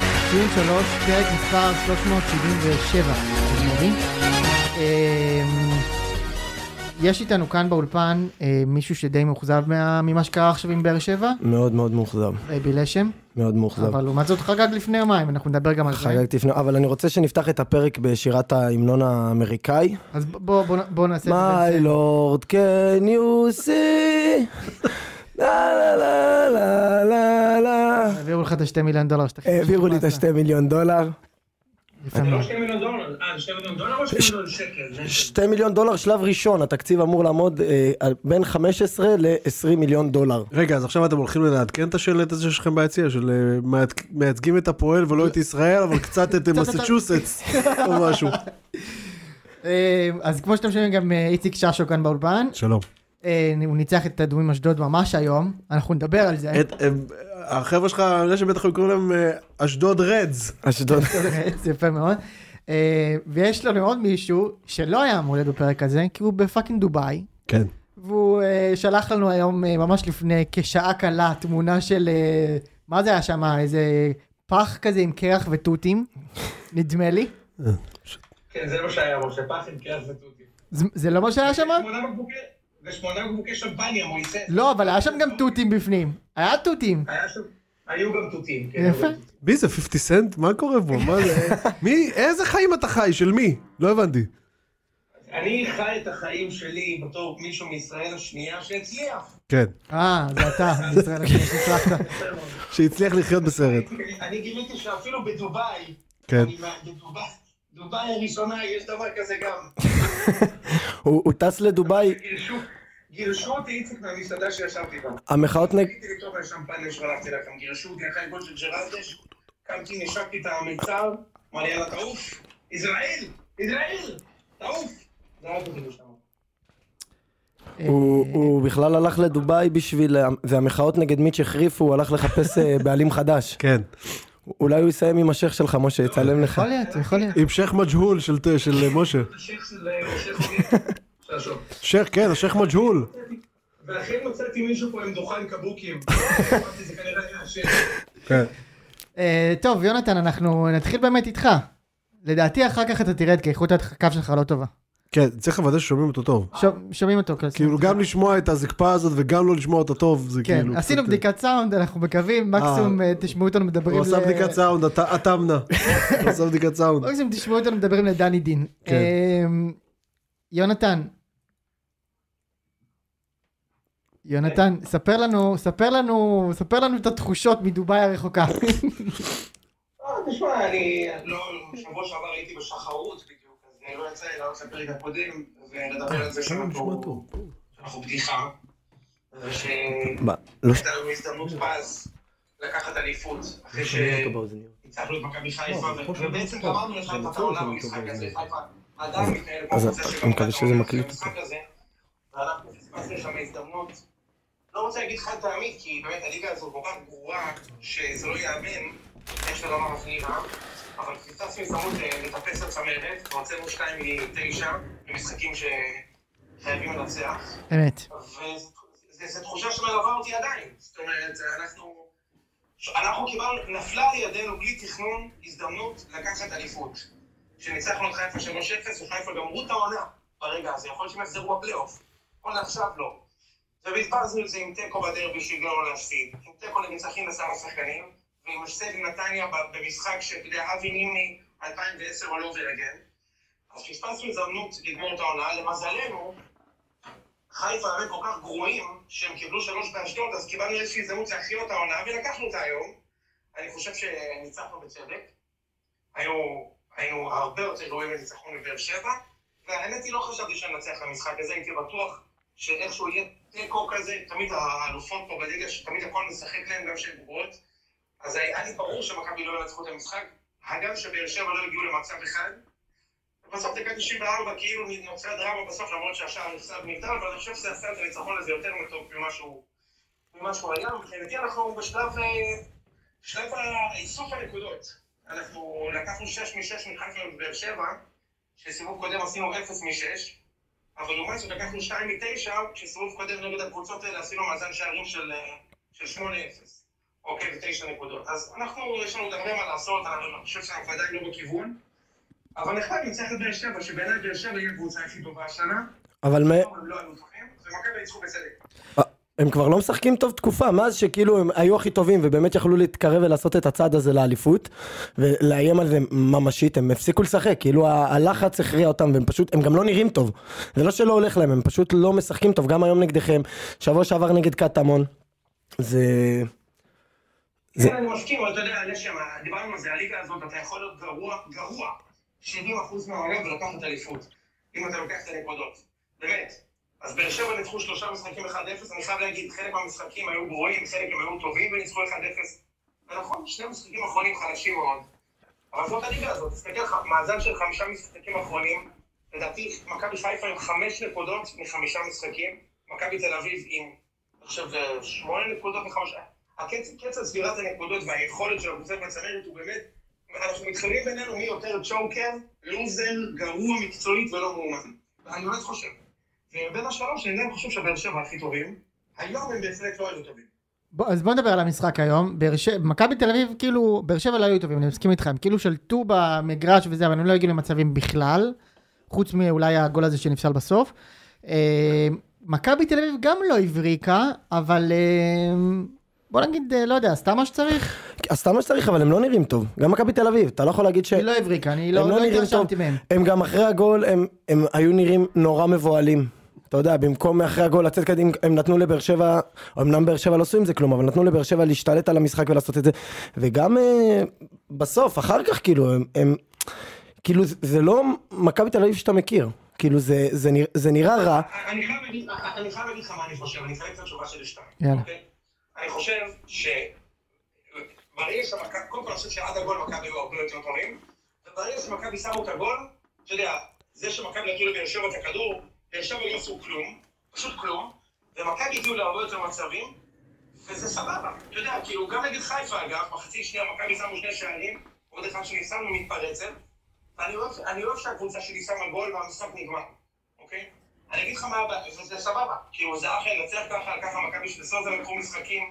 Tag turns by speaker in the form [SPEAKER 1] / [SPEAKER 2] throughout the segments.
[SPEAKER 1] 83, פרק מספר 377. אתם יודעים? אמ, יש איתנו כאן באולפן אה, מישהו שדי מאוכזב מה- ממה שקרה עכשיו עם באר שבע,
[SPEAKER 2] מאוד מאוד מאוכזב,
[SPEAKER 1] אה, בילשם,
[SPEAKER 2] מאוד מאוכזב.
[SPEAKER 1] אבל לעומת זאת חגג לפני יומיים, אנחנו נדבר גם על זה.
[SPEAKER 2] חגגתי לפני, אבל אני רוצה שנפתח את הפרק בשירת ההמנון האמריקאי.
[SPEAKER 1] אז ב- בוא- בוא בוא נעשה את
[SPEAKER 2] My
[SPEAKER 1] זה.
[SPEAKER 2] lord, can you see? לה לה לה לה לה לה.
[SPEAKER 1] העבירו לך את השתי מיליון דולר שאתה
[SPEAKER 2] העבירו לי את השתי מיליון דולר.
[SPEAKER 1] יפה
[SPEAKER 3] לא
[SPEAKER 1] מאוד.
[SPEAKER 3] שתי מיליון דולר, אה, שתי מיליון דולר או שתי מיליון שקל? זה-
[SPEAKER 2] שתי מיליון דולר שלב ראשון, התקציב אמור לעמוד אה, על בין 15 ל-20 מיליון דולר.
[SPEAKER 4] רגע, אז עכשיו אתם הולכים לעדכן את השלט הזה שלכם ביציע, של אה, מייצג- מייצגים את הפועל ולא את ישראל, אבל קצת את אה,
[SPEAKER 1] את ה-
[SPEAKER 4] מסצ'וסטס או משהו.
[SPEAKER 1] אה, אז כמו שאתם שומעים גם אה, איציק ששו כאן באולפן,
[SPEAKER 4] שלום.
[SPEAKER 1] אה, הוא ניצח את הדומים אשדוד ממש היום, אנחנו נדבר על זה.
[SPEAKER 4] את, אה, החבר'ה שלך, אני יודע שבטח הם קוראים להם אה, אשדוד רדס.
[SPEAKER 2] אשדוד.
[SPEAKER 1] זה יפה מאוד. אה, ויש לנו עוד מישהו שלא היה אמור להיות בפרק הזה, כי הוא בפאקינג דובאי,
[SPEAKER 4] כן.
[SPEAKER 1] והוא אה, שלח לנו היום, אה, ממש לפני כשעה קלה, תמונה של, אה, מה זה היה שם? איזה פח כזה עם קרח ותותים, נדמה לי.
[SPEAKER 3] כן, זה מה שהיה, משה פח עם קרח ותותים.
[SPEAKER 1] זה- זה לא מה שהיה שם?
[SPEAKER 3] שמונה בקבוקי- זה שמונה בקבוקי שמפניה, מויסס.
[SPEAKER 1] לא, אבל היה שם גם תותים בפנים. היה תותים.
[SPEAKER 3] היה שם- היו גם תותים, כן.
[SPEAKER 1] יפה.
[SPEAKER 3] היו גם תותים.
[SPEAKER 4] מי זה, 50 סנט? מה קורה פה? מה זה? מי, איזה חיים אתה חי? של מי? לא הבנתי.
[SPEAKER 3] אני חי את החיים שלי בתור מישהו מישראל השנייה שהצליח.
[SPEAKER 4] כן.
[SPEAKER 1] אה, זה אתה, זה ישראל השנייה, הצלחת.
[SPEAKER 4] שהצליח לחיות בסרט.
[SPEAKER 3] אני גיליתי שאפילו בדובאי,
[SPEAKER 4] כן.
[SPEAKER 3] אני מה- בדובאי- דובאי הראשונה, יש דבר כזה גם.
[SPEAKER 2] הוא הוא טס לדובאי,
[SPEAKER 3] גירשו- גירשו אותי איציק מהמסעדה שישבתי בה.
[SPEAKER 2] המחאות נגד...
[SPEAKER 3] הייתי לתוך השמפניה ששלחתי לכם, גירשו אותי אחרי הגול של ג'רלדש, קמתי, נשקתי את המיצר, אמר לי יאללה תעוף, ישראל, ישראל, תעוף. זה היה בדיוק שם.
[SPEAKER 2] הוא, הוא בכלל הלך לדובאי בשביל, זה המחאות נגד מיץ' החריפו, הוא הלך לחפש אה, בעלים חדש.
[SPEAKER 4] כן.
[SPEAKER 2] אולי הוא יסיים עם השייח שלך, משה, יצלם לך.
[SPEAKER 1] יכול להיות, יכול להיות.
[SPEAKER 4] עם שייח מג'הול של ת- של, אה, משה.
[SPEAKER 3] השייח של השייח חוגג. שלשום.
[SPEAKER 4] שייח, כן, השייח מג'הול.
[SPEAKER 3] ואכן מצאתי מישהו פה עם דוכן קבוקים. אמרתי, "זה כנראה היה השייח."
[SPEAKER 4] כן.
[SPEAKER 1] אה, טוב, יונתן, אנחנו נתחיל באמת איתך. לדעתי אחר כך אתה תרד, כי איכות הקו שלך לא טובה.
[SPEAKER 4] כן, צריך לוודא ששומעים אותו טוב.
[SPEAKER 1] שומע- שומעים אותו כל
[SPEAKER 4] כאילו גם לשמוע את הזקפה הזאת וגם לא לשמוע אותה טוב, זה
[SPEAKER 1] כן,
[SPEAKER 4] כאילו... קצת-
[SPEAKER 1] עשינו בדיקת סאונד, אנחנו מקווים, מקסימום אה, תשמעו אותנו מדברים...
[SPEAKER 4] הוא עשה
[SPEAKER 1] ל-
[SPEAKER 4] בדיקת סאונד, אתה- התמנה. הוא עשה בדיקת סאונד.
[SPEAKER 1] מקסימום תשמעו אותנו מדברים לדני דין.
[SPEAKER 4] כן.
[SPEAKER 1] אמ, יונתן. יונתן, ספר לנו, ספר לנו, ספר לנו את התחושות מדובאי הרחוקה.
[SPEAKER 3] אה, תשמע, אני לא, שבוע שעבר הייתי בשחרות בדיוק, אז אני לא יצא לי לעלות לפרק הקודם, ולדבר על זה שאנחנו אנחנו בדיחה. וש-
[SPEAKER 2] מה, לא לא ש...
[SPEAKER 3] הייתה לנו הזדמנות פז לקחת אליפות, אחרי שהצלחנו את
[SPEAKER 2] לא,
[SPEAKER 3] מכבי חיפה, ו- ובעצם גמרנו לחיפה את העולם במשחק הזה, חיפה עדיין מתנהל כמו
[SPEAKER 2] אז
[SPEAKER 3] קבוצה
[SPEAKER 2] אתה-
[SPEAKER 3] שגמרה
[SPEAKER 2] אני מקווה
[SPEAKER 3] את
[SPEAKER 2] שזה
[SPEAKER 3] העולם
[SPEAKER 2] מקליט.
[SPEAKER 3] במשחק הזה, ואנחנו פספסנו שם הזדמנות. לא רוצה להגיד חד פעמית, כי באמת הליגה הזו כל כך גרועה, שזה לא ייאמן, יש לנו מה נראה, אבל פספסנו הזדמנות אה, לטפס לצמרת, והוצאנו שתיים מתשע, במשחקים שחייבים לנצח.
[SPEAKER 1] אמת.
[SPEAKER 3] וזו תחושה שמלווה אותי עדיין. זאת אומרת, אנחנו... אנחנו קיבלנו, נפלה לידינו בלי תכנון הזדמנות לקחת אליפות. כשניצחנו את חיפה 3-0, וחיפה גמרו את העונה ברגע הזה, יכול להיות שהם יחזרו בפלייאוף. אבל עכשיו לא. ובזבזנו את זה עם תיקו בדרבי שהגענו להפסיד, עם תיקו לניצחים עשרה שחקנים, ועם הפסד לנתניה ב- במשחק שאתה יודע, אבי נימני 2010 עולה ורגל. אז פספסנו הזדמנות לגמור את העונה, למזלנו, חיפה באמת כל כך גרועים, שהם קיבלו שלוש באשדוד, אז קיבלנו איזושהי הזדמנות להכיל אותה עונה, ולקחנו אותה היום. אני חושב שניצחנו בצדק. היו, היינו הרבה יותר גרועים מניצחון מבאר שבע, והאמת היא, לא חשבתי שננצח במשחק הזה, הייתי בטוח שאיכשהו יהיה תיקו כזה, תמיד האלופות פה בליגה, שתמיד הכל משחק להם גם שהן גרועות. אז היה לי ברור שמכבי לא ינצחו את המשחק, הגם שבאר שבע לא הגיעו למצב אחד. בסוף דקה 94 כאילו נוצרה דרמה בסוף למרות שהשער נפסד נגדל, אבל אני חושב שזה עשה את הניצחון הזה יותר טוב ממה שהוא- ממה שהוא היה. מבחינתי אנחנו בשלב אה, שלב איסוף הנקודות. אנחנו לקחנו 6 מ-6 מחיפה ובאר שבע, שסיבוב קודם עשינו 0 מ-6, אבל לעומת זאת לקחנו 2 מ-9, כשסיבוב קודם נגד הקבוצות האלה עשינו מאזן שערים של אה, של 8-0. אוקיי, זה תשע נקודות. אז אנחנו, יש לנו עוד הרבה מה לעשות, אבל אני חושב שאנחנו עדיין לא בכיוון. אבל נחמד, נצטרך את באר שבע, שבעיניי באר שבע היא הקבוצה הכי טובה השנה.
[SPEAKER 2] אבל מה...
[SPEAKER 3] אבל הם לא היו טובים, ומכבי ניצחו בצדק.
[SPEAKER 2] הם כבר לא משחקים טוב תקופה, מאז שכאילו הם היו הכי טובים ובאמת יכלו להתקרב ולעשות את הצעד הזה לאליפות ולאיים על זה ממשית, הם הפסיקו לשחק, כאילו ה- הלחץ הכריע אותם והם פשוט, הם גם לא נראים טוב, זה לא שלא הולך להם, הם פשוט לא משחקים טוב, גם היום נגדכם, שבוע שעבר נגד קטמון, זה... זה-
[SPEAKER 3] כן, אני מסכים, אבל אתה יודע, יש שם, דיברנו על זה, הליגה הזאת, אתה יכול להיות גרוע, גרוע, 70 אחוז מהעולם ולוקחת אליפות, אם אתה לוקח את הנקודות, באמת. אז באר שבע ניצחו שלושה משחקים 1-0, אני חייב להגיד, חלק מהמשחקים היו גרועים, חלק הם היו טובים וניצחו 1-0. ונכון, שני המשחקים האחרונים חלשים מאוד. אבל זאת הליגה הזאת, תסתכל לך, מאזן של חמישה משחקים אחרונים, לדעתי מכבי חיפה עם חמש נקודות מחמישה משחקים, מכבי תל אביב עם, אני חושב, אה, שמונה נקודות מחמישה. הקצב קצב סגירת הנקודות והיכולת של הקבוצה בצמרת הוא באמת, אנחנו מתחרים בינינו מי יותר צ'וקר, לוזר, גרוע מקצועית ולא מאומן. אני באמת חושב. ובין השלוש, אני עדיין חושב שבאר שבע הכי טובים, היום הם בהחלט לא היו טובים.
[SPEAKER 1] בוא, אז בוא נדבר על המשחק היום. באר שבע- מכבי תל אביב, כאילו, באר שבע לא היו טובים, אני מסכים איתך, הם כאילו שלטו במגרש וזה, אבל הם לא הגיעו למצבים בכלל, חוץ מאולי הגול הזה שנפסל בסוף. אה, מכבי תל אביב גם לא הבריקה, אבל אה, בוא נגיד, אה, לא יודע, עשתה מה שצריך?
[SPEAKER 2] עשתה מה שצריך אבל הם לא נראים טוב, גם מכבי תל אביב, אתה לא יכול להגיד ש...
[SPEAKER 1] היא לא הבריקה, אני
[SPEAKER 2] הם
[SPEAKER 1] לא
[SPEAKER 2] לא
[SPEAKER 1] לא
[SPEAKER 2] נראים טוב.
[SPEAKER 1] התרשמתי מהם.
[SPEAKER 2] הם גם אחרי הגול, הם, הם היו נראים נורא מבוהלים. אתה יודע, במקום אחרי הגול לצאת קדימה, הם נתנו לבאר שבע, אמנם באר שבע לא עשו עם זה כלום, אבל נתנו לבאר שבע להשתלט על המשחק ולעשות את זה. וגם אה, בסוף, אחר כך, כאילו, הם, הם כאילו, זה- זה לא מכבי תל אביב שאתה מכיר. כאילו, זה, זה, נרא, זה נראה רע.
[SPEAKER 3] אני חייב להגיד- אני חייב להגיד לך מה אני חושב, אני אחלק את התשובה שלי שתיים.
[SPEAKER 1] יאללה.
[SPEAKER 3] אוקיי? אני חושב ש... ברגע שמכבי, קודם כל אני חושב שעד הגול מכבי היו הרבה יותר טובים, וברגע שמכבי שמו את הגול, אתה יודע, זה שמכבי נתנו לבאר שבע את הכדור, באר שבע לא עשו כלום, פשוט כלום, ומכבי הגיעו להרבה יותר מצבים, וזה סבבה. אתה יודע, כאילו, גם נגד חיפה אגב, מחצית שנייה מכבי שמו שני שערים, עוד אחד שניסענו מתפרצת, ואני אוהב- אני אוהב שהקבוצה שלי שמה גול והמשחק נגמר, אוקיי? אני אגיד לך מה הבעיה, וזה סבבה, כאילו זה אחלה לנצח ככה, ככה מכבי של סוזה לקחו משחקים,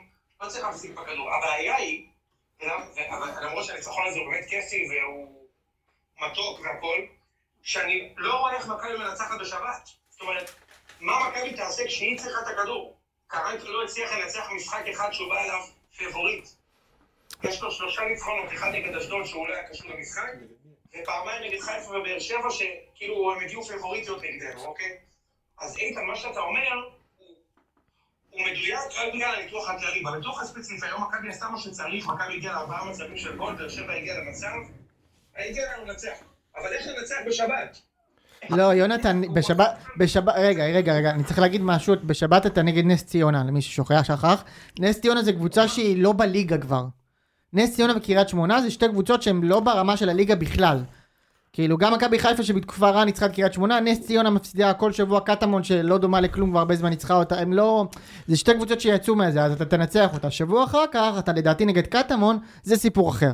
[SPEAKER 3] לא צריך להחזיק בכדור. הבעיה היא, ולמ- ו- למרות שהניצחון הזה הוא באמת כיפי והוא מתוק והכל, שאני לא רואה איך מכבי מנצחת בשבת. זאת אומרת, מה מכבי תעשה כשהיא צריכה את הכדור? קרנקה לא הצליח לנצח משחק אחד שהוא בא אליו פבוריט. יש לו שלושה ניצחונות, אחד נגד אשדוד שהוא אולי היה קשור למשחק, ופעמיים נגד חיפה ובאר שבע, שכאילו הם הגיעו פבוריטיות נגדנו, אוקיי? אז איתן, מה שאתה אומר, הוא- הוא מדויק רק בגלל הניתוח הכללי. בניתוח הספציפי, היום מכבי עשתה מה שצריך, מכבי הגיעה לארבעה מצבים של גול, באר שבע הגיעה למצב, הגיעה לנו לנצח. אבל איך לנצח בשבת?
[SPEAKER 1] לא, יונתן, בשבת, בשבת, רגע, רגע, רגע, אני צריך להגיד משהו, בשבת אתה נגד נס ציונה, למי ששוכח, שכח. נס ציונה זה קבוצה שהיא לא בליגה כבר. נס ציונה וקריית שמונה זה שתי קבוצות שהן לא ברמה של הליגה בכלל. כאילו, גם מכבי חיפה שבתקופה רעה ניצחה את קריית שמונה, נס ציונה מפסידה כל שבוע קטמון שלא דומה לכלום כבר הרבה זמן ניצחה אותה, הם לא... זה שתי קבוצות שיצאו מזה, אז אתה תנצח אותה. שבוע אחר כך, אתה לדעתי נגד קטמון, זה סיפור אחר.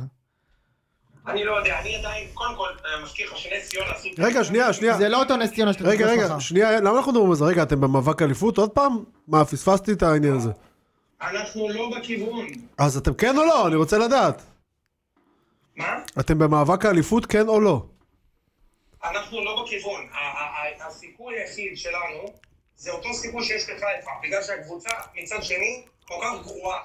[SPEAKER 3] אני לא יודע, אני עדיין, קודם כל, אה, מזכיר לך שנס ציונה עשו...
[SPEAKER 4] רגע, שנייה, שנייה.
[SPEAKER 1] זה לא אותו נס ציונה שאתה
[SPEAKER 4] רגע,
[SPEAKER 1] תפגוש
[SPEAKER 4] רגע,
[SPEAKER 1] מחר.
[SPEAKER 4] שנייה, למה אנחנו מדברים על זה? רגע, אתם במאבק אליפות עוד פעם? מה, פספסתי את העניין הזה.
[SPEAKER 3] אנחנו לא בכיוון.
[SPEAKER 4] אז אתם כן או לא? אני רוצה לדעת.
[SPEAKER 3] מה?
[SPEAKER 4] אתם במאבק האליפות כן או לא?
[SPEAKER 3] אנחנו לא בכיוון. ה- ה- ה- הסיכוי היחיד שלנו זה אותו סיכוי שיש לחיפה, בגלל שהקבוצה מצד שני כל כך גרועה,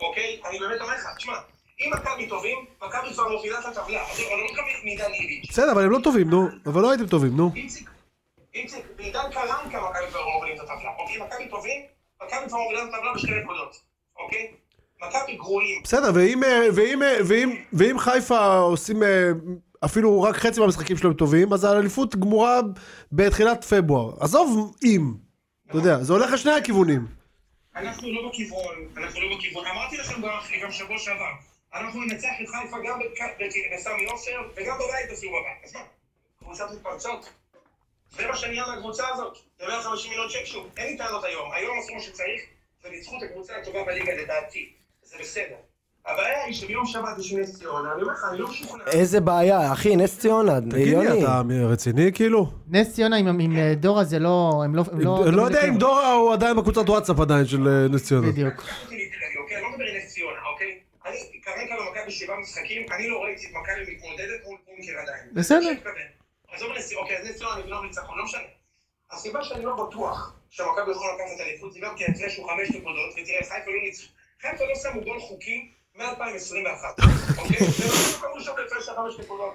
[SPEAKER 3] אוקיי? אני באמת אומר לך, תשמע, אם מכבי טובים, מכבי כבר מובילה את הטבלה, אז אני לא מקבל מעידן איביץ'.
[SPEAKER 4] בסדר, אבל הם לא טובים, נו. אבל לא הייתם טובים, נו.
[SPEAKER 3] איציק, איציק, בעידן קרנקה מכבי כבר מובילים את הטבלה, אוקיי? מכבי טובים, מכבי כבר מובילה את הטבלה בשתי נקודות, אוקיי? מכבי גרועים.
[SPEAKER 4] בסדר, ואם, אה, ואם, אה, ואם, ואם חיפה עושים אה, אפילו רק חצי מהמשחקים שלהם טובים, אז האליפות גמורה בתחילת פברואר. עזוב אם, אתה יודע, זה הולך לשני הכיוונים.
[SPEAKER 3] אנחנו לא בכיוון, אנחנו לא בכיוון. אמרתי לכם גם, גם שבוע שעבר, אנחנו ננצח את חיפה גם בק- בק- בסמי עופר וגם בבית בסיום הבא. אז מה? קבוצת מתפרצות. זה מה שנהיה מהקבוצה הזאת. זה 150 מיליון צ'ק שוב. אין לי טענות היום. היום עשו מה שצריך, וניצחו את הקבוצה הטובה בליגה לדעתי. זה בסדר. הבעיה היא שביום שבת יש נס ציונה, אני אומר לך, אני לא משוכנע.
[SPEAKER 2] איזה בעיה, אחי, נס ציונה,
[SPEAKER 4] תגיד לי,
[SPEAKER 2] יוני.
[SPEAKER 4] אתה רציני כאילו?
[SPEAKER 1] נס ציונה עם- עם אה, דורה זה לא, הם לא, הם לא,
[SPEAKER 4] לא יודע אם דורה הוא עדיין בקבוצת וואטסאפ עדיין של אה, נס ציונה.
[SPEAKER 1] בדיוק.
[SPEAKER 3] אוקיי, אני לא מדבר על נס ציונה, אוקיי? כרגע במכבי שבעה משחקים, אני לא ראיתי את מכבי מתמודדת מול בונקר עדיין.
[SPEAKER 1] בסדר.
[SPEAKER 3] זה מה שאני מתכוון. עזוב נס ציונה, אוקיי, אז נס ציונה נגנוב ניצחון, לא משנה. הסיבה שאני לא בטוח שמכבי יכול לקחת אליפות זה גם כי ההפרש הוא חמש נקודות, ותראה, חיפה לא ניצחו. חיפה לא שמו גול חוקי מ-2021. אוקיי? זה לא כמו שם הפרש של חמש נקודות.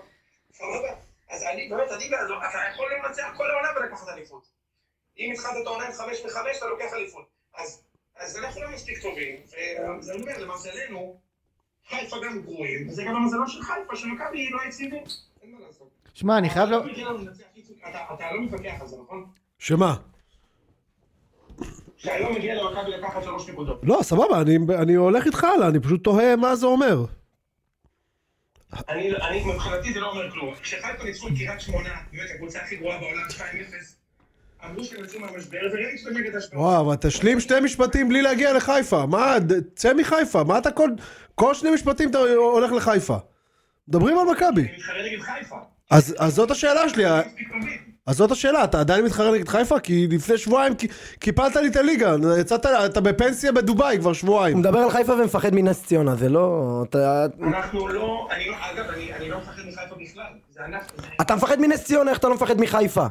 [SPEAKER 3] סבבה? אז אני, באמת, הליגה הזו, אתה יכול לנצח כל העונה ולקחת אליפות. אם התחלת את העונה עם חמש וחמש, אתה לוקח אליפות. אז, אז אנחנו לא מספיק טובים, וזה אומר, למזלנו, חיפה גם גרועים, וזה גם המזלו של חיפה, שמכבי היא לא יציבות. אין מה לעשות.
[SPEAKER 1] שמע, אני חייב... לה-
[SPEAKER 3] אתה לא מגיע למכבי, אתה- אתה לא מתווכח על זה, נכון?
[SPEAKER 4] שמה?
[SPEAKER 3] שהיום מגיע למכבי לקחת שלוש נקודות.
[SPEAKER 4] לא, סבבה, אני, אני הולך איתך הלאה, אני פשוט תוהה מה זה אומר.
[SPEAKER 3] אני, אני, מבחינתי זה לא אומר כלום. כשחיפה ניצחו את קריית שמונה, באמת הקבוצה הכי גרועה בעולם, 2-0, אמרו שהם יצאו מהמשבר, וראיתי שאתם נגד השפעה.
[SPEAKER 4] וואו, אבל תשלים שתי משפטים בלי להגיע לחיפה. מה, ד- צא מחיפה, מה אתה כל... כל שני משפטים אתה הולך לחיפה. מדברים על מכבי.
[SPEAKER 3] אני מתחרה נגד חיפה.
[SPEAKER 4] אז, אז זאת השאלה שלי, ה-
[SPEAKER 3] מספיק טובים.
[SPEAKER 4] אז זאת השאלה, אתה עדיין מתחרה נגד חיפה? כי לפני שבועיים כי- קיפלת לי את הליגה, יצאת, אתה בפנסיה בדובאי כבר
[SPEAKER 2] הוא
[SPEAKER 4] שבועיים.
[SPEAKER 2] מדבר על חיפה ומפחד מנס ציונה, זה לא... אתה,
[SPEAKER 3] אנחנו לא, אני לא, אגב, אני, אני לא מפחד מחיפה בכלל. זה אנחנו, זה...
[SPEAKER 2] אתה מפחד מנס ציונה, איך אתה לא מפחד מחיפה?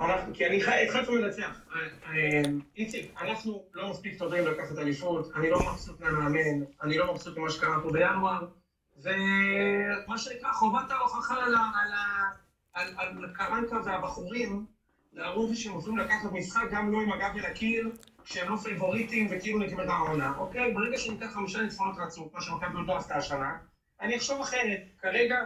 [SPEAKER 3] אנחנו, כי אני חי, את חיפה מנצח. אה, אה, איציק, אנחנו לא מספיק טובים לקחת אליפות, אני לא מבסוט מהמאמן, אני לא מבסוט ממה שקרה פה בינואר, ומה שנקרא חובת ההוכחה על, ה- על, ה- על, על קרנקה והבחורים, להראות שהם יכולים לקחת משחק גם לא עם הגב אל הקיר, כשהם לא פייבוריטים וכאילו נגמרה העונה. אוקיי, ברגע שניקח חמישה ניצחונות רצוף, מה שמכבי עוד לא עשתה השנה, אני אחשוב אחרת. כרגע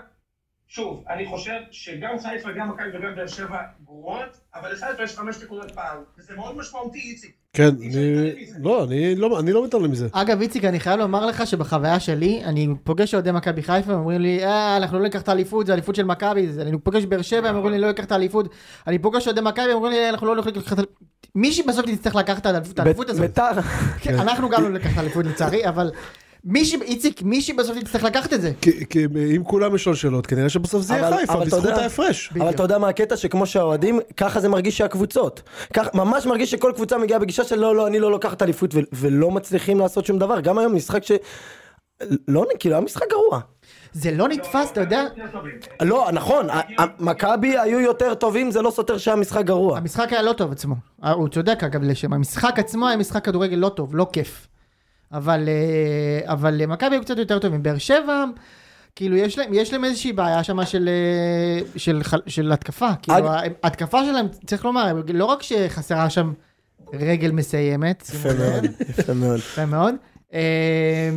[SPEAKER 3] שוב, אני חושב שגם חיפה, גם מכבי וגם באר שבע גרועות, אבל לחיפה יש חמש נקודות פער, וזה מאוד משמעותי, איציק.
[SPEAKER 4] כן, אני... לא, אני לא, אני לא מתעלם מזה.
[SPEAKER 1] אגב, איציק, אני חייב לומר לך שבחוויה שלי, אני פוגש אוהדי מכבי חיפה, הם אומרים לי, אה, אנחנו לא ניקח את האליפות, זה אליפות של מכבי, זה- אני פוגש באר שבע, הם אומרים לי, לא ניקח את האליפות, אני פוגש אוהדי מכבי, הם אומרים לי, "אה, אנחנו לא הולכים לקחת את האליפות, מישהי בסוף תצטרך לקחת את האליפות- את האליפות הזאת,
[SPEAKER 2] ביתר,
[SPEAKER 1] כן, אנחנו גם לא ניקח את האליפות לצערי, אבל מישהי, איציק, מישהי בסוף תצטרך לקחת את זה,
[SPEAKER 4] כי, כי אם כולם ישאל שאלות, כנראה שבסוף זה יהיה
[SPEAKER 2] אבל-
[SPEAKER 4] חיפה,
[SPEAKER 2] אבל אתה
[SPEAKER 4] בזכות
[SPEAKER 2] יודע-
[SPEAKER 4] ההפרש.
[SPEAKER 2] אבל אתה יודע מה הקטע? שכמו שהאוהדים, ככה זה מרגיש שהקבוצות. כך, ממש מרגיש שכל קבוצה מגיעה בגישה של לא, לא, אני לא לוקחת אליפות, ו- ולא מצליחים לעשות שום דבר. גם היום משחק ש... לא, כאילו, היה משחק גרוע.
[SPEAKER 1] זה לא נתפס, אתה יודע,
[SPEAKER 2] לא, נכון, ה- ה- מכבי היו יותר טובים, זה לא סותר שהיה משחק גרוע.
[SPEAKER 1] המשחק היה לא טוב עצמו, אה, הוא צודק אגב לשם, המשחק עצמו היה משחק כדורגל לא טוב, לא כיף. אבל, אה, אבל אה, מכבי היו קצת יותר טובים, באר שבע, כאילו יש להם, יש להם איזושהי בעיה שם של, אה, של, של, של התקפה, כאילו
[SPEAKER 2] אג-
[SPEAKER 1] אג... ההתקפה שלהם, צריך לומר, לא רק שחסרה שם רגל מסיימת,
[SPEAKER 2] יפה מאוד, יפה מאוד.
[SPEAKER 1] יפה מאוד, אה,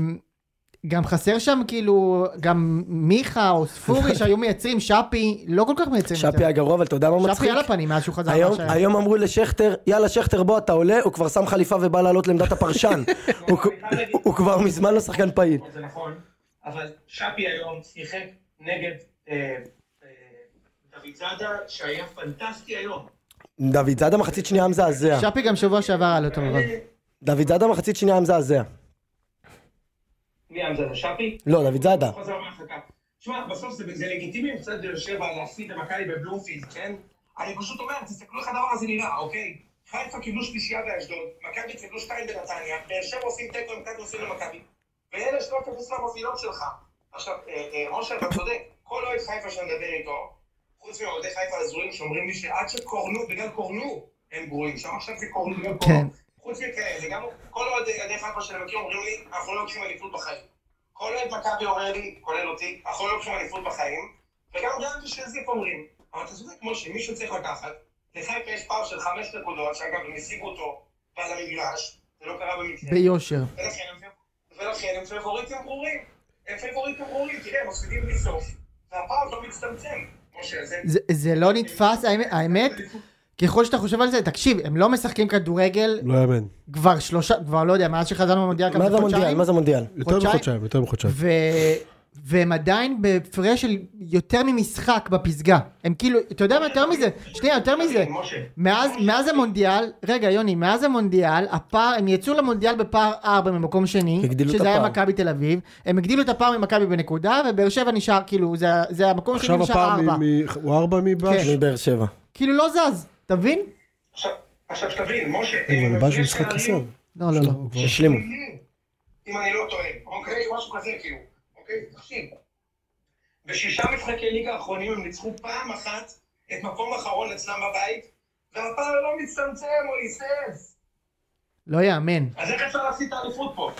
[SPEAKER 1] גם חסר שם כאילו, גם מיכה או ספורי שהיו מייצרים, שפי, לא כל כך מייצרים,
[SPEAKER 2] שפי היה גרוע, אבל אתה יודע מה
[SPEAKER 1] שפי
[SPEAKER 2] מצחיק?
[SPEAKER 1] על הפנים מאז שהוא חזר,
[SPEAKER 2] היום,
[SPEAKER 1] מהשעיה.
[SPEAKER 2] היום אמרו לשכטר, יאללה שכטר בוא אתה עולה, הוא כבר שם חליפה ובא לעלות לעמדת הפרשן. הוא, הוא, הוא כבר מזמן לא שחקן פעיל.
[SPEAKER 3] זה נכון, אבל שפי היום שיחק נגד אה, אה, דוד זאדה, שהיה פנטסטי היום.
[SPEAKER 2] דוד זאדה מחצית שנייה היה מזעזע.
[SPEAKER 1] שפי גם שבוע שעבר היה לא טוב אבל.
[SPEAKER 2] דוד זאדה מחצית שנייה היה מזעזע.
[SPEAKER 3] מי היה זה? שפי?
[SPEAKER 2] לא, דוד זאדה.
[SPEAKER 3] חוזר מהרחקה. תשמע, בסוף זה, זה לגיטימי מצד באר שבע להפסיד למכבי בבלומפילד, כן? אני פשוט אומר, תסתכלו איך הדבר הזה נראה, אוקיי? חיפה קיבלו שלישייה באשדוד, מכבי קיבלו שתיים בנתניה, באר שבע עושים תיקו עם מכבי עושים למכבי, ואלה שלא תפוס למובילות שלך. עכשיו, אה, אה, אושר, אתה צודק, כל אוהד חיפה שאני מדבר איתו, חוץ מאוהדי חיפה הזויים שאומרים לי שעד שקורנו, בגלל קורנו, הם גרועים, שם עכשיו זה קורנו בגלל
[SPEAKER 1] כן.
[SPEAKER 3] קורנו. חוץ מכאלה, גם כל אוהדי אוהדי חיפה שאני מכיר אומרים לי, אנחנו לא לוקחים אליפות בחיים. כל אוהד מכבי אומר לי, כולל אותי, אנחנו לא לוקחים אליפות בחיים, וגם גם של זיפ אומרים, אבל אתה צודק, משה, מישהו צריך לקחת, לחיפה יש פער של חמש נקודות, שאגב, הם השיגו אותו על המגרש, זה לא קרה במקרה.
[SPEAKER 1] ביושר.
[SPEAKER 3] ולכן הם- ולכן הם פייבוריטים ברורים. הם פייבוריטים ברורים, תראה, הם מפסידים בלי סוף, והפער לא מצטמצם. משה, זה...
[SPEAKER 1] זה- זה לא נתפס, האמת- האמת, ככל שאתה חושב על זה, תקשיב, הם לא משחקים כדורגל
[SPEAKER 4] לא יאמן.
[SPEAKER 1] כבר שלושה, כבר לא יודע, מאז שחזרנו במונדיאל כמה
[SPEAKER 2] מה זה המונדיאל?
[SPEAKER 1] חודשיים,
[SPEAKER 2] מה זה המונדיאל?
[SPEAKER 4] יותר
[SPEAKER 1] חודשיים?
[SPEAKER 4] מחודשיים, יותר מחודשיים.
[SPEAKER 1] ו- והם עדיין בהפרש של יותר ממשחק בפסגה. הם כאילו, אתה יודע מה יותר מזה? שנייה, יותר מזה.
[SPEAKER 3] משה.
[SPEAKER 1] מאז, מאז המונדיאל, רגע יוני, מאז המונדיאל, הפער, הם יצאו למונדיאל בפער 4 ממקום שני,
[SPEAKER 2] הגדילו את
[SPEAKER 1] שזה היה
[SPEAKER 2] הפער.
[SPEAKER 1] מכבי תל אביב, הם הגדילו את הפער ממכבי בנקודה, ובאר שבע נשאר, כאילו, זה, זה המקום השני
[SPEAKER 4] עכשיו
[SPEAKER 1] נשאר
[SPEAKER 4] הפער
[SPEAKER 1] 4.
[SPEAKER 4] מ- מ- הוא ארבע מבאש?
[SPEAKER 1] כן.
[SPEAKER 2] מבאר שבע.
[SPEAKER 1] כאילו לא זז, אתה מבין?
[SPEAKER 3] עכשיו, עכשיו שתבין, משה,
[SPEAKER 4] אה,
[SPEAKER 3] אה,
[SPEAKER 4] אבל
[SPEAKER 3] הם
[SPEAKER 4] באש
[SPEAKER 3] יש
[SPEAKER 4] משחק
[SPEAKER 3] פערים
[SPEAKER 4] חסר.
[SPEAKER 1] אה, לא, לא, לא.
[SPEAKER 2] השלימו.
[SPEAKER 3] פליליים. אם אני לא טועה, אוקיי? משהו כזה כאילו, אוקיי? תקשיב. בשישה משחקי ליגה האחרונים הם ניצחו פעם אחת את מקום אחרון אצלם בבית, והפער לא מצטמצם או היסס.
[SPEAKER 1] לא יאמן.
[SPEAKER 3] אז איך אפשר להפסיד את האליפות פה?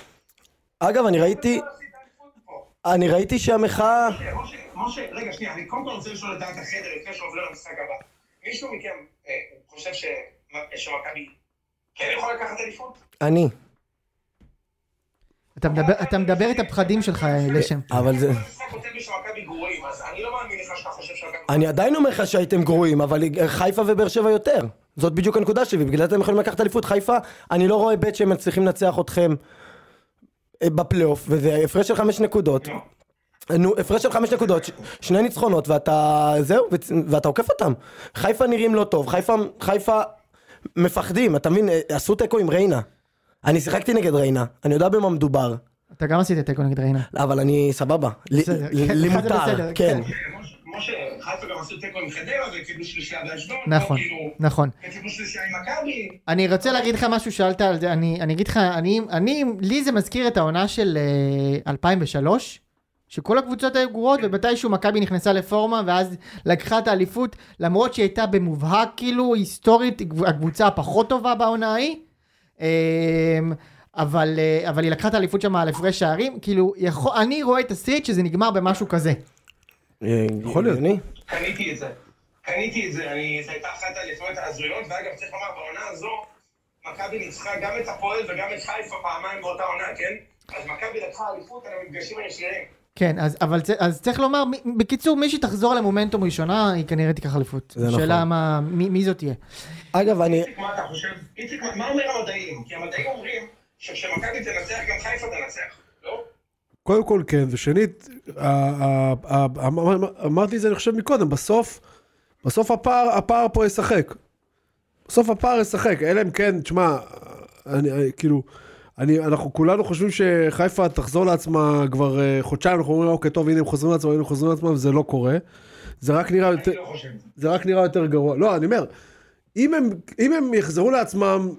[SPEAKER 2] אגב, אני
[SPEAKER 3] איך אפשר
[SPEAKER 2] ראיתי,
[SPEAKER 3] להפסיד את האליפות פה? אה,
[SPEAKER 2] אני ראיתי שהמחאה...
[SPEAKER 3] משה, משה, רגע, שנייה, אני קודם כל רוצה לשאול את דעת החדר לפני שעובר למשחק הבא. מישהו מכם אה, חושב ש- שמכבי כן יכול לקחת אליפות?
[SPEAKER 2] אני.
[SPEAKER 1] אתה מדבר, אתה מדבר את הפחדים שלך, אה, לשם.
[SPEAKER 2] אבל זה...
[SPEAKER 3] המשחק כותב לי שמכבי גרועים, אז אני לא מאמין לך שאתה חושב שמכבי...
[SPEAKER 2] אני עדיין אומר לך שהייתם גרועים, אבל חיפה ובאר שבע יותר. זאת בדיוק הנקודה שלי, בגלל זה אתם יכולים לקחת אליפות. חיפה, אני לא רואה בית שהם מצליחים לנצח אתכם אה, בפלייאוף, וזה הפרש של חמש נקודות. נו, הפרש של חמש נקודות, ש- שני ניצחונות, ואתה... זהו, וצ- ואתה עוקף אותם. חיפה נראים לא טוב, חיפה... חיפה... מפחדים, אתה מבין? אה, עשו תיקו עם ריינה. אני שיחקתי נגד ריינה, אני יודע במה מדובר,
[SPEAKER 1] אתה גם עשית תיקו נגד ריינה.
[SPEAKER 2] אבל אני סבבה. לי-
[SPEAKER 1] בסדר, כן,
[SPEAKER 2] לי
[SPEAKER 1] לך זה
[SPEAKER 2] מותר,
[SPEAKER 1] בסדר,
[SPEAKER 2] כן.
[SPEAKER 1] כן.
[SPEAKER 3] משה- משה, חיפה גם עשו תיקו עם חדרה וקיבלו שלישייה באשדוד.
[SPEAKER 1] נכון,
[SPEAKER 3] כאילו,
[SPEAKER 1] נכון.
[SPEAKER 3] וקיבלו שלישייה עם מכבי.
[SPEAKER 1] אני רוצה להגיד לך משהו שאלת על זה, אני, אני אגיד לך, אני, אני, לי זה מזכיר את העונה של אה, 2003, שכל הקבוצות היו גרועות, ומתישהו מכבי נכנסה לפורמה, ואז לקחה את האליפות, למרות שהיא הייתה במובהק, כאילו, היסטורית, הקבוצה הפחות טובה בעונה ההיא, אה, אבל, אה, אבל היא לקחה את האליפות שם על הפרש שערים, כאילו, יכול, אני רואה את הסיט שזה נגמר במשהו כזה.
[SPEAKER 2] אה,
[SPEAKER 4] יכול להיות.
[SPEAKER 2] הגיוני.
[SPEAKER 3] קניתי את זה. קניתי את זה, אני, זו הייתה אחת האליפויות ההזויות, ואגב, צריך לומר, בעונה הזו, מכבי ניצחה גם את הפועל וגם את חיפה פעמיים באותה עונה, כן? אז מכבי לקחה אליפות על המפגשים הישירים.
[SPEAKER 1] כן, אז, אבל צ- אז צריך לומר, מ- בקיצור, מי שתחזור למומנטום ראשונה, היא כנראה תיקח אליפות.
[SPEAKER 2] זה נכון.
[SPEAKER 1] שאלה מה, מי, מי זאת תהיה.
[SPEAKER 2] אגב, אני...
[SPEAKER 3] איציק, מה אתה חושב? איציק, מה- מה אומר המדעים? כי המדעים אומרים שכשמכבי תנצח, גם חיפה תנצח, לא?
[SPEAKER 4] קודם כל כן, ושנית, ה- ה- ה- אמר- אמרתי את זה אני חושב מקודם, בסוף, בסוף הפער, הפער פה ישחק. בסוף הפער ישחק, אלא אם כן, תשמע, אני, אני כאילו, אני, אנחנו כולנו חושבים שחיפה תחזור לעצמה כבר אה, חודשיים, אנחנו אומרים, אוקיי, טוב, הנה הם חוזרים לעצמם, הנה הם חוזרים לעצמם, וזה לא קורה. זה רק נראה יותר...
[SPEAKER 3] אני לא חושב.
[SPEAKER 4] זה רק נראה יותר גרוע. לא, אני אומר, אם הם, אם הם יחזרו לעצמם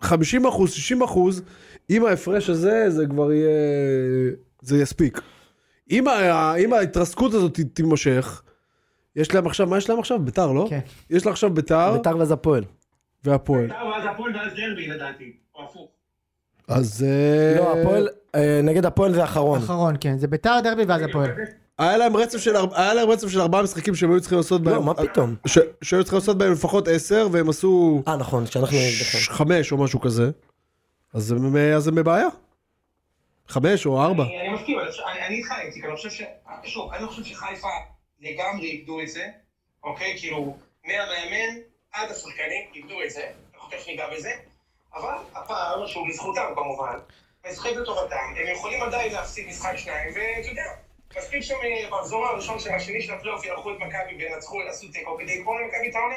[SPEAKER 4] 50 אחוז, 60 אחוז, עם ההפרש הזה, זה כבר יהיה... זה יספיק. אם, ה, אם ההתרסקות הזאת ת- תימשך, יש להם עכשיו, מה יש להם עכשיו? ביתר, לא?
[SPEAKER 1] כן.
[SPEAKER 4] יש לה עכשיו ביתר
[SPEAKER 2] אה, ביתר ואז הפועל.
[SPEAKER 4] והפועל.
[SPEAKER 3] אה, ואז הפועל ואז דרבי, לדעתי. או הפוך.
[SPEAKER 4] אז... אה,
[SPEAKER 2] לא, הפועל, אה, נגד הפועל זה אחרון.
[SPEAKER 1] אחרון, כן. זה ביתר, דרבי ואז הפועל.
[SPEAKER 4] היה להם רצף של, ארבע- היה להם רצף של ארבעה משחקים שהם היו צריכים לעשות בהם...
[SPEAKER 2] לא, מה פתאום?
[SPEAKER 4] ש, שהיו צריכים לעשות בהם לפחות עשר, והם עשו
[SPEAKER 2] אה, נכון, שאנחנו נגדכם.
[SPEAKER 4] ש- חמש או משהו כזה. אז הם, אז הם בבעיה. חמש או ארבע.
[SPEAKER 3] אני אני מסכים, אני חושב- אני אני איתך איציק, אני חושב ש... שוב, אני לא חושב שחיפה לגמרי איבדו את זה, אוקיי? כאילו, מהמאמן עד השחקנים איבדו את זה, אנחנו תכף ניגע בזה, אבל הפער, שהוא בזכותם כמובן, משחק לטובתם, הם יכולים עדיין להפסיד משחק שניים, ואתה יודע, מספיק שבמחזור הראשון של השני של הפלייאוף ילכו את מכבי וינצחו, יעשו תיקו כדי לקרוא למכבי את העונה.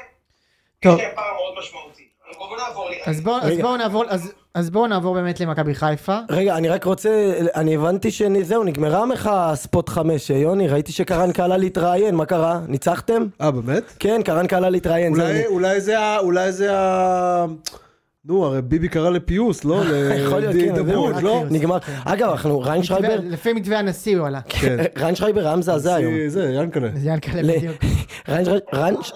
[SPEAKER 1] טוב.
[SPEAKER 3] יש להם פער מאוד משמעותי. אבל בואו נעבור לי.
[SPEAKER 1] אז בואו אז
[SPEAKER 2] רגע.
[SPEAKER 1] בואו נעבור, אז- אז בואו נעבור באמת למכבי חיפה.
[SPEAKER 2] רגע, אני רק רוצה, אני הבנתי שזהו, נגמרה המחאה ספוט חמש, אה, יוני, ראיתי שקרנקה עלה להתראיין, מה קרה? ניצחתם?
[SPEAKER 4] אה, באמת?
[SPEAKER 2] כן, קרנקה עלה להתראיין, זהו.
[SPEAKER 4] אולי, אולי זה ה... אולי זה ה... נו, הרי ביבי קרא לפיוס, לא?
[SPEAKER 2] יכול להיות, כן,
[SPEAKER 4] להידברות,
[SPEAKER 2] זהו,
[SPEAKER 4] לא?
[SPEAKER 1] רק
[SPEAKER 2] נגמר. אגב, אנחנו, ריין שרייבר,
[SPEAKER 1] לפי מתווה הנשיא הוא עלה.
[SPEAKER 4] כן. אה,
[SPEAKER 2] ריין שרייבר היה מזעזע היום.
[SPEAKER 4] זה- זה, ינקלה.
[SPEAKER 1] אז ינקלה
[SPEAKER 2] ל-
[SPEAKER 1] בדיוק.
[SPEAKER 2] ריין שרי- ריין ש-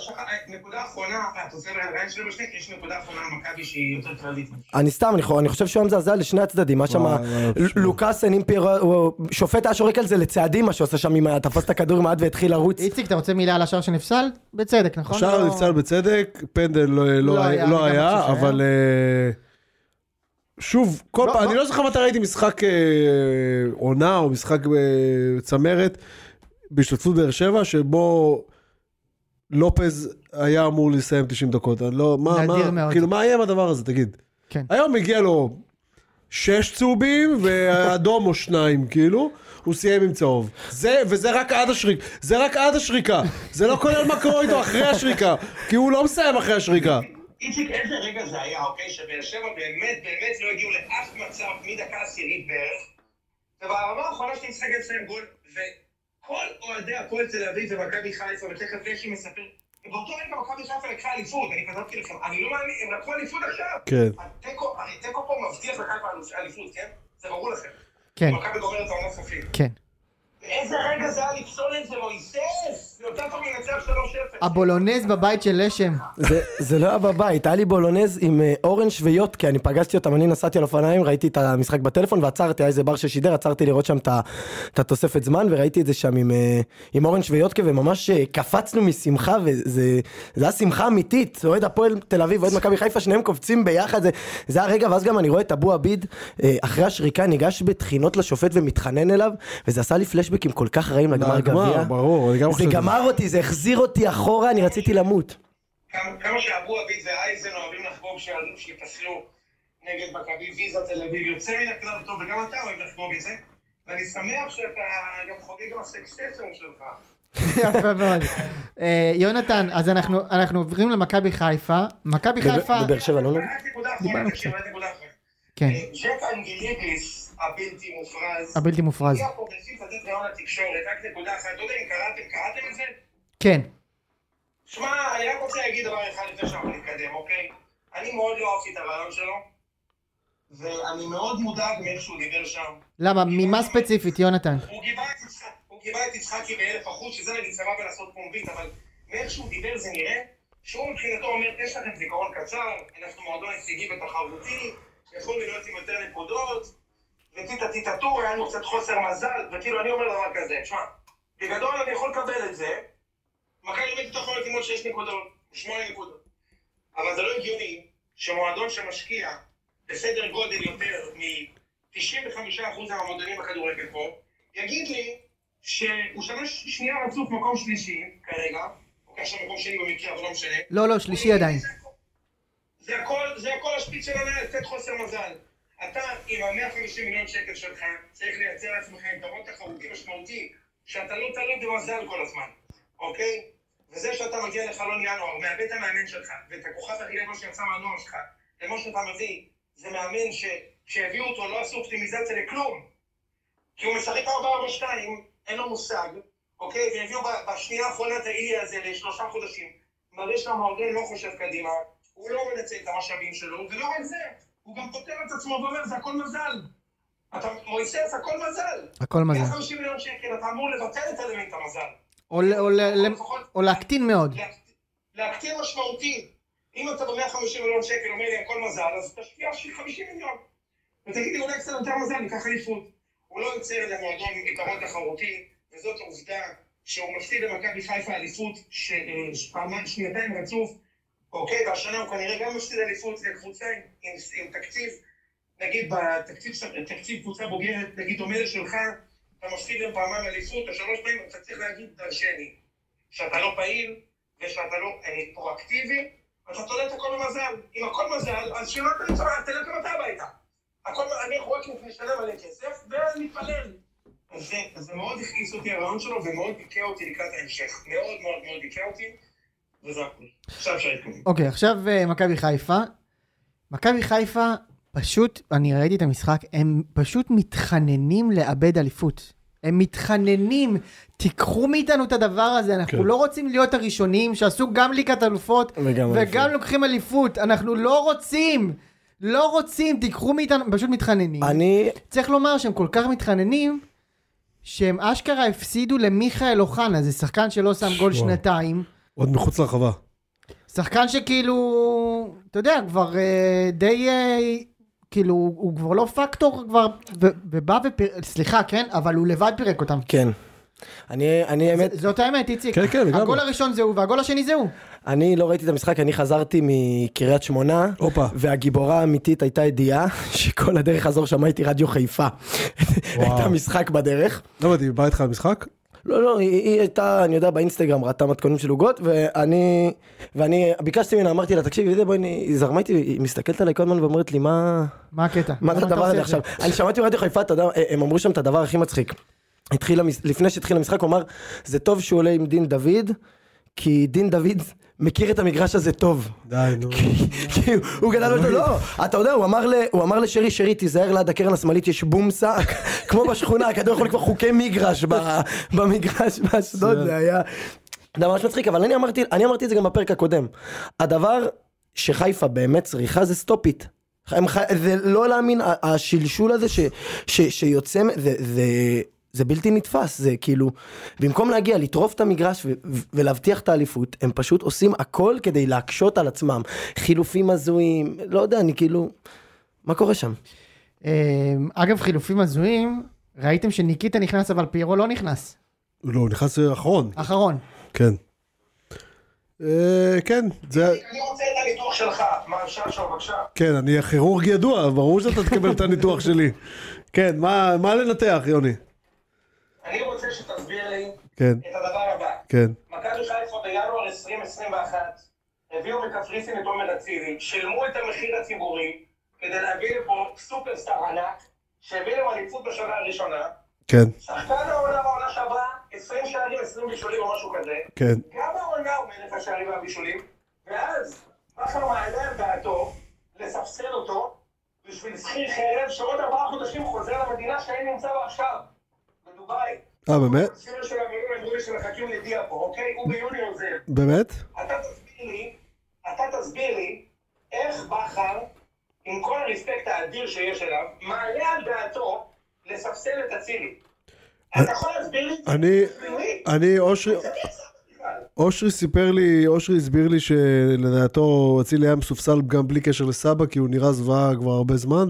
[SPEAKER 3] נקודה אחרונה, אה, אתה עושה ריין שלו בשנייה, כי יש נקודה אחרונה במכבי שהיא יותר קרבית.
[SPEAKER 2] אני סתם, אני חו- אני חושב שהוא היה מזעזע לשני הצדדים, מה שם,
[SPEAKER 4] וואי, וואי, תשמע.
[SPEAKER 2] לוקאסן, אם פירו, הוא- שופט היה שורק על זה לצעדים, מה שעושה שם עם ה... תפס את הכדור עם היד והתחיל לרוץ.
[SPEAKER 1] איציק, אתה רוצה מילה על השער שנפסל? בצדק, נכון?
[SPEAKER 4] שער
[SPEAKER 1] לא-
[SPEAKER 4] נפסל בצדק, פנדל לא- לא היה-
[SPEAKER 1] היה,
[SPEAKER 4] לא
[SPEAKER 1] אני גם
[SPEAKER 4] היה,
[SPEAKER 1] חושב שהיה.
[SPEAKER 4] אבל... אה, שוב, כל
[SPEAKER 1] בוא-
[SPEAKER 4] פעם,
[SPEAKER 1] בוא-
[SPEAKER 4] אני לא זוכר מתי ראיתי משחק אה, עונה או משחק אה, צמרת בהשתתפות באר שבע, שבו לופז היה אמור לסיים 90 דקות. אני לא, מה,
[SPEAKER 1] נדיר
[SPEAKER 4] מה,
[SPEAKER 1] מאוד.
[SPEAKER 4] כאילו, מה יהיה עם הדבר הזה, תגיד?
[SPEAKER 1] כן.
[SPEAKER 4] היום הגיע לו שש צהובים ואדום או שניים, כאילו, הוא סיים עם צהוב. זה, וזה רק עד השריקה, זה רק עד השריקה. זה לא כולל מה קורה איתו אחרי השריקה, כי הוא לא מסיים אחרי השריקה.
[SPEAKER 3] איציק, איזה רגע זה היה, אוקיי? שבאר שבע באמת באמת לא הגיעו לאף מצב מדקה עשירית בערך. וברמה האחרונה שאתה משחק אצלם גול, וכל אוהדי הפועל תל אביב ומכבי חיפה, ותכף לחי מספר, באותו רגע מכבי חיפה לקחה אליפות, אני כתבתי לכם, אני לא מאמין, הם לקחו אליפות עכשיו.
[SPEAKER 4] כן.
[SPEAKER 3] התיקו, הרי תיקו פה מבטיח לחיפה אליפות, כן? זה זה ברור לכם.
[SPEAKER 1] כן,
[SPEAKER 3] מכבי גומרת בעונה סופית.
[SPEAKER 1] כן.
[SPEAKER 3] איזה רגע זה היה לפסול את זה, מויסס? זה יותר טוב מנצח 3-0.
[SPEAKER 1] הבולונז בבית של לשם.
[SPEAKER 2] זה, זה לא היה בבית, היה לי בולונז עם אה, אורנג' ויוטקה, אני פגשתי אותם, אני נסעתי על אופניים, ראיתי את המשחק בטלפון ועצרתי, היה איזה בר ששידר, עצרתי לראות שם את ה- את התוספת זמן, וראיתי את זה שם עם, אה, עם אורנג' ויוטקה, וממש אה, קפצנו משמחה, וזה זה היה שמחה אמיתית, אוהד הפועל תל אביב ואוהד מכבי חיפה, שניהם קופצים ביחד, זה, זה היה רגע, ואז גם אני רואה את אבו עביד, אה, אחרי השריקה ניגש בתחינות לשופט ומתחנן אליו, וזה עשה לי פלשבקים כל כך רעים לגמר
[SPEAKER 4] לגמר,
[SPEAKER 2] גביע.
[SPEAKER 4] ברור, אני גם
[SPEAKER 2] זה
[SPEAKER 4] חושב שזה.
[SPEAKER 2] גמר אותי, זה החזיר אותי אחורה, אני רציתי למות.
[SPEAKER 3] כמה כמה שאבו עביד ואייזן אוהבים לחגוג שעלו שפסלו נגד מכבי ויזה תל אביב, יוצא מן הכלל טוב, וגם אתה אוהב לחגוג את זה, ואני שמח שאתה גם חוגג עם הסקסטסון שלך.
[SPEAKER 1] יפה מאוד. אה, יונתן, אז אנחנו אנחנו עוברים למכבי חיפה. מכבי
[SPEAKER 2] בב-
[SPEAKER 1] חיפה...
[SPEAKER 2] בבאר שבע, לא?
[SPEAKER 3] רק נקודה אחרונה,
[SPEAKER 1] דיברנו
[SPEAKER 3] תקשיב, רק נקודה אחרונה.
[SPEAKER 1] כן,
[SPEAKER 3] אה, ג'ק אנגלידיס הבלתי מופרז,
[SPEAKER 1] הבלתי מופרז.
[SPEAKER 3] הגיע פה בשביל לתת רעיון לתקשורת, רק נקודה אחת, אתה יודע אם קראתם, קראתם את זה?
[SPEAKER 1] כן,
[SPEAKER 3] שמע, אני רק רוצה להגיד דבר אחד לפני שאנחנו נתקדם, אוקיי? אני מאוד לא אהבתי את הרעיון שלו, ואני מאוד מודאג מאיך שהוא דיבר שם.
[SPEAKER 1] למה? ממה ספציפית, יונתן?
[SPEAKER 3] הוא גיבה את יצחק- הוא גיבה את יצחקי באלף אחוז, שזה נגיד סבבה לעשות פומבית, אבל מאיך שהוא דיבר זה נראה שהוא מבחינתו אומר, יש לכם זיכרון קצר, אנחנו מועדון הישגי ותחרותי, יכולנו להיות עם יותר נקודות, וטיטה טיטה טור, היה לנו קצת חוסר מזל, וכאילו אני אומר דבר כזה, תשמע, בגדול אני יכול לקבל את זה, מכבי באמת אתה יכול להיות עם עוד שש נקודות, שמונה נקודות, אבל זה לא הגיוני שמועדון שמשקיע בסדר גודל יותר מ-95% מהמועדונים בכדורגל פה, יגיד לי שהוא שנה ש- שנייה רצוף מקום שלישי כרגע, הוא קשה מקום שני במקרה, אבל לא משנה.
[SPEAKER 1] לא, לא, שלישי עדיין.
[SPEAKER 3] זה הכל, זה הכל השפיץ של הנהל, לתת חוסר מזל. אתה עם ה-150 מיליון שקל שלך צריך לייצר לעצמך יתרון תחרותי משמעותי, שאתה לא תלוי במזל כל הזמן, אוקיי? וזה שאתה מגיע לחלון ינואר, מאבד את המאמן שלך, ואת הכוכב הכי גדול שיצא מהנוער שלך, למה שאתה מביא, זה מאמן שכשהביאו אותו לא עשו אופטימיזציה לכלום. כי הוא משחק 4-4-2, אין לו מושג, אוקיי? והביאו ב- בשנייה האחרונה את האי הזה לשלושה חודשים. מראה שהמועדון לא חושב קדימה, הוא לא מנצל את המשאבים שלו, ולא רק זה, הוא גם פותר את עצמו ואומר, זה הכל מזל. אתה, מויסס, הכל מזל.
[SPEAKER 1] הכל מזל.
[SPEAKER 3] 150 מיליון שקל, אתה אמור לבטל את אלמנט המזל.
[SPEAKER 1] או ל- או ל- ל-
[SPEAKER 3] לפחות-
[SPEAKER 1] או להקטין מאוד.
[SPEAKER 3] להקט- להקטין משמעותי. אם אתה ב-150 מיליון שקל אומר לי הכל מזל, אז תשקיע 50 מיליון. ותגיד לי אולי קצת יותר מזל, ניקח אליפות. הוא לא יוצר למועדון יתרון תחרותי, וזאת עובדה שהוא מפסיד למכבי חיפה אליפות ש- אה, ש- פעמיים- שנתיים רצוף. אוקיי, והשנה הוא כנראה גם מפסיד אליפות לקבוצה עם, עם, עם תקציב, נגיד בתקציב ש- תקציב קבוצה בוגרת, נגיד דומה לשלך, אתה מפסיד להם פעמיים אליפות, או שלוש פעמים, אתה צריך להגיד דרשני. שאתה לא פעיל, ושאתה לא אה, פרואקטיבי, אז אתה יודע את הכל במזל. אם הכל מזל, אז שלא תלך תלך גם אתה הביתה. הכל, אני יכול רק לשלם עליהם כסף, ונתפלל. אז זה- אז זה מאוד הכניס אותי הרעיון שלו, ומאוד ביקע אותי לקראת ההמשך. מאוד מאוד מאוד ביקע אותי, וזה הכול. עכשיו אפשר להתקדם.
[SPEAKER 1] אוקיי, עכשיו אה, מכבי חיפה. מכבי חיפה, פשוט, אני ראיתי את המשחק, הם פשוט מתחננים לאבד אליפות. הם מתחננים, תיקחו מאיתנו את הדבר הזה, אנחנו
[SPEAKER 4] כן.
[SPEAKER 1] לא רוצים להיות הראשונים שעשו גם ליגת אלופות
[SPEAKER 2] וגם
[SPEAKER 1] וגם
[SPEAKER 2] אליפות.
[SPEAKER 1] לוקחים אליפות, אנחנו לא רוצים, לא רוצים, תיקחו מאיתנו, פשוט מתחננים.
[SPEAKER 2] אני,
[SPEAKER 1] צריך לומר שהם כל כך מתחננים, שהם אשכרה הפסידו למיכאל אוחנה, זה שחקן שלא שם גול
[SPEAKER 4] וואו.
[SPEAKER 1] שנתיים.
[SPEAKER 4] עוד מחוץ לרחבה.
[SPEAKER 1] שחקן שכאילו, אתה יודע, כבר אה, די, אה, כאילו, הוא כבר לא פקטור כבר, ו- ובא ופירק, סליחה, כן, אבל הוא לבד פירק אותם.
[SPEAKER 2] כן. אני, אני האמת,
[SPEAKER 1] ז- זאת האמת, איציק.
[SPEAKER 4] כן, כן, לגמרי.
[SPEAKER 1] הגול הראשון זה הוא והגול השני זה הוא.
[SPEAKER 2] אני לא ראיתי את המשחק, אני חזרתי מקריית שמונה,
[SPEAKER 4] הופה.
[SPEAKER 2] והגיבורה האמיתית הייתה ידיעה שכל הדרך חזור שמעתי רדיו חיפה.
[SPEAKER 4] וואו.
[SPEAKER 2] הייתה משחק בדרך.
[SPEAKER 4] לא הבנתי, היא באה איתך למשחק?
[SPEAKER 2] לא, לא, היא, היא הייתה, אני יודע, באינסטגרם ראתה מתכונים של עוגות, ואני, ואני ביקשתי ממנה, אמרתי לה, תקשיבי, ידידה, בואי, אני- היא זרמה איתי, היא מסתכלת עליי כל הזמן ואומרת לי, מה...
[SPEAKER 1] מה הקטע?
[SPEAKER 2] מה
[SPEAKER 1] למה
[SPEAKER 2] זה
[SPEAKER 1] אתה
[SPEAKER 2] הדבר
[SPEAKER 1] עושה
[SPEAKER 2] הזה
[SPEAKER 1] את זה?
[SPEAKER 2] עכשיו? אני שמעתי ברדיו חיפה, אתה יודע, אה, הם אמרו שם את הדבר הכי מצחיק. התחיל, המש- לפני שהתחיל המשחק, הוא אמר, זה טוב שהוא עולה עם דין דוד, כי דין דוד מכיר את המגרש הזה טוב.
[SPEAKER 4] די, נו.
[SPEAKER 2] כן. כי הוא- הוא גדל אותו, לא, אתה יודע, הוא אמר, ל, הוא אמר לשרי, שרי, תיזהר ליד הקרן השמאלית, יש בומסה, כמו בשכונה, הכדור יכול לקבוע חוקי מגרש ב, במגרש באשדוד, זה היה... זה ממש מצחיק, אבל אני אמרתי, אני אמרתי את זה גם בפרק הקודם. הדבר שחיפה באמת צריכה זה סטופית. הם ח... זה לא להאמין, ה- השלשול הזה ש... ש... שיוצא, מ- זה... זה... זה בלתי נתפס, זה כאילו, במקום להגיע, לטרוף את המגרש ו- ו- ולהבטיח את האליפות, הם פשוט עושים הכל כדי להקשות על עצמם. חילופים הזויים, לא יודע, אני כאילו, מה קורה שם?
[SPEAKER 1] אמ, אגב, חילופים הזויים, ראיתם שניקיטה נכנס אבל פיירו לא נכנס.
[SPEAKER 4] לא, הוא נכנס אחרון.
[SPEAKER 1] אחרון.
[SPEAKER 4] כן. אה, כן, זה...
[SPEAKER 3] אני רוצה את הניתוח שלך, מר ששו, בבקשה.
[SPEAKER 4] כן, אני כירורג ידוע, ברור שאתה תקבל את הניתוח שלי. כן, מה מה לנתח, יוני?
[SPEAKER 3] אני רוצה שתסביר לי
[SPEAKER 4] כן,
[SPEAKER 3] את הדבר הבא.
[SPEAKER 4] כן.
[SPEAKER 3] מכבי חיפה בינואר 2021 הביאו מקפריסין את עומר אצילי, שילמו את המחיר הציבורי כדי להביא לפה סופרסטאר ענק שהביא להם אליפות בשנה הראשונה.
[SPEAKER 4] כן,
[SPEAKER 3] שחקן העונה בעונה שעברה 20 שערים, 20 בישולים או משהו כזה.
[SPEAKER 4] כן.
[SPEAKER 3] גם העונה הוא מלך השערים והבישולים, ואז בכר מעלה על דעתו לספסל אותו בשביל שכיר חרב שעוד ארבעה חודשים חוזר למדינה שאני נמצא בה עכשיו, בדובאי.
[SPEAKER 4] אה, באמת?
[SPEAKER 3] שיר של המילואים הגדולים שמחכים לדיאפו, אוקיי? הוא ביוני עוזב.
[SPEAKER 4] באמת?
[SPEAKER 3] אתה תסביר לי, אתה תסביר לי איך בכר, עם כל הרספקט האדיר שיש אליו, מעלה על דעתו לספסל את אצילי. אתה יכול להסביר לי?
[SPEAKER 4] אני- אה,
[SPEAKER 3] תסביר לי?
[SPEAKER 4] אני, אושרי...
[SPEAKER 3] זה טיפס בכלל.
[SPEAKER 4] אושרי סיפר לי, אושרי הסביר לי שלדעתו אצילי היה מסופסל גם בלי קשר לסבא, כי הוא נראה זוועה כבר הרבה זמן,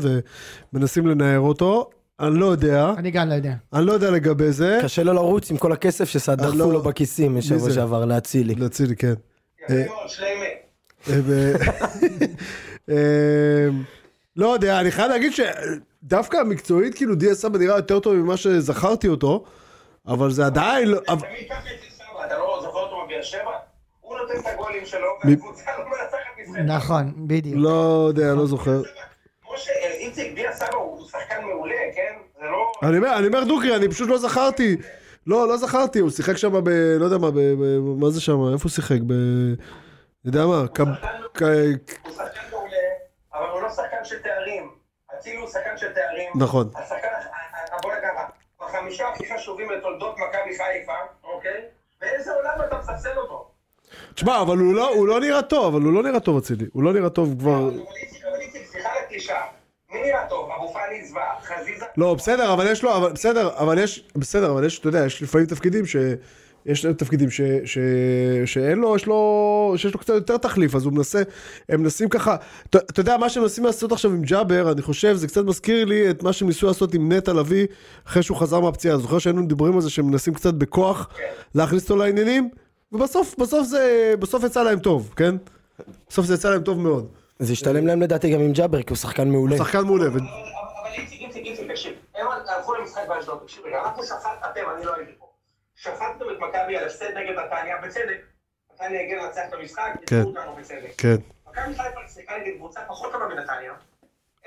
[SPEAKER 4] ומנסים לנער אותו. אני לא יודע,
[SPEAKER 1] אני גם לא יודע.
[SPEAKER 4] אני לא יודע לגבי זה.
[SPEAKER 2] קשה לו לרוץ עם כל הכסף
[SPEAKER 4] אה,
[SPEAKER 2] שדחפו
[SPEAKER 4] לא.
[SPEAKER 2] לו בכיסים
[SPEAKER 4] מי
[SPEAKER 2] משבוע
[SPEAKER 4] זה?
[SPEAKER 2] שעבר, להצילי.
[SPEAKER 4] לאצילי, כן.
[SPEAKER 3] יפה מאוד, שליימה.
[SPEAKER 4] אה, ו- אה, לא יודע, אני חייב להגיד שדווקא מקצועית, כאילו דיה סבא נראה יותר טוב ממה שזכרתי אותו, אבל זה עדיין לא... אבל-
[SPEAKER 3] תמיד ככה אצל סבא, אתה לא זוכר אותו בבאר שבע? הוא נותן את הגולים שלו, והקבוצה לא מנצחת מזה.
[SPEAKER 1] נכון, בדיוק.
[SPEAKER 4] לא יודע, לא זוכר.
[SPEAKER 3] משה, אה, איציק דיה סבא הוא שחקן מעולה, כן? זה לא...
[SPEAKER 4] אני אומר, אני אומר דוגרי, אני פשוט לא זכרתי. לא, לא זכרתי, הוא שיחק שם ב... לא יודע מה, ב... ב- מה זה שם? איפה הוא שיחק? ב... אני יודע מה, קב... ק...
[SPEAKER 3] הוא שחקן מעולה, אבל הוא לא שחקן של תארים. אצילי הוא שחקן של תארים.
[SPEAKER 4] נכון.
[SPEAKER 3] השחקן, ה- ה- בוא נגיד ככה, בחמישה הכי חשובים לתולדות מכבי חיפה, אוקיי? באיזה עולם אתה מספסל אותו?
[SPEAKER 4] תשמע, אבל הוא לא, הוא לא נראה טוב, אבל הוא לא נראה טוב אצילי. הוא לא נראה טוב כבר...
[SPEAKER 3] אבל איציק, אבל איציק, סליחה על הקלישה. מי נראה טוב? אבו פאני זוועה, חזיזה...
[SPEAKER 4] לא, בסדר, אבל יש לו, אבל בסדר, אבל יש, בסדר, אבל יש, אתה יודע, יש לפעמים תפקידים ש... יש להם תפקידים ש, ש, שאין לו, יש לו, שיש לו קצת יותר תחליף, אז הוא מנסה, הם מנסים ככה, אתה אתה יודע, מה שהם מנסים לעשות עכשיו עם ג'אבר, אני חושב, זה קצת מזכיר לי את מה שהם ניסו לעשות עם נטע לביא, אחרי שהוא חזר מהפציעה, זוכר שהיינו מדברים על זה שהם מנסים קצת בכוח להכניס אותו לעניינים, ובסוף, בסוף זה, בסוף יצא להם טוב, כן? בסוף זה יצא להם טוב מאוד.
[SPEAKER 2] זה השתלם להם לדעתי גם עם ג'אבר, כי הוא שחקן מעולה.
[SPEAKER 4] שחקן מעולה, ו...
[SPEAKER 3] אבל אבל איציק, איציק, איציק, תקשיב. הם הלכו למשחק באשדוד, תקשיב רגע, אנחנו שחטנו, אתם, אני לא הייתי פה. שחטנו את מכבי על הפסד נגד נתניה, בצדק. נתניה הגיעה לנצח את המשחק,
[SPEAKER 4] כן.
[SPEAKER 3] ניצחו אותנו בצדק.
[SPEAKER 4] כן.
[SPEAKER 3] מכבי חיפה שיחקה נגד קבוצה פחות טובה מנתניה.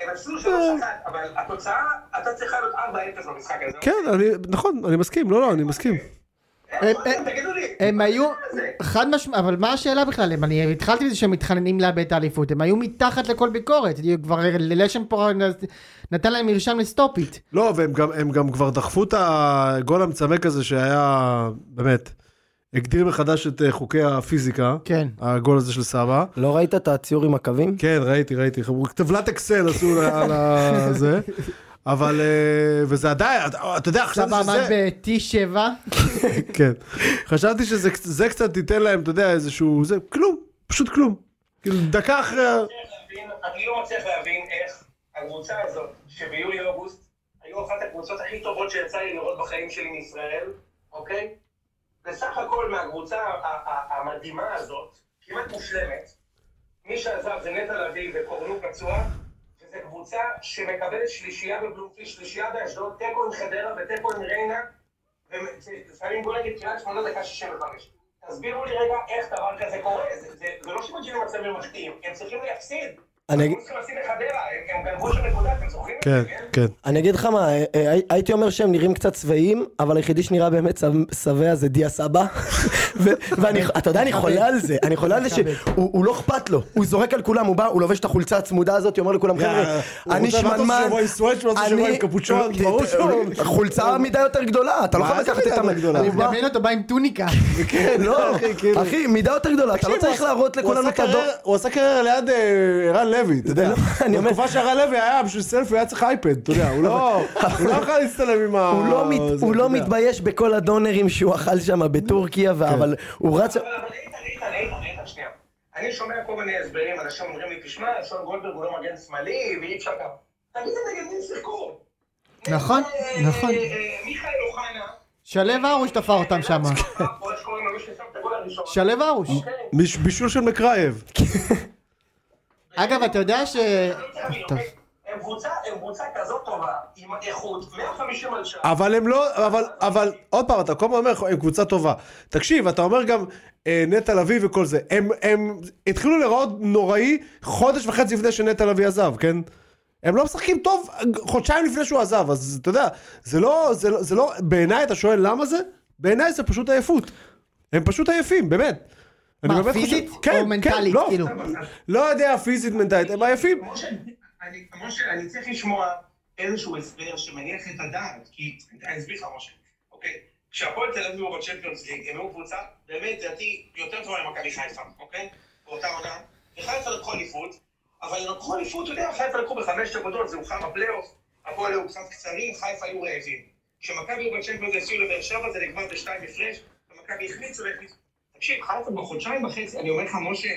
[SPEAKER 3] הם הפסידו שלוש אחת, אבל התוצאה, אתה צריכה להיות 4-0 במשחק הזה.
[SPEAKER 4] כן, אני, נכון, אני מסכים, לא, לא, אני מסכים.
[SPEAKER 1] הם-
[SPEAKER 3] איפה
[SPEAKER 1] הם-
[SPEAKER 3] אתם? תגידו לי.
[SPEAKER 1] הם
[SPEAKER 3] מה
[SPEAKER 1] היו,
[SPEAKER 3] לא זה?
[SPEAKER 1] חד משמעית, אבל מה השאלה בכלל? הם- אני התחלתי מזה שהם מתחננים לאבד את האליפות, הם היו מתחת לכל ביקורת, כבר ללשם פה נתן להם מרשם לסטופית.
[SPEAKER 4] לא, והם גם, הם גם כבר דחפו את הגול המצמק הזה שהיה, באמת, הגדיר מחדש את אה, חוקי הפיזיקה,
[SPEAKER 1] כן.
[SPEAKER 4] הגול הזה של סבא.
[SPEAKER 2] לא ראית את הציור עם הקווים?
[SPEAKER 4] כן, ראיתי, ראיתי, חברו- טבלת אקסל עשו לה- על ה- זה. אבל, אה, וזה עדיין, אתה- אתה יודע, חשבתי
[SPEAKER 1] סבא עמד
[SPEAKER 4] שזה,
[SPEAKER 1] ב-T7,
[SPEAKER 4] כן, חשבתי שזה זה קצת ייתן להם, אתה יודע, איזשהו, זה, כלום, פשוט כלום. כאילו, דקה אחרי, ה-
[SPEAKER 3] אני לא מצליח להבין איך הקבוצה הזאת, שביולי-אוגוסט, היו אחת הקבוצות הכי טובות שיצא לי לראות בחיים שלי מישראל, אוקיי? בסך הכל מהקבוצה ה- ה- המדהימה הזאת, כמעט מושלמת, מי שעזב זה נטע לביא וקורנו פצוע, וזו קבוצה שמקבלת שלישייה בבלומפי, שלישייה באשדוד, תיקו עם חדרה ותיקו עם ריינה, ולפעמים בוא נגיד קריית שמונה דקה 65. תסבירו לי רגע איך דבר כזה קורה, זה- זה זה לא שמגיעים למצבים מחטיאים, הם צריכים להפסיד.
[SPEAKER 2] אני
[SPEAKER 3] הם
[SPEAKER 2] אגיד-
[SPEAKER 3] צריכים להפסיד לחדרה, הם- הם גנבו שם נקודה, אתם זוכרים את
[SPEAKER 4] כן,
[SPEAKER 3] זה, כן?
[SPEAKER 4] כן.
[SPEAKER 2] אני אגיד לך מה, אה, אה, הי- הייתי אומר שהם נראים קצת שבעים, אבל היחידי שנראה באמת שבע- שבע זה דיה סבא. ו- ואני, אתה יודע, אני חולה על זה, אני חולה על זה שהוא הוא לא אכפת לו, הוא זורק על כולם, הוא בא, הוא לובש את החולצה הצמודה הזאת, אומר לכולם, חבר'ה,
[SPEAKER 4] הוא
[SPEAKER 2] אני
[SPEAKER 4] רוצה- מה אתה רוצה,
[SPEAKER 2] שמנמן,
[SPEAKER 4] שיבוא עם סוואץ', מה אתה רוצה, שיבוא עם קפוצ'ון?
[SPEAKER 2] ת-
[SPEAKER 4] ברור
[SPEAKER 2] ת-
[SPEAKER 4] שהוא- לא- אה,
[SPEAKER 2] חולצה מידה יותר גדולה, אתה לא
[SPEAKER 4] מה
[SPEAKER 2] חייב
[SPEAKER 4] זה
[SPEAKER 2] לקחת
[SPEAKER 4] מידה
[SPEAKER 2] את
[SPEAKER 4] יותר גדולה?
[SPEAKER 2] המדינה,
[SPEAKER 1] אני מדמיין אותו בא עם טוניקה.
[SPEAKER 2] לא,
[SPEAKER 4] אחי, כאילו-
[SPEAKER 2] אחי, מידה יותר גדולה, אתה לא
[SPEAKER 4] תקשיב,
[SPEAKER 2] צריך
[SPEAKER 4] הוא עשה-
[SPEAKER 2] להראות
[SPEAKER 4] הוא
[SPEAKER 2] לכולנו
[SPEAKER 4] עשה
[SPEAKER 2] את הדור, לא,
[SPEAKER 4] קריירה- הוא עשה קריירה ליד אה, ערן לוי, אתה יודע.
[SPEAKER 2] אני אומר-
[SPEAKER 4] בתקופה שהרן לוי היה בשביל סלפי, היה צריך אייפד, אתה יודע, הוא לא הוא לא יכול להצטלם עם ה...
[SPEAKER 2] הוא לא מת-
[SPEAKER 4] זה,
[SPEAKER 2] הוא
[SPEAKER 4] אתה
[SPEAKER 2] לא
[SPEAKER 4] יודע.
[SPEAKER 2] מתבייש בכל הדונרים שהוא אכל שם בטורקיה, ו- אבל הוא רץ...
[SPEAKER 3] אבל אבל איתן, איתן, איתן, איתן, שנייה. אני שומע כל מיני הסברים, אנשים אומרים לי, תשמע, שון גולדברג הוא לא מגן שמאלי, ואי אפשר גם... תגיד לי, נגד מי הם שיחקו?
[SPEAKER 1] נכון,
[SPEAKER 3] אה,
[SPEAKER 1] נכון.
[SPEAKER 3] אה, אה, מיכאל אוחנה.
[SPEAKER 1] שלו ארוש תפר אותם שם.
[SPEAKER 3] או איך קוראים לו, מי ששם את הגול הראשון.
[SPEAKER 1] שלו ארוש.
[SPEAKER 3] אוקיי.
[SPEAKER 4] מיש- בישול של מקרייב.
[SPEAKER 1] אגב, אתה יודע ש...
[SPEAKER 3] אני תאמין,
[SPEAKER 1] טוב.
[SPEAKER 3] אוקיי? הם קבוצה, הם קבוצה כזאת טובה, עם איכות, 150 על שעה.
[SPEAKER 4] אבל הם לא, אבל, אבל, עוד פעם, אתה כל הזמן אומר, הם קבוצה טובה. תקשיב, אתה אומר גם אה, נטע לביא וכל זה. הם, הם התחילו להיראות נוראי חודש וחצי לפני שנטע לביא עזב, כן? הם לא משחקים טוב חודשיים לפני שהוא עזב, אז אתה יודע, זה לא, זה לא, זה לא בעיניי, אתה שואל למה זה? בעיניי זה פשוט עייפות. הם פשוט עייפים, באמת. אני
[SPEAKER 1] מה,
[SPEAKER 4] באמת חושב-
[SPEAKER 1] פיזית
[SPEAKER 4] כן,
[SPEAKER 1] או
[SPEAKER 4] כן,
[SPEAKER 1] מנטלית,
[SPEAKER 4] לא,
[SPEAKER 1] כאילו?
[SPEAKER 4] לא יודע, פיזית, מנטלית, הם עייפים.
[SPEAKER 3] משה, אני- משה, אני צריך לשמוע איזשהו הסבר שמניח את הדעת, כי, אני אסביר לך משה, אוקיי? כשהפועל תל אביב הוא בצ'מפיונס ליג, הם היו קבוצה, באמת, לדעתי, יותר טובה ממכבי חיפה, אוקיי? באותה עונה. וחיפה לקחו אליפות, אבל הם לקחו אליפות, אתה יודע, חיפה לקחו בחמש נקודות, זה הוכרע בפלייאוף, הפועל היו קצת קצרים, חיפה היו רעבים. כשמכבי היו בצ'מפיונס יצאו לבאר שבע, זה נגמר בשתיים הפרש, ומכבי החמיצו והחמיצו. תקשיב, חיפה בחודשיים וחצי, אני אומר לך, משה,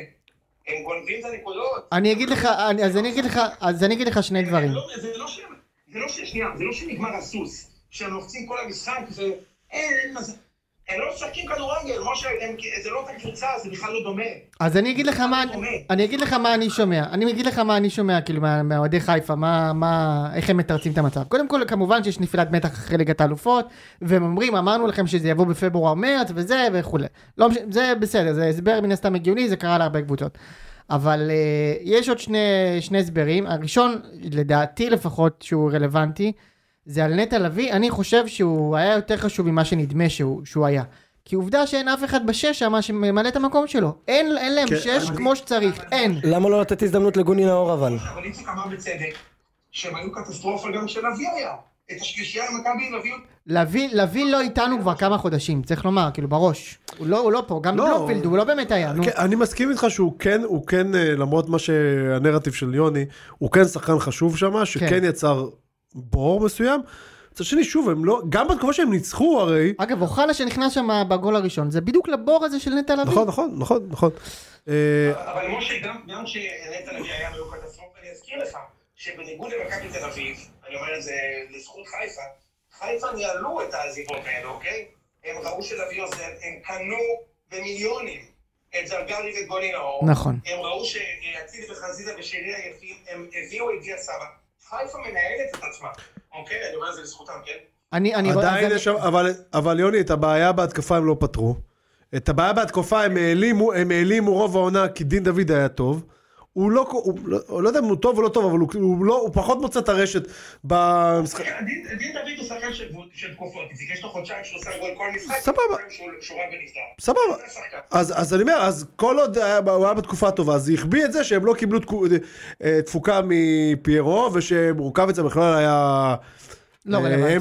[SPEAKER 3] הם גונבים את הנקודות.
[SPEAKER 1] אני אגיד לך, אני- אז אני אגיד לך, אז אני אגיד לך שני דברים.
[SPEAKER 3] זה לא- זה לא ש... זה לא ש... שנייה, זה לא שנגמר הסוס, שהם לוחצים כל המשחק ו... אין, אין מזל. הם לא משחקים כדורגל, משה, הם... זה לא אותה קבוצה, זה בכלל לא דומה.
[SPEAKER 1] אז אני אגיד לך מה, אני אגיד לך מה אני שומע, אני אגיד לך מה אני שומע, כאילו, מה- מהאוהדי חיפה, מה, מה, איך הם מתרצים את המצב. קודם כל, כמובן שיש נפילת מתח אחרי ליגת האלופות, והם אומרים, אמרנו לכם שזה יבוא בפברואר, מרץ, וזה, וכולי. לא משנה, זה בסדר, זה הסבר מן הסתם הגיוני, זה קרה להרבה קבוצות. אבל אה, יש עוד שני, שני הסברים, הראשון, לדעתי לפחות, שהוא רלוונטי, זה על נטע לביא, אני חושב שהוא היה יותר חשוב ממה שנדמה שהוא, שהוא היה. כי עובדה שאין אף אחד בשש שם שממלא את המקום שלו. אין, אין להם
[SPEAKER 4] כן,
[SPEAKER 1] שש
[SPEAKER 4] אני-
[SPEAKER 1] כמו שצריך, אין.
[SPEAKER 2] למה לא לתת הזדמנות לגוני נאור אבל?
[SPEAKER 3] אבל איציק אמר בצדק, שהם היו קטסטרופה גם כשלוי היה. את השלישייה למכבי לוי...
[SPEAKER 1] לביא לביא לא איתנו כבר כמה חודשים, צריך לומר, כאילו בראש. הוא לא, הוא לא פה, גם
[SPEAKER 4] לא.
[SPEAKER 1] בלופילד הוא לא באמת היה, נו.
[SPEAKER 4] כן, אני מסכים איתך שהוא כן, הוא כן, אה, למרות מה שהנרטיב של יוני, הוא כן שחקן חשוב שם, שכן
[SPEAKER 1] כן.
[SPEAKER 4] יצר בור מסוים. מצד שני, שוב, הם לא, גם בתקופה שהם ניצחו הרי,
[SPEAKER 1] אגב, אוחנה שנכנס שם בגול הראשון, זה בדיוק לבור הזה של נטע לביא.
[SPEAKER 4] נכון, נכון, נכון, נכון. אה,
[SPEAKER 3] אבל משה, גם- גם כשנטע לוי היה היו קטסטרופה, אני אזכיר לך, שבניגוד למכבי תל אביב, אני אומר את זה לזכות חיפה, חיפה ניהלו את העזיבות האלה, אוקיי? הם ראו שלוי עוזב, הם קנו במיליונים את זרגרי ואת גולי נאור.
[SPEAKER 1] נכון.
[SPEAKER 3] הם ראו שאצילי וחזיזה ושירי היפים, הם הביאו את דיה סבא. חיפה מנהלת את עצמה, אוקיי? אני אומר את זה לזכותם, כן?
[SPEAKER 1] אני, אני...
[SPEAKER 4] עדיין
[SPEAKER 1] אז
[SPEAKER 4] יש שם, אבל- אבל יוני, את הבעיה בהתקפה הם לא פתרו. את הבעיה בהתקפה הם העלימו, הם העלימו רוב העונה, כי דין דוד היה טוב. הוא לא, הוא לא- הוא לא יודע אם הוא טוב או לא טוב, אבל הוא, הוא, לא, הוא פחות מוצא את הרשת במשחק.
[SPEAKER 3] דין דין כן, דוד הוא שחקן של של תקופות, איציק, יש לו חודשיים שהוא שם גול כל משחק,
[SPEAKER 4] סבבה.
[SPEAKER 3] חודשיים שהוא- שהוא רק בנפגע.
[SPEAKER 4] סבבה.
[SPEAKER 3] זה השחקן.
[SPEAKER 4] אז, אז אני אומר, אז כל עוד היה, הוא היה בתקופה הטובה, אז זה החביא את זה שהם לא קיבלו תקו, אה, תפוקה מפיירו, ושמרוקאביצה בכלל היה
[SPEAKER 1] לא
[SPEAKER 4] אה,
[SPEAKER 1] רלוונטי.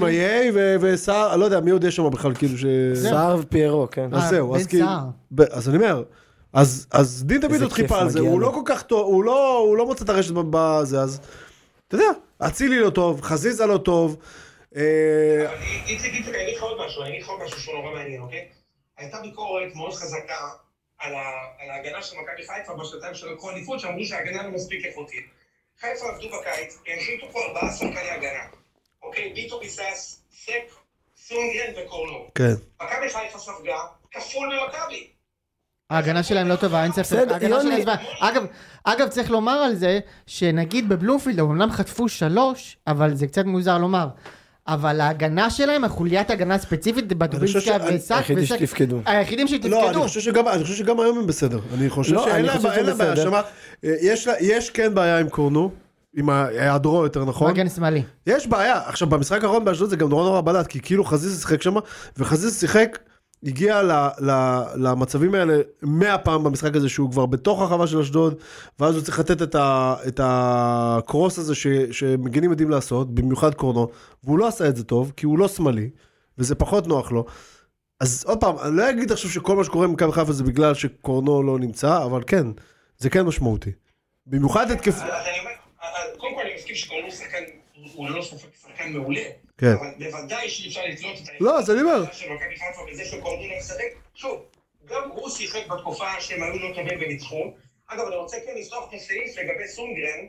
[SPEAKER 4] MIA ו- וסער, אני לא יודע, מי עוד יש שם בכלל, כאילו ש...
[SPEAKER 2] סער ופיירו, כן.
[SPEAKER 1] אה,
[SPEAKER 4] אז זהו, אז
[SPEAKER 1] בן
[SPEAKER 4] כאילו...
[SPEAKER 1] סער.
[SPEAKER 4] ב- אז אני אומר, אז, אז דין דוד
[SPEAKER 2] איזה
[SPEAKER 4] עוד
[SPEAKER 2] כיף
[SPEAKER 4] חיפה על זה,
[SPEAKER 2] מגיע
[SPEAKER 4] הוא
[SPEAKER 2] לו.
[SPEAKER 4] לא כל כך טוב, הוא לא, הוא לא מוצא את הרשת ב- בזה, אז... אתה יודע, אצילי לא טוב, חזיזה לא טוב, אה,
[SPEAKER 3] אבל איציק, איציק, אני אגיד לך עוד משהו, אני אגיד לך עוד משהו שהוא נורא מעניין, אוקיי? הייתה ביקורת מאוד חזקה על ה- על ההגנה של מכבי חיפה בשנתיים של לקחו אליפות, שאמרו שההגנה לא מספיק איכותית. חיפה עבדו בקיץ, הנחיתו פה ארבעה שחקני הגנה. אוקיי, ביטו ביסס, סק, סונגרן וקורנו.
[SPEAKER 4] כן.
[SPEAKER 3] מכבי חיפה ספגה כפול ממכבי.
[SPEAKER 1] ההגנה שלהם לא טובה, אין ספק.
[SPEAKER 2] בסדר,
[SPEAKER 1] ההגנה שלהם
[SPEAKER 2] יוני.
[SPEAKER 1] זוועה. אגב, אגב, צריך לומר על זה, שנגיד בבלומפילד, הם אמנם חטפו שלוש, אבל זה קצת מוזר לומר. אבל ההגנה שלהם, החוליית הגנה הספציפית, בדובינסקה
[SPEAKER 4] שאני-
[SPEAKER 1] וסק,
[SPEAKER 2] היחידים
[SPEAKER 1] וסק-
[SPEAKER 2] שתפקדו.
[SPEAKER 1] היחידים שתפקדו.
[SPEAKER 4] לא, אני חושב, שגם, אני חושב שגם היום הם בסדר. אני חושב
[SPEAKER 2] לא,
[SPEAKER 4] שאין
[SPEAKER 2] אני
[SPEAKER 4] לה
[SPEAKER 2] חושב
[SPEAKER 4] אין לה
[SPEAKER 2] שהם
[SPEAKER 4] בעיה
[SPEAKER 2] בסדר.
[SPEAKER 4] שמה. אה, יש, לה- יש כן בעיה עם קורנו, עם היעדרו יותר נכון.
[SPEAKER 1] מגן שמאלי.
[SPEAKER 4] יש בעיה. עכשיו, במשחק האחרון באשדוד זה גם נורא נורא בלט, כי כאילו חזיז שיחק שם, וחזיז שיחק, הגיע ל, ל, למצבים האלה מאה פעם במשחק הזה, שהוא כבר בתוך הרחבה של אשדוד, ואז הוא צריך לתת את, ה, את הקרוס הזה ש, שמגינים יודעים לעשות, במיוחד קורנו, והוא לא עשה את זה טוב, כי הוא לא שמאלי, וזה פחות נוח לו. אז עוד פעם, אני לא אגיד עכשיו שכל מה שקורה במכבי חיפה זה בגלל שקורנו לא נמצא, אבל כן, זה כן משמעותי. במיוחד התקף...
[SPEAKER 3] אז אני אומר, אבל קודם כל אני מסכים שקורנו הוא שחקן, הוא הוא ללא ספק שחקן מעולה.
[SPEAKER 4] כן.
[SPEAKER 3] אבל בוודאי שאי אפשר לתלות את
[SPEAKER 4] לא, אז אני אומר.
[SPEAKER 3] של מכבי חיפה בזה שקורנו לא משחק. שוב, גם הוא שיחק בתקופה שהם היו לא טובים וניצחו. אגב, אני רוצה כן לפתוח את הסעיף לגבי סונגרן,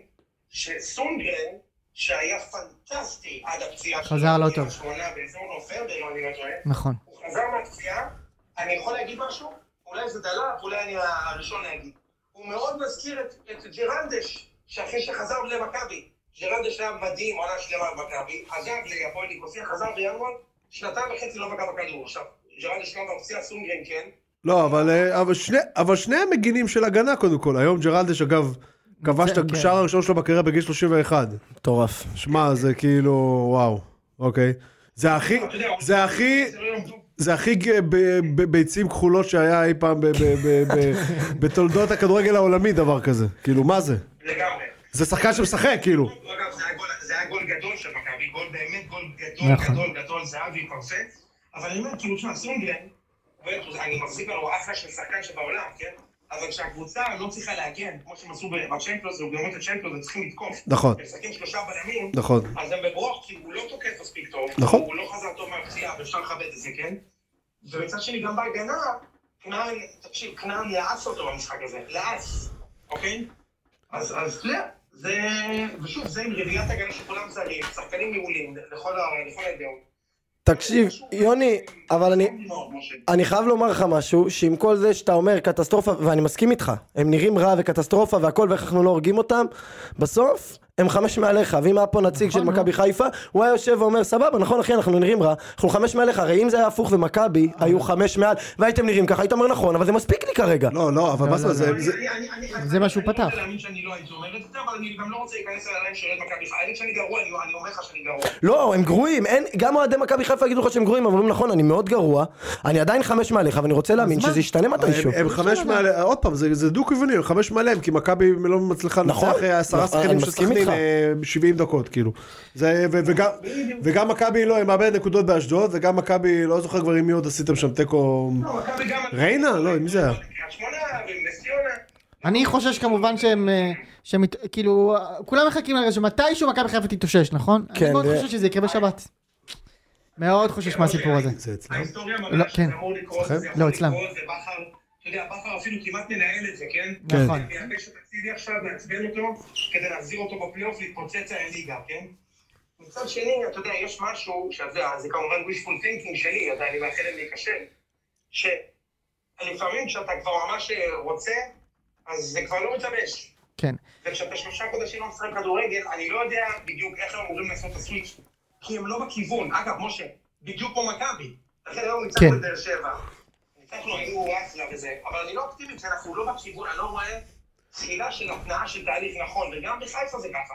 [SPEAKER 3] שסונגרן, שהיה פנטסטי עד הפציעה שלו.
[SPEAKER 1] חזר לא טוב.
[SPEAKER 3] השמונה באזור נופמבר, אם אני לא טועה.
[SPEAKER 1] נכון.
[SPEAKER 3] הוא חזר מהפציעה, אני יכול להגיד משהו? אולי זה דלף, אולי אני הראשון להגיד. הוא מאוד מזכיר את, את ג'רנדש, שאחרי שחזר למכבי. ג'רנדש היה מדהים, עונה שלמה במכבי, עזב להפועל ניקוסיה, חזר בינואר, שנתיים וחצי לא פגע בכדור. עכשיו, ג'רנדש לא בפציעה, סונגרן כן.
[SPEAKER 4] לא, אבל, אה, אבל, שני, אבל שני המגינים של הגנה קודם כל. היום ג'רלדש, אגב, כבש
[SPEAKER 1] זה,
[SPEAKER 4] את
[SPEAKER 1] כן.
[SPEAKER 4] השער הראשון שלו בקריירה בגיל 31.
[SPEAKER 2] מטורף.
[SPEAKER 4] שמע, זה כאילו, וואו, אוקיי. זה
[SPEAKER 3] אתה
[SPEAKER 4] הכי,
[SPEAKER 3] יודע, הוא-
[SPEAKER 4] זה הכי,
[SPEAKER 3] זה לא יום-
[SPEAKER 4] זה הכי ג- ב- ב- ביצים כחולות שהיה אי פעם ב- ב- ב- ב- בתולדות הכדורגל העולמי דבר כזה. כאילו, מה זה?
[SPEAKER 3] לגמרי.
[SPEAKER 4] זה שחקן שמשחק, כאילו.
[SPEAKER 3] אגב, זה היה גול- זה היה גול גדול של מכבי, גול באמת גול גדול,
[SPEAKER 1] נכון.
[SPEAKER 3] גדול, גדול, זהבי פרפט, אבל אני אומר, כאילו, תשמע, סונגרן, באמת, אני מחזיק ממנו הוא אחלה של שחקן שבעולם, כן? אבל כשהקבוצה לא צריכה להגן, כמו שהם עשו ב- בצ'מפיונס, ובגמות הצ'מפיונס, הם צריכים לתקוף.
[SPEAKER 4] נכון.
[SPEAKER 3] הם משחקים שלושה בלמים,
[SPEAKER 4] נכון.
[SPEAKER 3] אז הם בברוך, כי הוא לא תוקף מספיק טוב.
[SPEAKER 4] נכון.
[SPEAKER 3] הוא לא חזר טוב מהפציעה, ואפשר לכבד את זה, כן? ומצד שני, גם בהגנה, כנען, תקשיב, כנען לעס אותו במשחק הזה, לעס, אוקיי? אז, אז, אתה יודע, זה, ושוב, זה עם רביעיית הגנה שכולם זרים, שחקנים מעולים, לכל ה- לכל הדעות.
[SPEAKER 2] תקשיב, יוני, אבל אני...
[SPEAKER 3] מאוד, משה.
[SPEAKER 2] אני חייב לומר לך משהו, שעם כל זה שאתה אומר קטסטרופה, ואני מסכים איתך, הם נראים רע וקטסטרופה והכל ואיך אנחנו לא הורגים אותם, בסוף הם חמש מעליך, ואם היה פה נציג של מכבי חיפה, הוא היה יושב ואומר סבבה, נכון אחי, אנחנו נראים רע, אנחנו חמש מעליך, הרי אם זה היה הפוך ומכבי היו חמש מעל, והייתם נראים ככה, היית אומר נכון, אבל זה מספיק לי כרגע.
[SPEAKER 4] לא, לא, אבל מה
[SPEAKER 1] לא,
[SPEAKER 4] זה, זה-
[SPEAKER 1] לא.
[SPEAKER 4] זה-
[SPEAKER 3] אני- אני- אני-
[SPEAKER 1] זה מה שהוא
[SPEAKER 3] אני
[SPEAKER 1] פתח.
[SPEAKER 3] רוצה להאמין שאני לא הייתי אומר את זה, אבל אני גם לא רוצה להיכנס לידיים של אוהד מכבי חיפה. אני כשאני גרוע, אני אני אומר לך שאני גרוע.
[SPEAKER 2] לא, הם גרועים, אין, גם אוהדי מכבי חיפה יגידו לך שהם גרועים, אבל אומרים נכון, אני מאוד גרוע, אני עדיין חמש מעליך, ואני רוצה להאמין
[SPEAKER 1] מה?
[SPEAKER 2] שזה ישתנה מתישהו.
[SPEAKER 4] הם- הם חמש מעלה, עוד פעם, זה זה דו-כיווני, הם חמש מעליהם, כי מכבי לא מצליחה
[SPEAKER 2] נכון.
[SPEAKER 4] לנצח אה, עשרה
[SPEAKER 2] נכון,
[SPEAKER 4] שחקנים
[SPEAKER 2] אני
[SPEAKER 4] של
[SPEAKER 2] מסכים
[SPEAKER 4] סכנין
[SPEAKER 2] איתך.
[SPEAKER 4] אה, 70 דקות, כאילו. זה- ו- וגם- וגם מכבי לא, היא מאבדת נקודות באשדוד, וגם מכבי, לא זוכר כבר עם מי עוד עשיתם שם תיקו...
[SPEAKER 3] לא, מכבי גם-
[SPEAKER 4] ריינה? לא, מי זה היה?
[SPEAKER 3] קריית שמונה, ונס ציונה.
[SPEAKER 1] אני חושש כמובן שהם, אה, שהם, ית- כאילו, אה, כולם מחכים לרגע שמתישהו מכבי חיפה תתאושש, נכון?
[SPEAKER 2] כן,
[SPEAKER 1] אני מאוד
[SPEAKER 2] זה-
[SPEAKER 1] חושש שזה יקרה בשבת. מאוד חושש מהסיפור הזה.
[SPEAKER 4] זה אצלם.
[SPEAKER 3] ההיסטוריה
[SPEAKER 1] לא,
[SPEAKER 3] מראה
[SPEAKER 1] כן.
[SPEAKER 3] שזה אמור לקרות,
[SPEAKER 4] אצלכם?
[SPEAKER 3] זה יכול
[SPEAKER 1] לא, אצלם.
[SPEAKER 3] לקרות, ובכר, אתה יודע, בכר אפילו כמעט מנהל את זה, כן?
[SPEAKER 1] כן. נכון.
[SPEAKER 3] אני מייבש את הצידי עכשיו, מעצבן אותו, כדי להחזיר אותו בפלייאוף, להתפוצץ על הליגה, כן? מצד שני, אתה יודע, יש משהו, שאתה יודע, זה כמובן wishful thinking שלי, אז אני מאחל להם להיכשל, שלפעמים כשאתה כבר ממש אה, רוצה, אז זה כבר לא מתלבש.
[SPEAKER 1] כן.
[SPEAKER 3] וכשאתה שלושה חודשים לא משחק כדורגל, אני לא יודע בדיוק איך הם אמורים לעשות את הסוויץ', כי הם לא בכיוון. אגב, משה, בדיוק כמו מכבי. לכן היום
[SPEAKER 1] כן.
[SPEAKER 3] ניצחנו את באר שבע. ניצחנו, היו רצלה וזה, אבל אני לא אופטימי, כי אנחנו לא בכיוון, אני לא רואה תחילה של התנעה של תהליך נכון, וגם בחיפה זה ככה.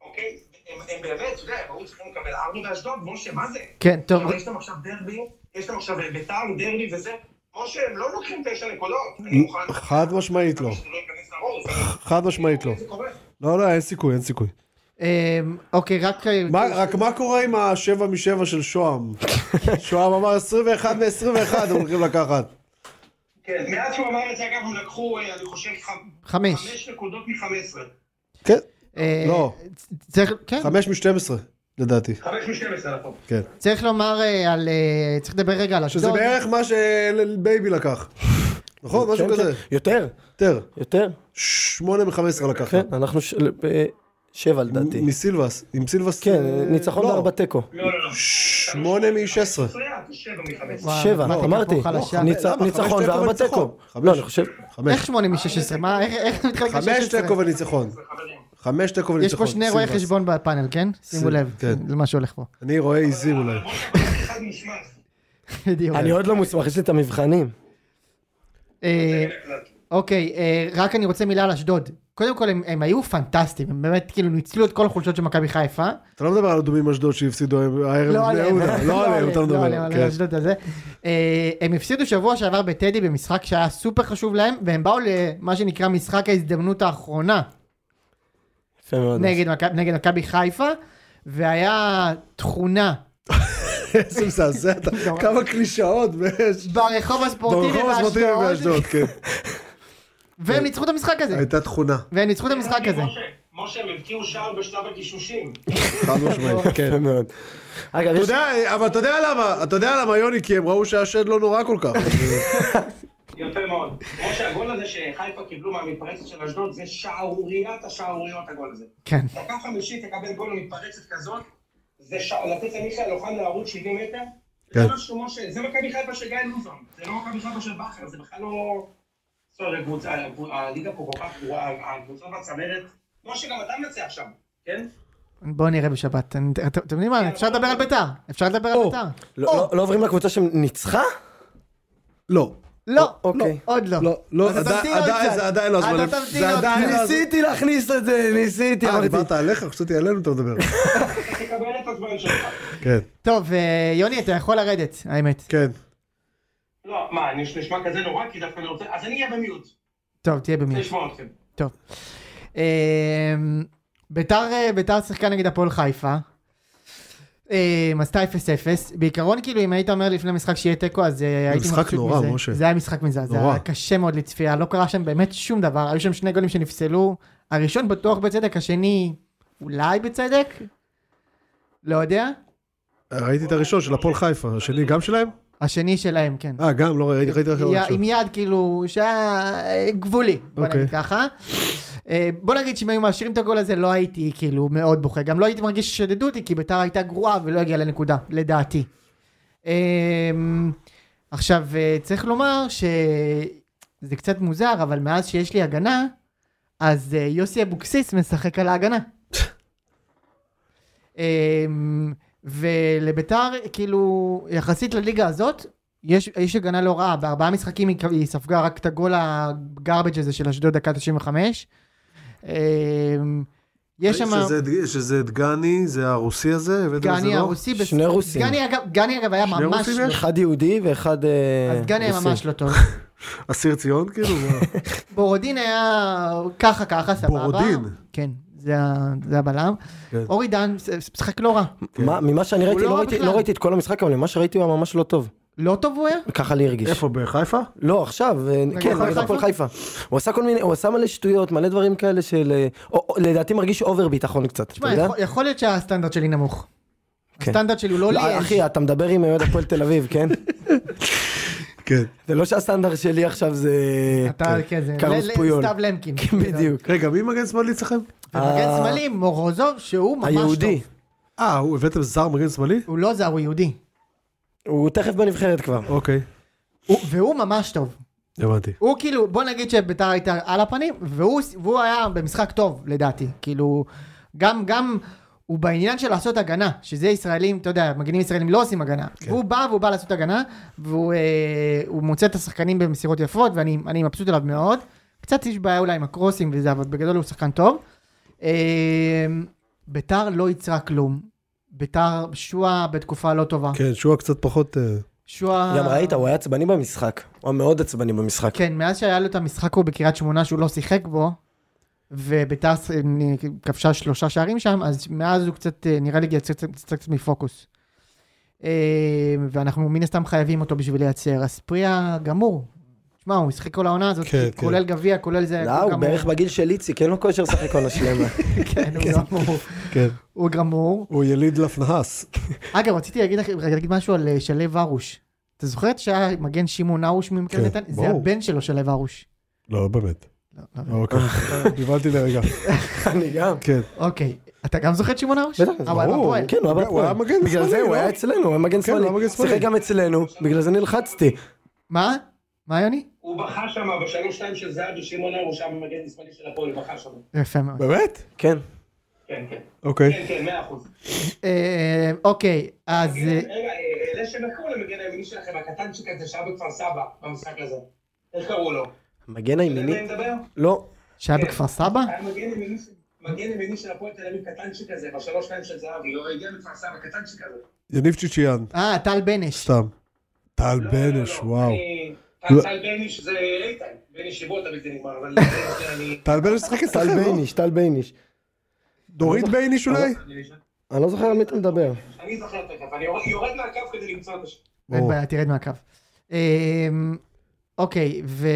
[SPEAKER 3] אוקיי? הם, הם באמת, אתה יודע, הם היו צריכים לקבל ארבע באשדוד, משה, מה זה?
[SPEAKER 1] כן, טוב,
[SPEAKER 3] אבל יש להם עכשיו דרבי, יש להם עכשיו אה, ביתר, דרבי וזה. משה, הם לא לוקחים תשע נקודות. אני מוכן...
[SPEAKER 4] חד משמעית לא.
[SPEAKER 3] שזה לא ייכנס לראש, אבל-
[SPEAKER 4] חד משמעית לא.
[SPEAKER 3] זה קורה.
[SPEAKER 4] לא, לא, אין סיכוי, אין סיכוי.
[SPEAKER 1] אה, אוקיי, רק... אה,
[SPEAKER 4] מה- רק מה קורה עם השבע משבע של שוהם? שוהם אמר 21 מ-21 הם הולכים לקחת.
[SPEAKER 3] כן, מאז שהוא אמר את זה, אגב, הם לקחו, אה, אני חושב, ח-
[SPEAKER 1] חמש.
[SPEAKER 3] חמש נקודות מ-15.
[SPEAKER 4] כן,
[SPEAKER 1] אה,
[SPEAKER 4] לא.
[SPEAKER 1] צריך, כן,
[SPEAKER 4] חמש מ-12 לדעתי,
[SPEAKER 3] חמש נכון. מ-12 אנחנו.
[SPEAKER 4] כן.
[SPEAKER 1] צריך לומר אה, על... אה, צריך לדבר רגע על
[SPEAKER 2] לא,
[SPEAKER 1] אשדוד.
[SPEAKER 4] שזה בערך מה שבייבי לקח. נכון? משהו
[SPEAKER 2] כן, כן.
[SPEAKER 4] כזה.
[SPEAKER 2] יותר,
[SPEAKER 4] יותר.
[SPEAKER 2] יותר,
[SPEAKER 4] 8 מ-15 לקח.
[SPEAKER 2] כן, אנחנו ש- ב- שבע לדעתי.
[SPEAKER 4] מסילבס. עם סילבס...
[SPEAKER 2] כן,
[SPEAKER 4] אה,
[SPEAKER 2] ניצחון
[SPEAKER 4] לא.
[SPEAKER 2] בארבע תיקו.
[SPEAKER 3] לא, לא, לא.
[SPEAKER 4] 8 מ-16.
[SPEAKER 3] שבע מ-15.
[SPEAKER 1] וואו,
[SPEAKER 2] שבע,
[SPEAKER 1] מכבי חיפה
[SPEAKER 2] אמרתי,
[SPEAKER 1] חלשה.
[SPEAKER 2] ניצ-
[SPEAKER 4] למה? חמש
[SPEAKER 2] ניצחון
[SPEAKER 4] תיקו
[SPEAKER 2] וארבע
[SPEAKER 4] וניצחון.
[SPEAKER 2] תיקו.
[SPEAKER 4] חמש.
[SPEAKER 2] לא, אני חושב,
[SPEAKER 1] איך
[SPEAKER 4] 5.
[SPEAKER 1] שמונה מ-16? מה, איך- איך מתחלק ל-16?
[SPEAKER 4] 5 תיקו וניצחון.
[SPEAKER 3] חברים.
[SPEAKER 4] 5 תיקו
[SPEAKER 1] יש
[SPEAKER 4] וניצחון.
[SPEAKER 1] פה שני רואי
[SPEAKER 4] סילבס.
[SPEAKER 1] חשבון בפאנל, כן? שימו
[SPEAKER 4] סילבס,
[SPEAKER 1] לב
[SPEAKER 4] כן.
[SPEAKER 1] למה שהולך פה.
[SPEAKER 4] אני רואה עיזים אולי.
[SPEAKER 3] אבל משה, כל אחד מושמץ.
[SPEAKER 1] בדיוק.
[SPEAKER 2] אני עוד לא מוסמך, יש לי את המבחנים.
[SPEAKER 1] אה, אוקיי, אה, רק אני רוצה מילה על אשדוד. קודם כל, הם- הם היו פנטסטיים, הם באמת כאילו ניצלו את כל החולשות של מכבי חיפה.
[SPEAKER 4] אתה לא מדבר על אדומים אשדוד שהפסידו הערב
[SPEAKER 1] לא
[SPEAKER 4] לבני
[SPEAKER 1] עליהם,
[SPEAKER 4] יהודה. לא עליהם, אתה
[SPEAKER 1] לא
[SPEAKER 4] מדבר.
[SPEAKER 1] עליהם, על
[SPEAKER 4] כן.
[SPEAKER 1] אשדוד הזה. אה, הם הפסידו שבוע שעבר בטדי במשחק שהיה סופר חשוב להם, והם באו למה שנקרא משחק ההזדמנות האחרונה
[SPEAKER 2] יפה מאוד.
[SPEAKER 1] נגד מכבי- נגד מכבי חיפה, והיה תכונה
[SPEAKER 4] איזה מזעזע, אתה- כמה קלישאות. ויש-
[SPEAKER 1] ברחוב הספורטיבי
[SPEAKER 4] ברחוב הספורטיבי
[SPEAKER 1] באשדוד,
[SPEAKER 4] באשדוד, כן.
[SPEAKER 1] והם ניצחו את המשחק הזה.
[SPEAKER 4] הייתה תכונה.
[SPEAKER 1] והם ניצחו את המשחק הזה.
[SPEAKER 3] משה, משה, הם הבקיעו שער בשלב הגישושים.
[SPEAKER 4] חד משמעית.
[SPEAKER 1] כן.
[SPEAKER 2] יפה מאוד. אגב,
[SPEAKER 4] אתה
[SPEAKER 2] יש...
[SPEAKER 4] יודע, אבל אתה יודע למה, אתה יודע למה יוני, כי הם ראו שהשד לא נורא כל כך.
[SPEAKER 3] יפה מאוד. משה, הגול הזה שחיפה קיבלו מהמתפרצת של אשדוד זה שערוריית השערוריות הגול הזה.
[SPEAKER 1] כן.
[SPEAKER 3] דקה חמישית תקבל גול מתפרצת כזאת, זה שע... לתת למיכאל אוחנה לערוץ 70 מטר. זה משהו, משה, זה מכבי חיפה של גיא לוזון, זה לא מכבי חיפה של בכר, זה בכלל לא... סורי, קבוצה, הליגה פה כל כך גרועה, הקבוצה בצמרת. משה, גם אתה מנצח שם, כן?
[SPEAKER 1] בואו נראה בשבת. אני- אתם אתם יודעים מה, אפשר לדבר על ביתר. אפשר לדבר על ביתר.
[SPEAKER 2] לא- לא- לא עוברים לקבוצה שניצחה?
[SPEAKER 4] לא.
[SPEAKER 1] לא,
[SPEAKER 2] אוקיי.
[SPEAKER 1] עוד לא.
[SPEAKER 4] לא, לא,
[SPEAKER 1] אז אתה
[SPEAKER 4] עדיין-
[SPEAKER 1] תמתין עוד
[SPEAKER 4] עדיין-
[SPEAKER 1] קצת.
[SPEAKER 4] זה עדיין לא הזמן.
[SPEAKER 1] אתה תמתין
[SPEAKER 4] זה
[SPEAKER 1] עוד
[SPEAKER 4] עדיין
[SPEAKER 1] קצת.
[SPEAKER 4] לא הזמן.
[SPEAKER 2] ניסיתי להכניס את זה, ניסיתי,
[SPEAKER 4] אה,
[SPEAKER 2] אמרתי.
[SPEAKER 4] דיברת עליך? חשבתי עלינו אתה מדבר.
[SPEAKER 3] תקבל את הזמן שלך.
[SPEAKER 4] כן,
[SPEAKER 1] טוב, אה, יוני, אתה יכול לרדת, האמת.
[SPEAKER 4] כן.
[SPEAKER 3] לא, מה, אני נשמע כזה נורא, כי דווקא אני רוצה... אז אני אהיה במיוט,
[SPEAKER 1] טוב, תהיה
[SPEAKER 3] אני
[SPEAKER 1] במיוט.
[SPEAKER 3] אשמע אתכם.
[SPEAKER 1] טוב. אמ, ביתר אה, ביתר שיחקה נגד הפועל חיפה. אמ, עשתה 0-0. בעיקרון, כאילו, אם היית אומר לפני המשחק שיהיה תיקו, אז אה, הייתי
[SPEAKER 4] משחק
[SPEAKER 1] מבסוט
[SPEAKER 4] נורא,
[SPEAKER 1] מזה.
[SPEAKER 4] משה.
[SPEAKER 1] זה היה משחק מזעזע.
[SPEAKER 4] נורא.
[SPEAKER 1] היה קשה מאוד לצפייה, לא קרה שם באמת שום דבר. היו שם שני גולים שנפסלו. הראשון בטוח בצדק, השני אולי בצדק? לא יודע.
[SPEAKER 4] ראיתי את הראשון של הפועל חיפה, השני גם שלהם?
[SPEAKER 1] השני שלהם, כן.
[SPEAKER 4] אה, גם, לא ראיתי, ראיתי רק את
[SPEAKER 1] יא-
[SPEAKER 4] הראשון.
[SPEAKER 1] עם יד כאילו שהיה אה, גבולי בוא
[SPEAKER 4] אוקיי.
[SPEAKER 1] נגיד ככה. אה, בוא נגיד שאם היו מאשרים את הגול הזה לא הייתי כאילו מאוד בוכה גם לא הייתי מרגיש ששדדו אותי כי ביתר הייתה גרועה ולא הגיעה לנקודה לדעתי. אה, עכשיו אה, צריך לומר שזה קצת מוזר אבל מאז שיש לי הגנה אז אה, יוסי אבוקסיס משחק על ההגנה. אה, ולביתר כאילו יחסית לליגה הזאת יש, יש הגנה לא רעה, בארבעה משחקים היא, היא ספגה רק את הגול הגרבג' הזה של אשדוד דקה 95. אמ, יש שם
[SPEAKER 4] שזה- שזה דגני, זה הרוסי הזה? הבאתם איזה
[SPEAKER 1] גני
[SPEAKER 4] לא?
[SPEAKER 1] הרוסי, בס-
[SPEAKER 2] שני רוסים.
[SPEAKER 1] גני אגב, גני אגב היה
[SPEAKER 4] שני
[SPEAKER 1] ממש,
[SPEAKER 4] רוסים
[SPEAKER 1] לא-
[SPEAKER 4] יש?
[SPEAKER 2] אחד יהודי ואחד... אה,
[SPEAKER 1] אז גני היה
[SPEAKER 2] רוסי.
[SPEAKER 1] ממש לא טוב.
[SPEAKER 4] אסיר ציון כאילו? מה?
[SPEAKER 1] בורודין היה ככה ככה סבבה.
[SPEAKER 4] בורודין?
[SPEAKER 1] כן, זה ה- זה הבלם.
[SPEAKER 4] כן.
[SPEAKER 1] אורי דן ש- ש- משחק לא רע.
[SPEAKER 2] מה- ממה שאני ראיתי,
[SPEAKER 1] לא
[SPEAKER 2] לא
[SPEAKER 1] רע
[SPEAKER 2] ראיתי-
[SPEAKER 1] בכלל.
[SPEAKER 2] לא ראיתי את כל המשחק, אבל ממה שראיתי הוא היה ממש לא טוב.
[SPEAKER 1] לא טוב הוא היה?
[SPEAKER 2] ככה לי הרגיש.
[SPEAKER 4] איפה, בחיפה?
[SPEAKER 2] לא, עכשיו, אה, כן,
[SPEAKER 1] הפועל
[SPEAKER 2] נגד הפועל
[SPEAKER 1] חיפה?
[SPEAKER 2] חיפה. הוא עשה כל מיני, הוא עשה מלא שטויות, מלא דברים כאלה של... אה, או- או- לדעתי מרגיש אובר ביטחון קצת, אתה
[SPEAKER 1] תשמע,
[SPEAKER 2] יודע?
[SPEAKER 1] יכול- יכול להיות שהסטנדרט שלי נמוך.
[SPEAKER 2] כן.
[SPEAKER 1] הסטנדרט שלי הוא לא
[SPEAKER 2] לא,
[SPEAKER 1] ליאש.
[SPEAKER 2] אחי, אתה מדבר עם אוהד הפועל תל אביב, כן?
[SPEAKER 4] כן.
[SPEAKER 2] זה לא שהסטנדרט שלי עכשיו זה...
[SPEAKER 1] אתה כזה,
[SPEAKER 2] קרוס
[SPEAKER 1] ל- ל-
[SPEAKER 2] אה, כן. פויול. כן,
[SPEAKER 1] סתיו למקין.
[SPEAKER 2] בדיוק.
[SPEAKER 4] רגע, מי מגן שמאלי אצלכם?
[SPEAKER 1] ומגן
[SPEAKER 2] ה-
[SPEAKER 1] שמאלי מורוזוב שהוא ממש
[SPEAKER 2] היהודי.
[SPEAKER 1] טוב.
[SPEAKER 4] אה, הוא- הבאתם זר מגן שמאלי?
[SPEAKER 1] הוא לא זר הוא יהודי.
[SPEAKER 2] הוא תכף בנבחרת כבר.
[SPEAKER 4] אוקיי,
[SPEAKER 1] הוא- והוא ממש טוב.
[SPEAKER 4] הבנתי.
[SPEAKER 1] הוא כאילו בוא נגיד שביתר הייתה על הפנים והוא, והוא היה במשחק טוב לדעתי כאילו גם גם הוא בעניין של לעשות הגנה שזה ישראלים אתה יודע מגנים ישראלים לא עושים הגנה כן. והוא בא והוא בא לעשות הגנה והוא אה, הוא מוצא את השחקנים במסירות יפות ואני אני מבסוט עליו מאוד קצת יש בעיה אולי עם הקרוסים וזה אבל בגדול הוא שחקן טוב. אה, ביתר לא ייצרה כלום ביתר שועה בתקופה לא טובה
[SPEAKER 4] כן, שועה קצת פחות... אה,
[SPEAKER 1] שועה
[SPEAKER 2] גם ראית, הוא היה עצבני במשחק. הוא היה מאוד עצבני במשחק.
[SPEAKER 1] כן, מאז שהיה לו את המשחק הוא בקריית שמונה שהוא לא שיחק בו, וביתר ס- נ- כבשה שלושה שערים שם, אז מאז הוא קצת, אה, נראה לי, יצא קצת- קצת קצת מפוקוס. אה, ואנחנו מן הסתם חייבים אותו בשביל לייצר, אז פריה גמור. שמע, הוא שיחק כל העונה הזאת,
[SPEAKER 4] כן,
[SPEAKER 1] כולל גביע, כולל זה.
[SPEAKER 2] לא, הוא
[SPEAKER 1] גמור.
[SPEAKER 2] בערך בגיל של איציק, אין לו כושר לשחק עונה שלמה.
[SPEAKER 1] כן, הוא גמור.
[SPEAKER 4] כן.
[SPEAKER 1] הוא גמור.
[SPEAKER 4] הוא יליד לפנהס.
[SPEAKER 1] אגב, רציתי להגיד לכם- להגיד משהו על אה, שלו הרוש. אתה זוכר את שהיה מגן שמעון הרוש ממכבי
[SPEAKER 4] כן,
[SPEAKER 1] נתניה? זה
[SPEAKER 4] ברור.
[SPEAKER 1] הבן שלו, שלו הרוש.
[SPEAKER 4] לא, באמת.
[SPEAKER 1] לא, לא.
[SPEAKER 4] אוקיי, נבהלתי לרגע.
[SPEAKER 2] אני גם.
[SPEAKER 4] כן.
[SPEAKER 1] אוקיי, אתה גם זוכר את שמעון הרוש?
[SPEAKER 2] בטח,
[SPEAKER 1] אה, הוא היה
[SPEAKER 2] ברור,
[SPEAKER 1] בהפועל.
[SPEAKER 2] כן, הוא היה
[SPEAKER 4] הוא היה
[SPEAKER 2] בהפועל.
[SPEAKER 4] מגן
[SPEAKER 2] בגלל זה
[SPEAKER 4] שמאלי,
[SPEAKER 2] הוא
[SPEAKER 4] לא?
[SPEAKER 2] היה אצלנו, הוא היה מגן
[SPEAKER 4] כן,
[SPEAKER 2] שמאלי.
[SPEAKER 4] הוא היה מגן שמאלי.
[SPEAKER 2] שיחק גם אצלנו, בגלל זה נלחצתי.
[SPEAKER 1] מה? מה יוני?
[SPEAKER 3] הוא בכה שם בשלוש שתיים של זהבי, שמעון אור, הוא שם מגן שמאלי של הפועל, בכה שם.
[SPEAKER 1] יפה מאוד.
[SPEAKER 4] באמת?
[SPEAKER 2] כן.
[SPEAKER 3] כן, כן.
[SPEAKER 4] אוקיי.
[SPEAKER 3] כן, כן, מאה אחוז.
[SPEAKER 1] אה, אוקיי, אז אה,
[SPEAKER 3] רגע, אה, אלה שמכרו למגן הימני שלכם, הקטנצ'יק הזה שהיה בכפר סבא, במשחק הזה. איך קראו לו?
[SPEAKER 2] מגן
[SPEAKER 3] אתה יודע על מה אני
[SPEAKER 2] הימיני?
[SPEAKER 3] מדבר?
[SPEAKER 2] לא.
[SPEAKER 1] שהיה בכפר סבא?
[SPEAKER 3] היה מגן ימיני של- מגן ימיני של הפועל תל אביב, קטנצ'יק הזה, בשלוש שתיים של זהבי, הוא הגיע מכפר סבא, קטנצ'יק הזה.
[SPEAKER 4] יניב צ'יצ'יאן.
[SPEAKER 1] אה, טל בנש.
[SPEAKER 4] סתם. טל
[SPEAKER 3] לא,
[SPEAKER 4] בנש,
[SPEAKER 3] לא, לא.
[SPEAKER 4] וואו.
[SPEAKER 3] אני-
[SPEAKER 4] לא.
[SPEAKER 3] טל בניש זה איתן, בניש שיבולת וזה נגמר, אבל אני...
[SPEAKER 4] טל בנש שחק
[SPEAKER 2] טל
[SPEAKER 4] אצלכם, לא?
[SPEAKER 2] בייניש, טל בייניש.
[SPEAKER 1] לא,
[SPEAKER 4] דורית בייניש אולי?
[SPEAKER 2] אני לא זוכר על מי אתה מדבר.
[SPEAKER 3] אני זוכר תכף, אני יורד- יורד מהקו כדי למצוא את השם.
[SPEAKER 1] אין
[SPEAKER 4] ברור.
[SPEAKER 1] בעיה, תרד מהקו. אה, אוקיי, ו...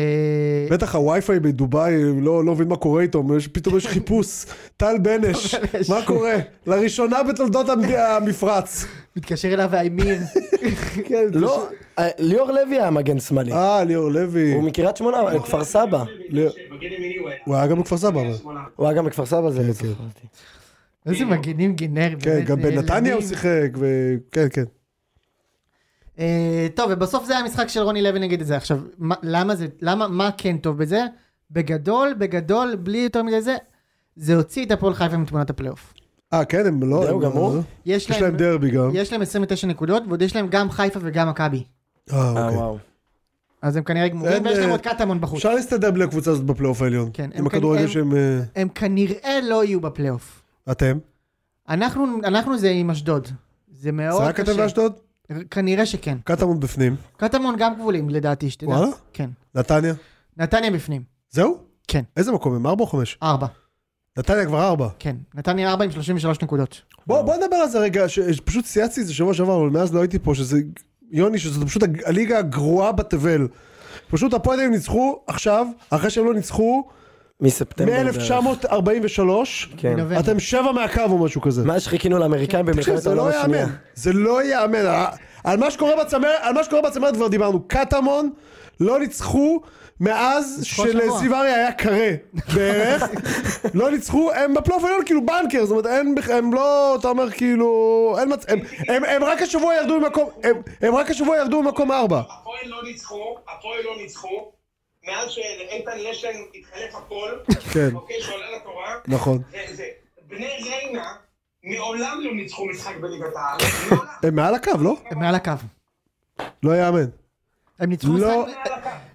[SPEAKER 4] בטח הווי-פיי בדובאי, לא לא מבין מה קורה איתו, יש- פתאום יש חיפוש, טל בנש,
[SPEAKER 1] בנש.
[SPEAKER 4] מה קורה? לראשונה בתולדות המד- המפרץ.
[SPEAKER 1] מתקשר אליו האמיר.
[SPEAKER 2] לא, אה, ליאור לוי היה מגן שמאלי.
[SPEAKER 4] אה, ליאור לוי.
[SPEAKER 2] הוא מקריית שמונה, אבל כפר סבא.
[SPEAKER 4] הוא היה גם בכפר סבא, אבל.
[SPEAKER 2] הוא היה גם בכפר סבא זה בסדר.
[SPEAKER 1] איזה מגנים גנרים.
[SPEAKER 4] כן,
[SPEAKER 1] באמת, אה,
[SPEAKER 4] גם בנתניה הוא
[SPEAKER 1] נעלמים.
[SPEAKER 4] שיחק, וכן, כן.
[SPEAKER 1] אה, טוב, ובסוף זה היה המשחק של רוני לוי נגד זה. עכשיו, מה- למה זה, למה, מה כן טוב בזה? בגדול, בגדול, בלי יותר מדי זה, זה הוציא את הפועל חיפה מתמונת הפלייאוף.
[SPEAKER 4] אה, כן, הם לא...
[SPEAKER 2] זהו,
[SPEAKER 4] הם-
[SPEAKER 2] גמור.
[SPEAKER 4] לא.
[SPEAKER 1] יש
[SPEAKER 4] יש
[SPEAKER 1] להם-
[SPEAKER 4] להם לא? דרבי גם.
[SPEAKER 1] יש להם 29 נקודות, ועוד יש להם גם חיפה וגם מכבי.
[SPEAKER 4] אה,
[SPEAKER 2] אה,
[SPEAKER 4] אוקיי.
[SPEAKER 2] וואו.
[SPEAKER 1] אז הם כנראה גמורים,
[SPEAKER 4] אין,
[SPEAKER 1] ויש להם
[SPEAKER 4] אה,
[SPEAKER 1] עוד קטמון בחוץ.
[SPEAKER 4] אפשר להסתדר בלי הקבוצה הזאת בפלייאוף העליון.
[SPEAKER 1] כן, הם
[SPEAKER 4] עם הכדורגל
[SPEAKER 1] כן-
[SPEAKER 4] שהם... אה,
[SPEAKER 1] הם כנראה לא יהיו בפלייאוף.
[SPEAKER 4] אתם?
[SPEAKER 1] אנחנו, אנחנו זה עם אשדוד. זה מאוד
[SPEAKER 4] זה
[SPEAKER 1] קשה.
[SPEAKER 4] רק אתם ואשדוד?
[SPEAKER 1] כנראה שכן.
[SPEAKER 4] קטמון בפנים.
[SPEAKER 1] קטמון גם גבולים לדעתי, שתדע.
[SPEAKER 4] וואלה?
[SPEAKER 1] כן.
[SPEAKER 4] נתניה?
[SPEAKER 1] נתניה בפנים.
[SPEAKER 4] זהו?
[SPEAKER 1] כן.
[SPEAKER 4] איזה מקום הם? ארבע או חמש?
[SPEAKER 1] ארבע.
[SPEAKER 4] נתניה כבר ארבע.
[SPEAKER 1] כן. נתניה ארבע עם 33 נקודות.
[SPEAKER 4] בוא, בוא נדבר על זה רגע, ש- פשוט צייצתי את זה שבוע שעבר, אבל מאז לא הייתי פה, שזה... יוני, שזאת פשוט הג- הליגה הגרועה בתבל. פשוט הפועל הם ניצחו עכשיו, אחרי שהם לא ניצחו,
[SPEAKER 2] מספטמבר. בערך.
[SPEAKER 4] מ-1943,
[SPEAKER 2] כן.
[SPEAKER 1] מנובמבר.
[SPEAKER 4] אתם שבע מהקו או משהו כזה.
[SPEAKER 2] מאז שחיכינו לאמריקאים
[SPEAKER 4] תקשיב,
[SPEAKER 2] במלחמת
[SPEAKER 4] זה לא
[SPEAKER 2] העולם השנייה.
[SPEAKER 4] ייאמן, זה לא ייאמן, ה- על מה שקורה בצמרת, על מה שקורה בצמרת כבר דיברנו, קטמון לא ניצחו מאז
[SPEAKER 1] השבוע.
[SPEAKER 4] שלזיווארי היה קרה בערך, לא ניצחו, הם בפלייאוף העליון כאילו בנקר, זאת אומרת אין, בכ- הם לא, אתה אומר כאילו, אין מצ... הם, הם, הם רק השבוע ירדו ממקום, הם, הם רק השבוע ירדו ממקום ארבע,
[SPEAKER 3] הפועל לא ניצחו, הפועל לא ניצחו, מאז שאיתן לשן התחלף הכל,
[SPEAKER 4] כן,
[SPEAKER 3] אוקיי, שעולה לתורה,
[SPEAKER 4] נכון,
[SPEAKER 3] וזה, בני ריינה מעולם לא ניצחו משחק בליגת העל, מעולם.
[SPEAKER 4] הם מעל הקו, לא?
[SPEAKER 1] הם מעל הקו.
[SPEAKER 4] לא ייאמן.
[SPEAKER 1] הם ניצחו
[SPEAKER 4] לא.
[SPEAKER 1] משחק...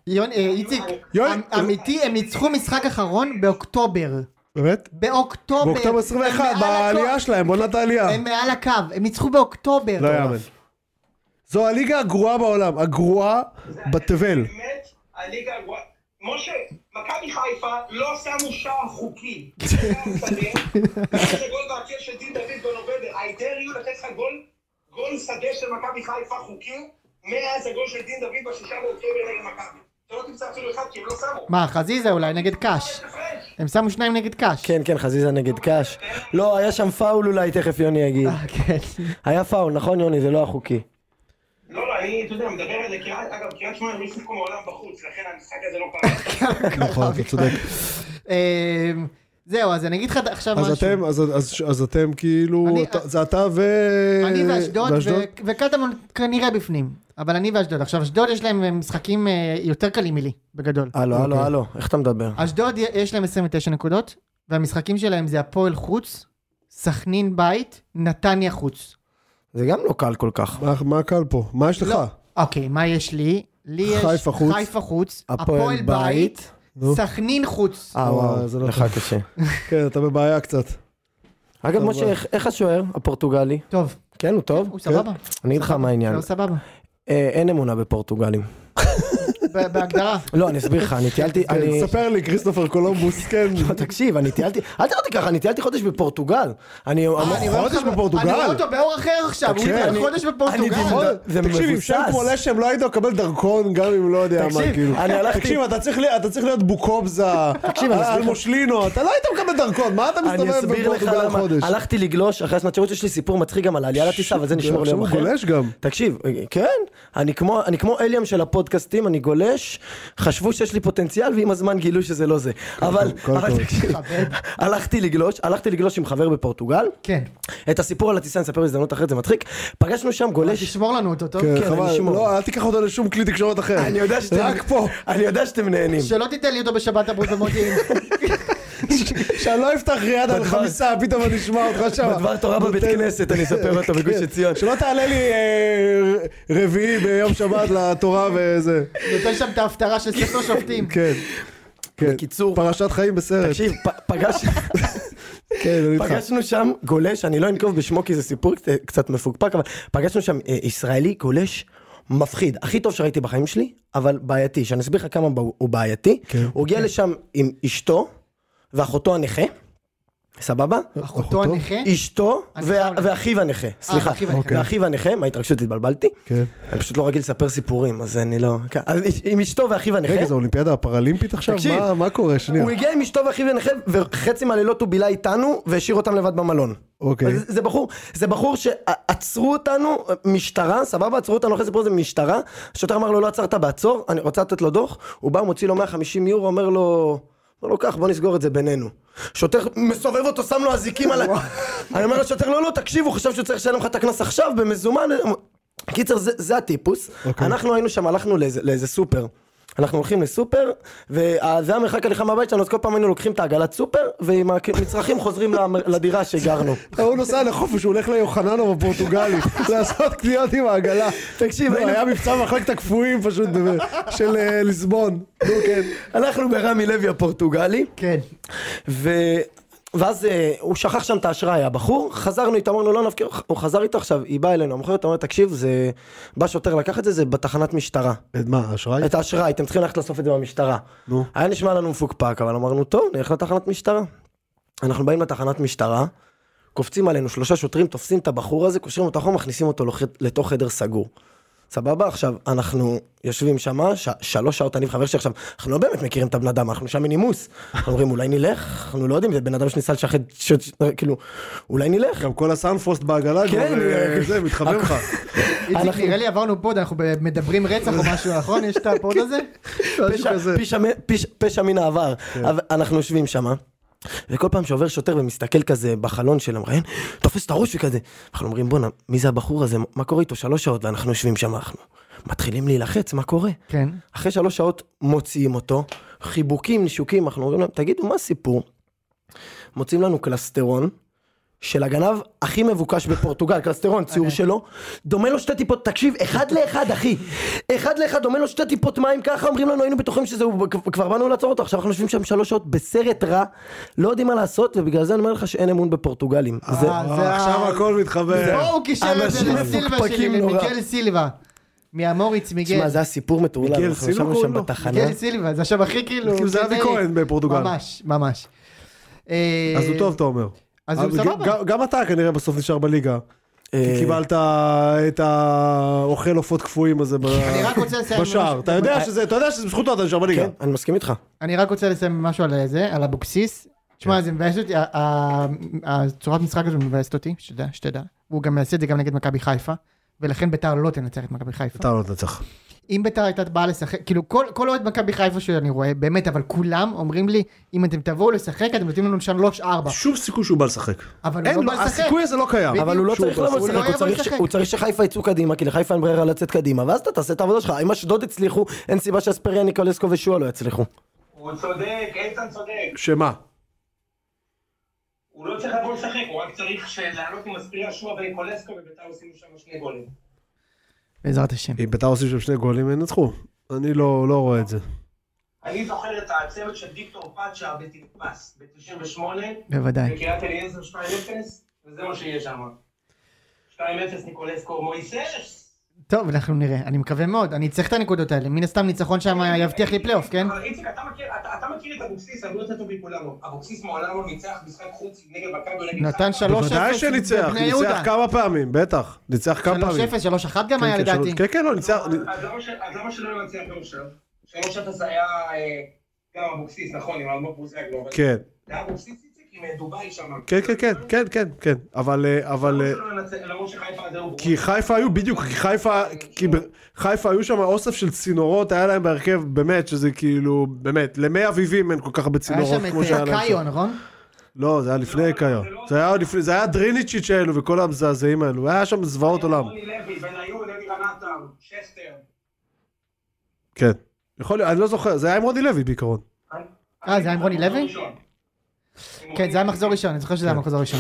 [SPEAKER 1] יוני, אה, איציק,
[SPEAKER 4] יוני-
[SPEAKER 1] אמ- אמיתי, הם ניצחו משחק אחרון באוקטובר.
[SPEAKER 4] באמת?
[SPEAKER 1] באוקטובר.
[SPEAKER 4] באוקטובר
[SPEAKER 1] לא, הם
[SPEAKER 4] 21,
[SPEAKER 1] מעל
[SPEAKER 4] בעלייה
[SPEAKER 1] הכל.
[SPEAKER 4] שלהם, בעונת העלייה.
[SPEAKER 1] הם מעל הקו. הם ניצחו באוקטובר.
[SPEAKER 4] לא יאמן. זו הליגה הגרועה בעולם, הגרועה בתבל.
[SPEAKER 3] באמת, הליגה הגרועה. משה, מכבי חיפה לא שמו שער חוקי. שער שדה, איזה גול בעקב של דין דוד בן עובד. I dare you לתת לך גול, גול שדה של מכבי חיפה חוקי, מאז הגול של דין דוד בשישה באוקטובר נגד מכבי. אתה לא תמצא אפילו אחד, כי הם לא שמו.
[SPEAKER 1] מה, חזיזה אולי נגד קאש. כן, הם שמו שניים נגד קאש.
[SPEAKER 2] כן, כן, חזיזה נגד קאש. לא, היה שם פאול אולי, תכף יוני יגיד.
[SPEAKER 1] אה, כן.
[SPEAKER 2] היה פאול, נכון יוני? זה לא החוקי.
[SPEAKER 3] לא, לא, אני, אתה יודע, מדבר על זה, קריית- אגב, קריית שמונה, הם לא שיחקו מעולם בחוץ, לכן המשחק הזה לא קרה.
[SPEAKER 4] נכון, אתה צודק.
[SPEAKER 1] אמ, זהו, אז אני אגיד לך עכשיו
[SPEAKER 4] אז
[SPEAKER 1] משהו.
[SPEAKER 4] אתם, אז- אז- אז אתם כאילו,
[SPEAKER 1] אני-
[SPEAKER 4] אתה- זה אתה ו...
[SPEAKER 1] אני
[SPEAKER 2] אה,
[SPEAKER 1] ואשדוד, ו- וקטמון כנראה בפנים. אבל אני ואשדוד. עכשיו, אשדוד יש להם משחקים אה, יותר קלים מלי, בגדול.
[SPEAKER 2] הלו, הלו,
[SPEAKER 4] אוקיי.
[SPEAKER 2] הלו, איך אתה מדבר?
[SPEAKER 1] אשדוד יש להם 29 נקודות, והמשחקים שלהם זה הפועל חוץ, סכנין בית, נתניה חוץ.
[SPEAKER 2] זה גם לא קל כל כך.
[SPEAKER 4] מה- מה הקל פה? מה יש לך?
[SPEAKER 1] לא. אוקיי, מה יש לי? לי יש
[SPEAKER 4] חיפה חוץ.
[SPEAKER 1] חיפה חוץ,
[SPEAKER 2] הפועל
[SPEAKER 1] הפועל בית,
[SPEAKER 2] בית,
[SPEAKER 4] נו.
[SPEAKER 1] סכנין חוץ.
[SPEAKER 2] אה,
[SPEAKER 4] וואו, זה
[SPEAKER 2] וואו,
[SPEAKER 4] לא
[SPEAKER 2] לך
[SPEAKER 4] טוב.
[SPEAKER 2] קשה.
[SPEAKER 4] כן, אתה בבעיה קצת.
[SPEAKER 2] אגב,
[SPEAKER 4] טוב,
[SPEAKER 2] משה,
[SPEAKER 4] וואו.
[SPEAKER 2] איך- איך השוער הפורטוגלי?
[SPEAKER 1] טוב,
[SPEAKER 2] כן, הוא טוב? כן.
[SPEAKER 1] הוא סבבה.
[SPEAKER 2] אני אגיד לך מה העניין.
[SPEAKER 1] לא סבבה.
[SPEAKER 2] אה, אין אמונה בפורטוגלים.
[SPEAKER 1] ב- בהגדרה.
[SPEAKER 2] לא, אני אסביר לך, אני טיילתי,
[SPEAKER 4] כן,
[SPEAKER 2] אני...
[SPEAKER 4] ספר לי, כריסטופר קולומבוס, כן.
[SPEAKER 2] לא, תקשיב, אני טיילתי, אל תראה אותי ככה, אני טיילתי חודש בפורטוגל.
[SPEAKER 1] אני
[SPEAKER 2] אני...
[SPEAKER 1] רואה
[SPEAKER 4] חודש
[SPEAKER 1] אותך-
[SPEAKER 4] בפורטוגל.
[SPEAKER 1] אני רואה אותו באור אחר עכשיו, הוא
[SPEAKER 4] תקשיב,
[SPEAKER 1] נראה
[SPEAKER 4] אני-
[SPEAKER 1] חודש בפורטוגל.
[SPEAKER 2] דיברתי-
[SPEAKER 4] נכון?
[SPEAKER 2] זה
[SPEAKER 4] תקשיב, עם
[SPEAKER 2] מבוסס.
[SPEAKER 4] שם כמו לשם לא היית מקבל דרכון גם אם לא יודע מה,
[SPEAKER 2] תקשיב,
[SPEAKER 4] כאילו.
[SPEAKER 2] אני הלכתי-
[SPEAKER 4] תקשיב, אתה צריך להיות- אתה צריך להיות בוקובזה,
[SPEAKER 2] תקשיב, אני אסביר לך-
[SPEAKER 4] אלמושלינו, אתה לא היית מקבל דרכון, מה אתה
[SPEAKER 2] אני
[SPEAKER 4] מסתובב
[SPEAKER 2] אסביר לך
[SPEAKER 4] בפורטוגל
[SPEAKER 2] למה,
[SPEAKER 4] חודש?
[SPEAKER 2] הלכתי לגלוש אחרי השנת שירות, יש לי סיפור מצחיק גם על העלייה לטיסה, אבל זה נשמור
[SPEAKER 4] עכשיו
[SPEAKER 2] ליום
[SPEAKER 4] הוא
[SPEAKER 2] אחר.
[SPEAKER 4] גולש גם.
[SPEAKER 2] תקשיב, כן, אני כמו, אני כמו אליאם של הפודקאסטים, אני גולש, חשבו שיש לי פוטנציאל ועם הזמן גילו שזה לא זה. אבל,
[SPEAKER 4] כל
[SPEAKER 2] אבל
[SPEAKER 4] טוב.
[SPEAKER 2] תקשיב, הלכתי לגלוש, הלכתי לגלוש עם חבר בפורטוגל,
[SPEAKER 1] כן.
[SPEAKER 2] את הסיפור על הטיסה נספר בהזדמנות אחרת, זה מצחיק, פגשנו שם גולש,
[SPEAKER 1] תשמור לנו אותו, טוב?
[SPEAKER 4] כן,
[SPEAKER 2] כן,
[SPEAKER 4] חבל,
[SPEAKER 2] אני שומע.
[SPEAKER 4] לא, אל תיקח אותו לשום כלי תקשורת אחר.
[SPEAKER 2] אני יודע שאתם,
[SPEAKER 4] רק פה.
[SPEAKER 2] אני יודע שאתם נהנים.
[SPEAKER 1] שלא תיתן לי אותו בשבת הבריאות במודיעין.
[SPEAKER 4] שאני לא אפתח ריאד על
[SPEAKER 2] בדבר-
[SPEAKER 4] חמיסה, פתאום אני אשמע אותך שם.
[SPEAKER 2] בדבר תורה בבית
[SPEAKER 4] נותן-
[SPEAKER 2] כנסת, אני אספר אותו בגוש
[SPEAKER 4] כן.
[SPEAKER 2] עציון.
[SPEAKER 4] שלא תעלה לי אה, רביעי ביום שבת לתורה וזה.
[SPEAKER 1] נותן שם את ההפטרה של ספר שופטים.
[SPEAKER 4] כן. כן.
[SPEAKER 2] בקיצור-
[SPEAKER 4] פרשת חיים בסרט.
[SPEAKER 2] תקשיב, פ- פגש...
[SPEAKER 4] כן, אני איתך.
[SPEAKER 2] פגשנו שם גולש, אני לא אנקוב בשמו כי זה סיפור קצת- קצת מפוקפק, אבל פגשנו שם אה, ישראלי גולש מפחיד, הכי טוב שראיתי בחיים שלי, אבל בעייתי, שאני אסביר
[SPEAKER 4] כן.
[SPEAKER 2] לך כמה הוא הוא בעייתי. הוא הגיע לשם עם אשתו ואחותו הנכה. סבבה?
[SPEAKER 4] אוקיי.
[SPEAKER 1] אחותו הנכה?
[SPEAKER 2] אשתו
[SPEAKER 1] אני
[SPEAKER 2] וה-
[SPEAKER 1] חייב להגיד.
[SPEAKER 2] ואחיו הנכה, סליחה.
[SPEAKER 1] ואחיו הנכה. אוקיי.
[SPEAKER 2] ואחיו הנכה, מההתרגשות התבלבלתי.
[SPEAKER 4] כן.
[SPEAKER 2] אני פשוט לא רגיל לספר סיפורים, אז אני לא... כן, אז עם אשתו ואחיו הנכה.
[SPEAKER 4] רגע, זו האולימפיאדה הפראלימפית עכשיו?
[SPEAKER 2] תקשיב.
[SPEAKER 4] מה- מה קורה? שנייה.
[SPEAKER 2] הוא הגיע עם אשתו ואחיו הנכה, וחצי מהלילות הוא בילה איתנו, והשאיר אותם לבד במלון.
[SPEAKER 4] אוקיי.
[SPEAKER 2] אז זה בחור, זה בחור שעצרו אותנו, משטרה, סבבה, עצרו אותנו אחרי סיפור הזה משטרה, השוטר אמר לו, לא עצרת בעצור, אני רוצה לתת לו דוח, הוא בא, מוציא לו 150 יורו, אומר לו, אומר לו, קח, בוא נסגור את זה בינינו. שוטר מסובב אותו, שם לו אזיקים על ה... אני אומר לשוטר, לא, לא, תקשיב, הוא חשב שהוא צריך לשלם לך את הקנס עכשיו, במזומן. קיצר, זה, זה הטיפוס.
[SPEAKER 4] אוקיי.
[SPEAKER 2] אנחנו היינו שם, הלכנו לאיזה, לאיזה סופר. אנחנו הולכים לסופר, וזה המרחק הליכה מהבית שלנו, אז כל פעם היינו לוקחים את העגלת סופר, ועם המצרכים חוזרים למ- לדירה שגרנו.
[SPEAKER 4] הוא נוסע לחופש, הוא הולך ליוחננו בפורטוגלי, לעשות קניות עם העגלה.
[SPEAKER 2] תקשיב,
[SPEAKER 4] לא,
[SPEAKER 2] היינו-
[SPEAKER 4] היה מבצע מחלקת הקפואים פשוט ב- של אה, ליסבון. נו כן.
[SPEAKER 2] הלכנו ברמי לוי הפורטוגלי,
[SPEAKER 1] כן.
[SPEAKER 2] ו... ואז אה, הוא שכח שם את האשראי, הבחור, חזרנו איתו, אמרנו לא נפקיר, הוא חזר איתו עכשיו, היא באה אלינו, המוכרת אומרת, תקשיב, זה... בא שוטר לקח את זה, זה בתחנת משטרה.
[SPEAKER 4] את מה, אשראי?
[SPEAKER 2] את האשראי, אתם צריכים ללכת לאסוף את זה במשטרה.
[SPEAKER 4] נו.
[SPEAKER 2] היה נשמע לנו מפוקפק, אבל אמרנו, טוב, נלך לתחנת משטרה. אנחנו באים לתחנת משטרה, קופצים עלינו שלושה שוטרים, תופסים את הבחור הזה, קושרים אותו אחורה, מכניסים אותו לח- לתוך חדר סגור. סבבה? עכשיו, אנחנו יושבים שמה, ש- שלוש שעות אני וחבר שלי עכשיו, אנחנו לא באמת מכירים את הבן אדם, אנחנו שם מנימוס. אנחנו אומרים, אולי נלך? אנחנו לא יודעים, זה בן אדם שניסה לשחד, ש- ש- כאילו, אולי נלך?
[SPEAKER 4] גם כל הסאונדפרוסט בעגלה,
[SPEAKER 2] כן,
[SPEAKER 4] כבר, אה,
[SPEAKER 2] אה,
[SPEAKER 4] זה, מתחבר לך.
[SPEAKER 1] איציק,
[SPEAKER 2] אנחנו-
[SPEAKER 1] נראה לי עברנו פוד, אנחנו ב- מדברים רצח או משהו, נכון? יש את הפוד הזה?
[SPEAKER 4] כן. משהו
[SPEAKER 2] פשע-
[SPEAKER 4] כזה. כן.
[SPEAKER 2] פשע מ- פשע- פשע מן העבר. אבל אנחנו יושבים שם, וכל פעם שעובר שוטר ומסתכל כזה בחלון של המראיין, תופס את הראש וכזה. אנחנו אומרים, בואנה, מי זה הבחור הזה? מה קורה איתו? שלוש שעות, ואנחנו יושבים שם, אנחנו מתחילים להילחץ, מה קורה?
[SPEAKER 1] כן.
[SPEAKER 2] אחרי שלוש שעות מוציאים אותו, חיבוקים, נישוקים, אנחנו אומרים להם, תגידו, מה הסיפור? מוצאים לנו קלסטרון. של הגנב הכי מבוקש בפורטוגל, קלסטרון, ציור שלו, דומה לו שתי טיפות, תקשיב, אחד לאחד, אחי, אחד לאחד, דומה לו שתי טיפות מים, ככה אומרים לנו, היינו בטוחים שזה, הוא, כבר- כבר באנו לעצור אותו, עכשיו אנחנו יושבים שם שלוש שעות בסרט רע, לא יודעים מה לעשות, ובגלל זה אני אומר לך שאין אמון בפורטוגלים. זה,
[SPEAKER 1] אה, זה
[SPEAKER 4] אה, עכשיו
[SPEAKER 1] ה-
[SPEAKER 4] הכל מתחבר.
[SPEAKER 1] פה הוא קישר את זה
[SPEAKER 2] אנשים
[SPEAKER 1] לסילבה שלי,
[SPEAKER 2] מפוקפקים נורא.
[SPEAKER 1] למיגל סילבה. מהמוריץ מיגל.
[SPEAKER 2] תשמע, זה הסיפור מטורלל,
[SPEAKER 4] מיגל
[SPEAKER 2] אנחנו
[SPEAKER 4] סילבה
[SPEAKER 2] ישבנו
[SPEAKER 4] קוראים
[SPEAKER 2] שם
[SPEAKER 4] לו?
[SPEAKER 2] בתחנה.
[SPEAKER 1] מיגל סילבה, זה עכשיו הכי כאילו...
[SPEAKER 4] כאילו זה אבי
[SPEAKER 1] גנרי.
[SPEAKER 4] כהן בפורטוגל.
[SPEAKER 1] ממש, ממש. אה,
[SPEAKER 4] אז הוא טוב, אתה אומר.
[SPEAKER 1] אז הוא
[SPEAKER 4] אבל
[SPEAKER 1] סבבה.
[SPEAKER 4] גם- גם אתה כנראה בסוף נשאר בליגה.
[SPEAKER 2] אה,
[SPEAKER 4] כי קיבלת את האוכל עופות קפואים הזה ב-
[SPEAKER 1] אני רק רוצה לסיים עם
[SPEAKER 4] בשער.
[SPEAKER 1] משהו.
[SPEAKER 4] אתה יודע שזה, אתה יודע שזה בזכותו אתה נשאר בליגה.
[SPEAKER 2] כן, אני מסכים איתך.
[SPEAKER 1] אני רק רוצה לסיים משהו על אה, זה, על אבוקסיס.
[SPEAKER 4] כן.
[SPEAKER 1] תשמע, זה מבאס אותי, ה- ה- הצורת משחק הזו מבאסת אותי, שתדע, שתדע. הוא גם יעשה את זה גם נגד מכבי חיפה, ולכן ביתר לא תנצח את מכבי חיפה.
[SPEAKER 4] אתה לא תנצח.
[SPEAKER 1] אם ביתר הייתה באה לשחק, כאילו כל כל אוהד מכבי חיפה שאני רואה, באמת, אבל כולם אומרים לי, אם אתם תבואו לשחק, אתם נותנים לנו שם 3-4.
[SPEAKER 4] שום סיכוי שהוא בא לשחק.
[SPEAKER 1] אבל
[SPEAKER 4] אין,
[SPEAKER 1] הוא לא
[SPEAKER 4] לו-
[SPEAKER 1] בא לשחק.
[SPEAKER 4] הסיכוי הזה לא קיים.
[SPEAKER 1] בדיוק.
[SPEAKER 2] אבל הוא לא
[SPEAKER 1] שהוא
[SPEAKER 2] צריך
[SPEAKER 1] בסוף
[SPEAKER 2] לבוא
[SPEAKER 1] הוא לא
[SPEAKER 2] לשחק, הוא
[SPEAKER 1] יבוא
[SPEAKER 2] צריך ש-
[SPEAKER 1] לשחק.
[SPEAKER 2] הוא צריך שחיפה יצאו קדימה, כי לחיפה אין ברירה לצאת קדימה, ואז אתה תעשה את העבודה שלך. אם אשדוד הצליחו, אין סיבה שאספריה, ניקולסקו ושועה לא יצליחו.
[SPEAKER 3] הוא צודק, איתן צודק.
[SPEAKER 4] שמה?
[SPEAKER 3] הוא לא צריך לבוא לשחק, הוא רק צריך ש- לעלות עם אספריה שועה וקולסקו וביתר עושים שם שני גולים.
[SPEAKER 1] בעזרת השם.
[SPEAKER 4] אם ביתר עושים שם שני גולים, הם ינצחו. אני לא לא רואה את זה.
[SPEAKER 3] אני זוכר את הצוות של דיקטור פאצ'ה בטלפס ב-98,
[SPEAKER 1] כן. בוודאי.
[SPEAKER 3] בקריית אליעזר 2-0, וזה מה שיהיה שם. 2-0 ניקולסקו מויסס.
[SPEAKER 1] טוב, אנחנו נראה. אני מקווה מאוד, אני צריך את הנקודות האלה. מן הסתם ניצחון שם יבטיח לי פלייאוף, כן?
[SPEAKER 3] אבל איציק, אתה מכיר- אתה אתה מכיר את אבוקסיס, אני לא יותר טוב מכולנו. אבוקסיס מעולם לא ניצח משחק חוץ נגד מכבי נגד
[SPEAKER 1] נתן 3-0
[SPEAKER 4] בוודאי שניצח,
[SPEAKER 1] בבני יהודה.
[SPEAKER 4] ניצח כמה פעמים, בטח. ניצח כמה פעמים.
[SPEAKER 1] 3-0, 3-1 גם
[SPEAKER 4] כן,
[SPEAKER 1] היה
[SPEAKER 4] כן, שלוש-
[SPEAKER 1] לדעתי.
[SPEAKER 4] כן, כן, לא, ניצח.
[SPEAKER 3] אז למה ש- אז למה שלא ינצח גם שם? 3-0 היה אה, גם אבוקסיס, נכון, עם אלמוג בוזגלו. אבל
[SPEAKER 4] כן,
[SPEAKER 3] זה היה אבוקסיס איציק עם אה, דובאי שם.
[SPEAKER 4] כן, כן, כן, כן, כן, כן. אבל, אה, אבל...
[SPEAKER 3] למה
[SPEAKER 4] אה,
[SPEAKER 3] שלא ינצח- למרות שחיפה זה הוא.
[SPEAKER 4] כי חיפה היו בדיוק, כי חיפה, כי ב- חיפה היו שם אוסף של צינורות, היה להם בהרכב, באמת, שזה כאילו, באמת, למי אביבים אין כל כך הרבה
[SPEAKER 1] היה
[SPEAKER 4] צינורות
[SPEAKER 1] שם
[SPEAKER 4] כמו
[SPEAKER 1] את
[SPEAKER 4] שהיה
[SPEAKER 1] אה,
[SPEAKER 4] להם
[SPEAKER 1] קאיו,
[SPEAKER 4] שם.
[SPEAKER 1] נכון?
[SPEAKER 4] לא, זה היה לפני קאיו. זה היה עוד לפני, זה היה דריניצ'יץ' האלו וכל המזעזעים האלו, היה שם זוועות עולם.
[SPEAKER 3] רוני לוי, בניון, אלי גנטר, שכטר.
[SPEAKER 4] כן. יכול להיות, אני לא זוכר, זה היה עם רוני לוי בעיקרון.
[SPEAKER 1] אה, זה היה עם רוני לוי? כן, זה היה מחזור ראשון, אני זוכר שזה
[SPEAKER 4] כן.
[SPEAKER 1] היה מחזור ראשון.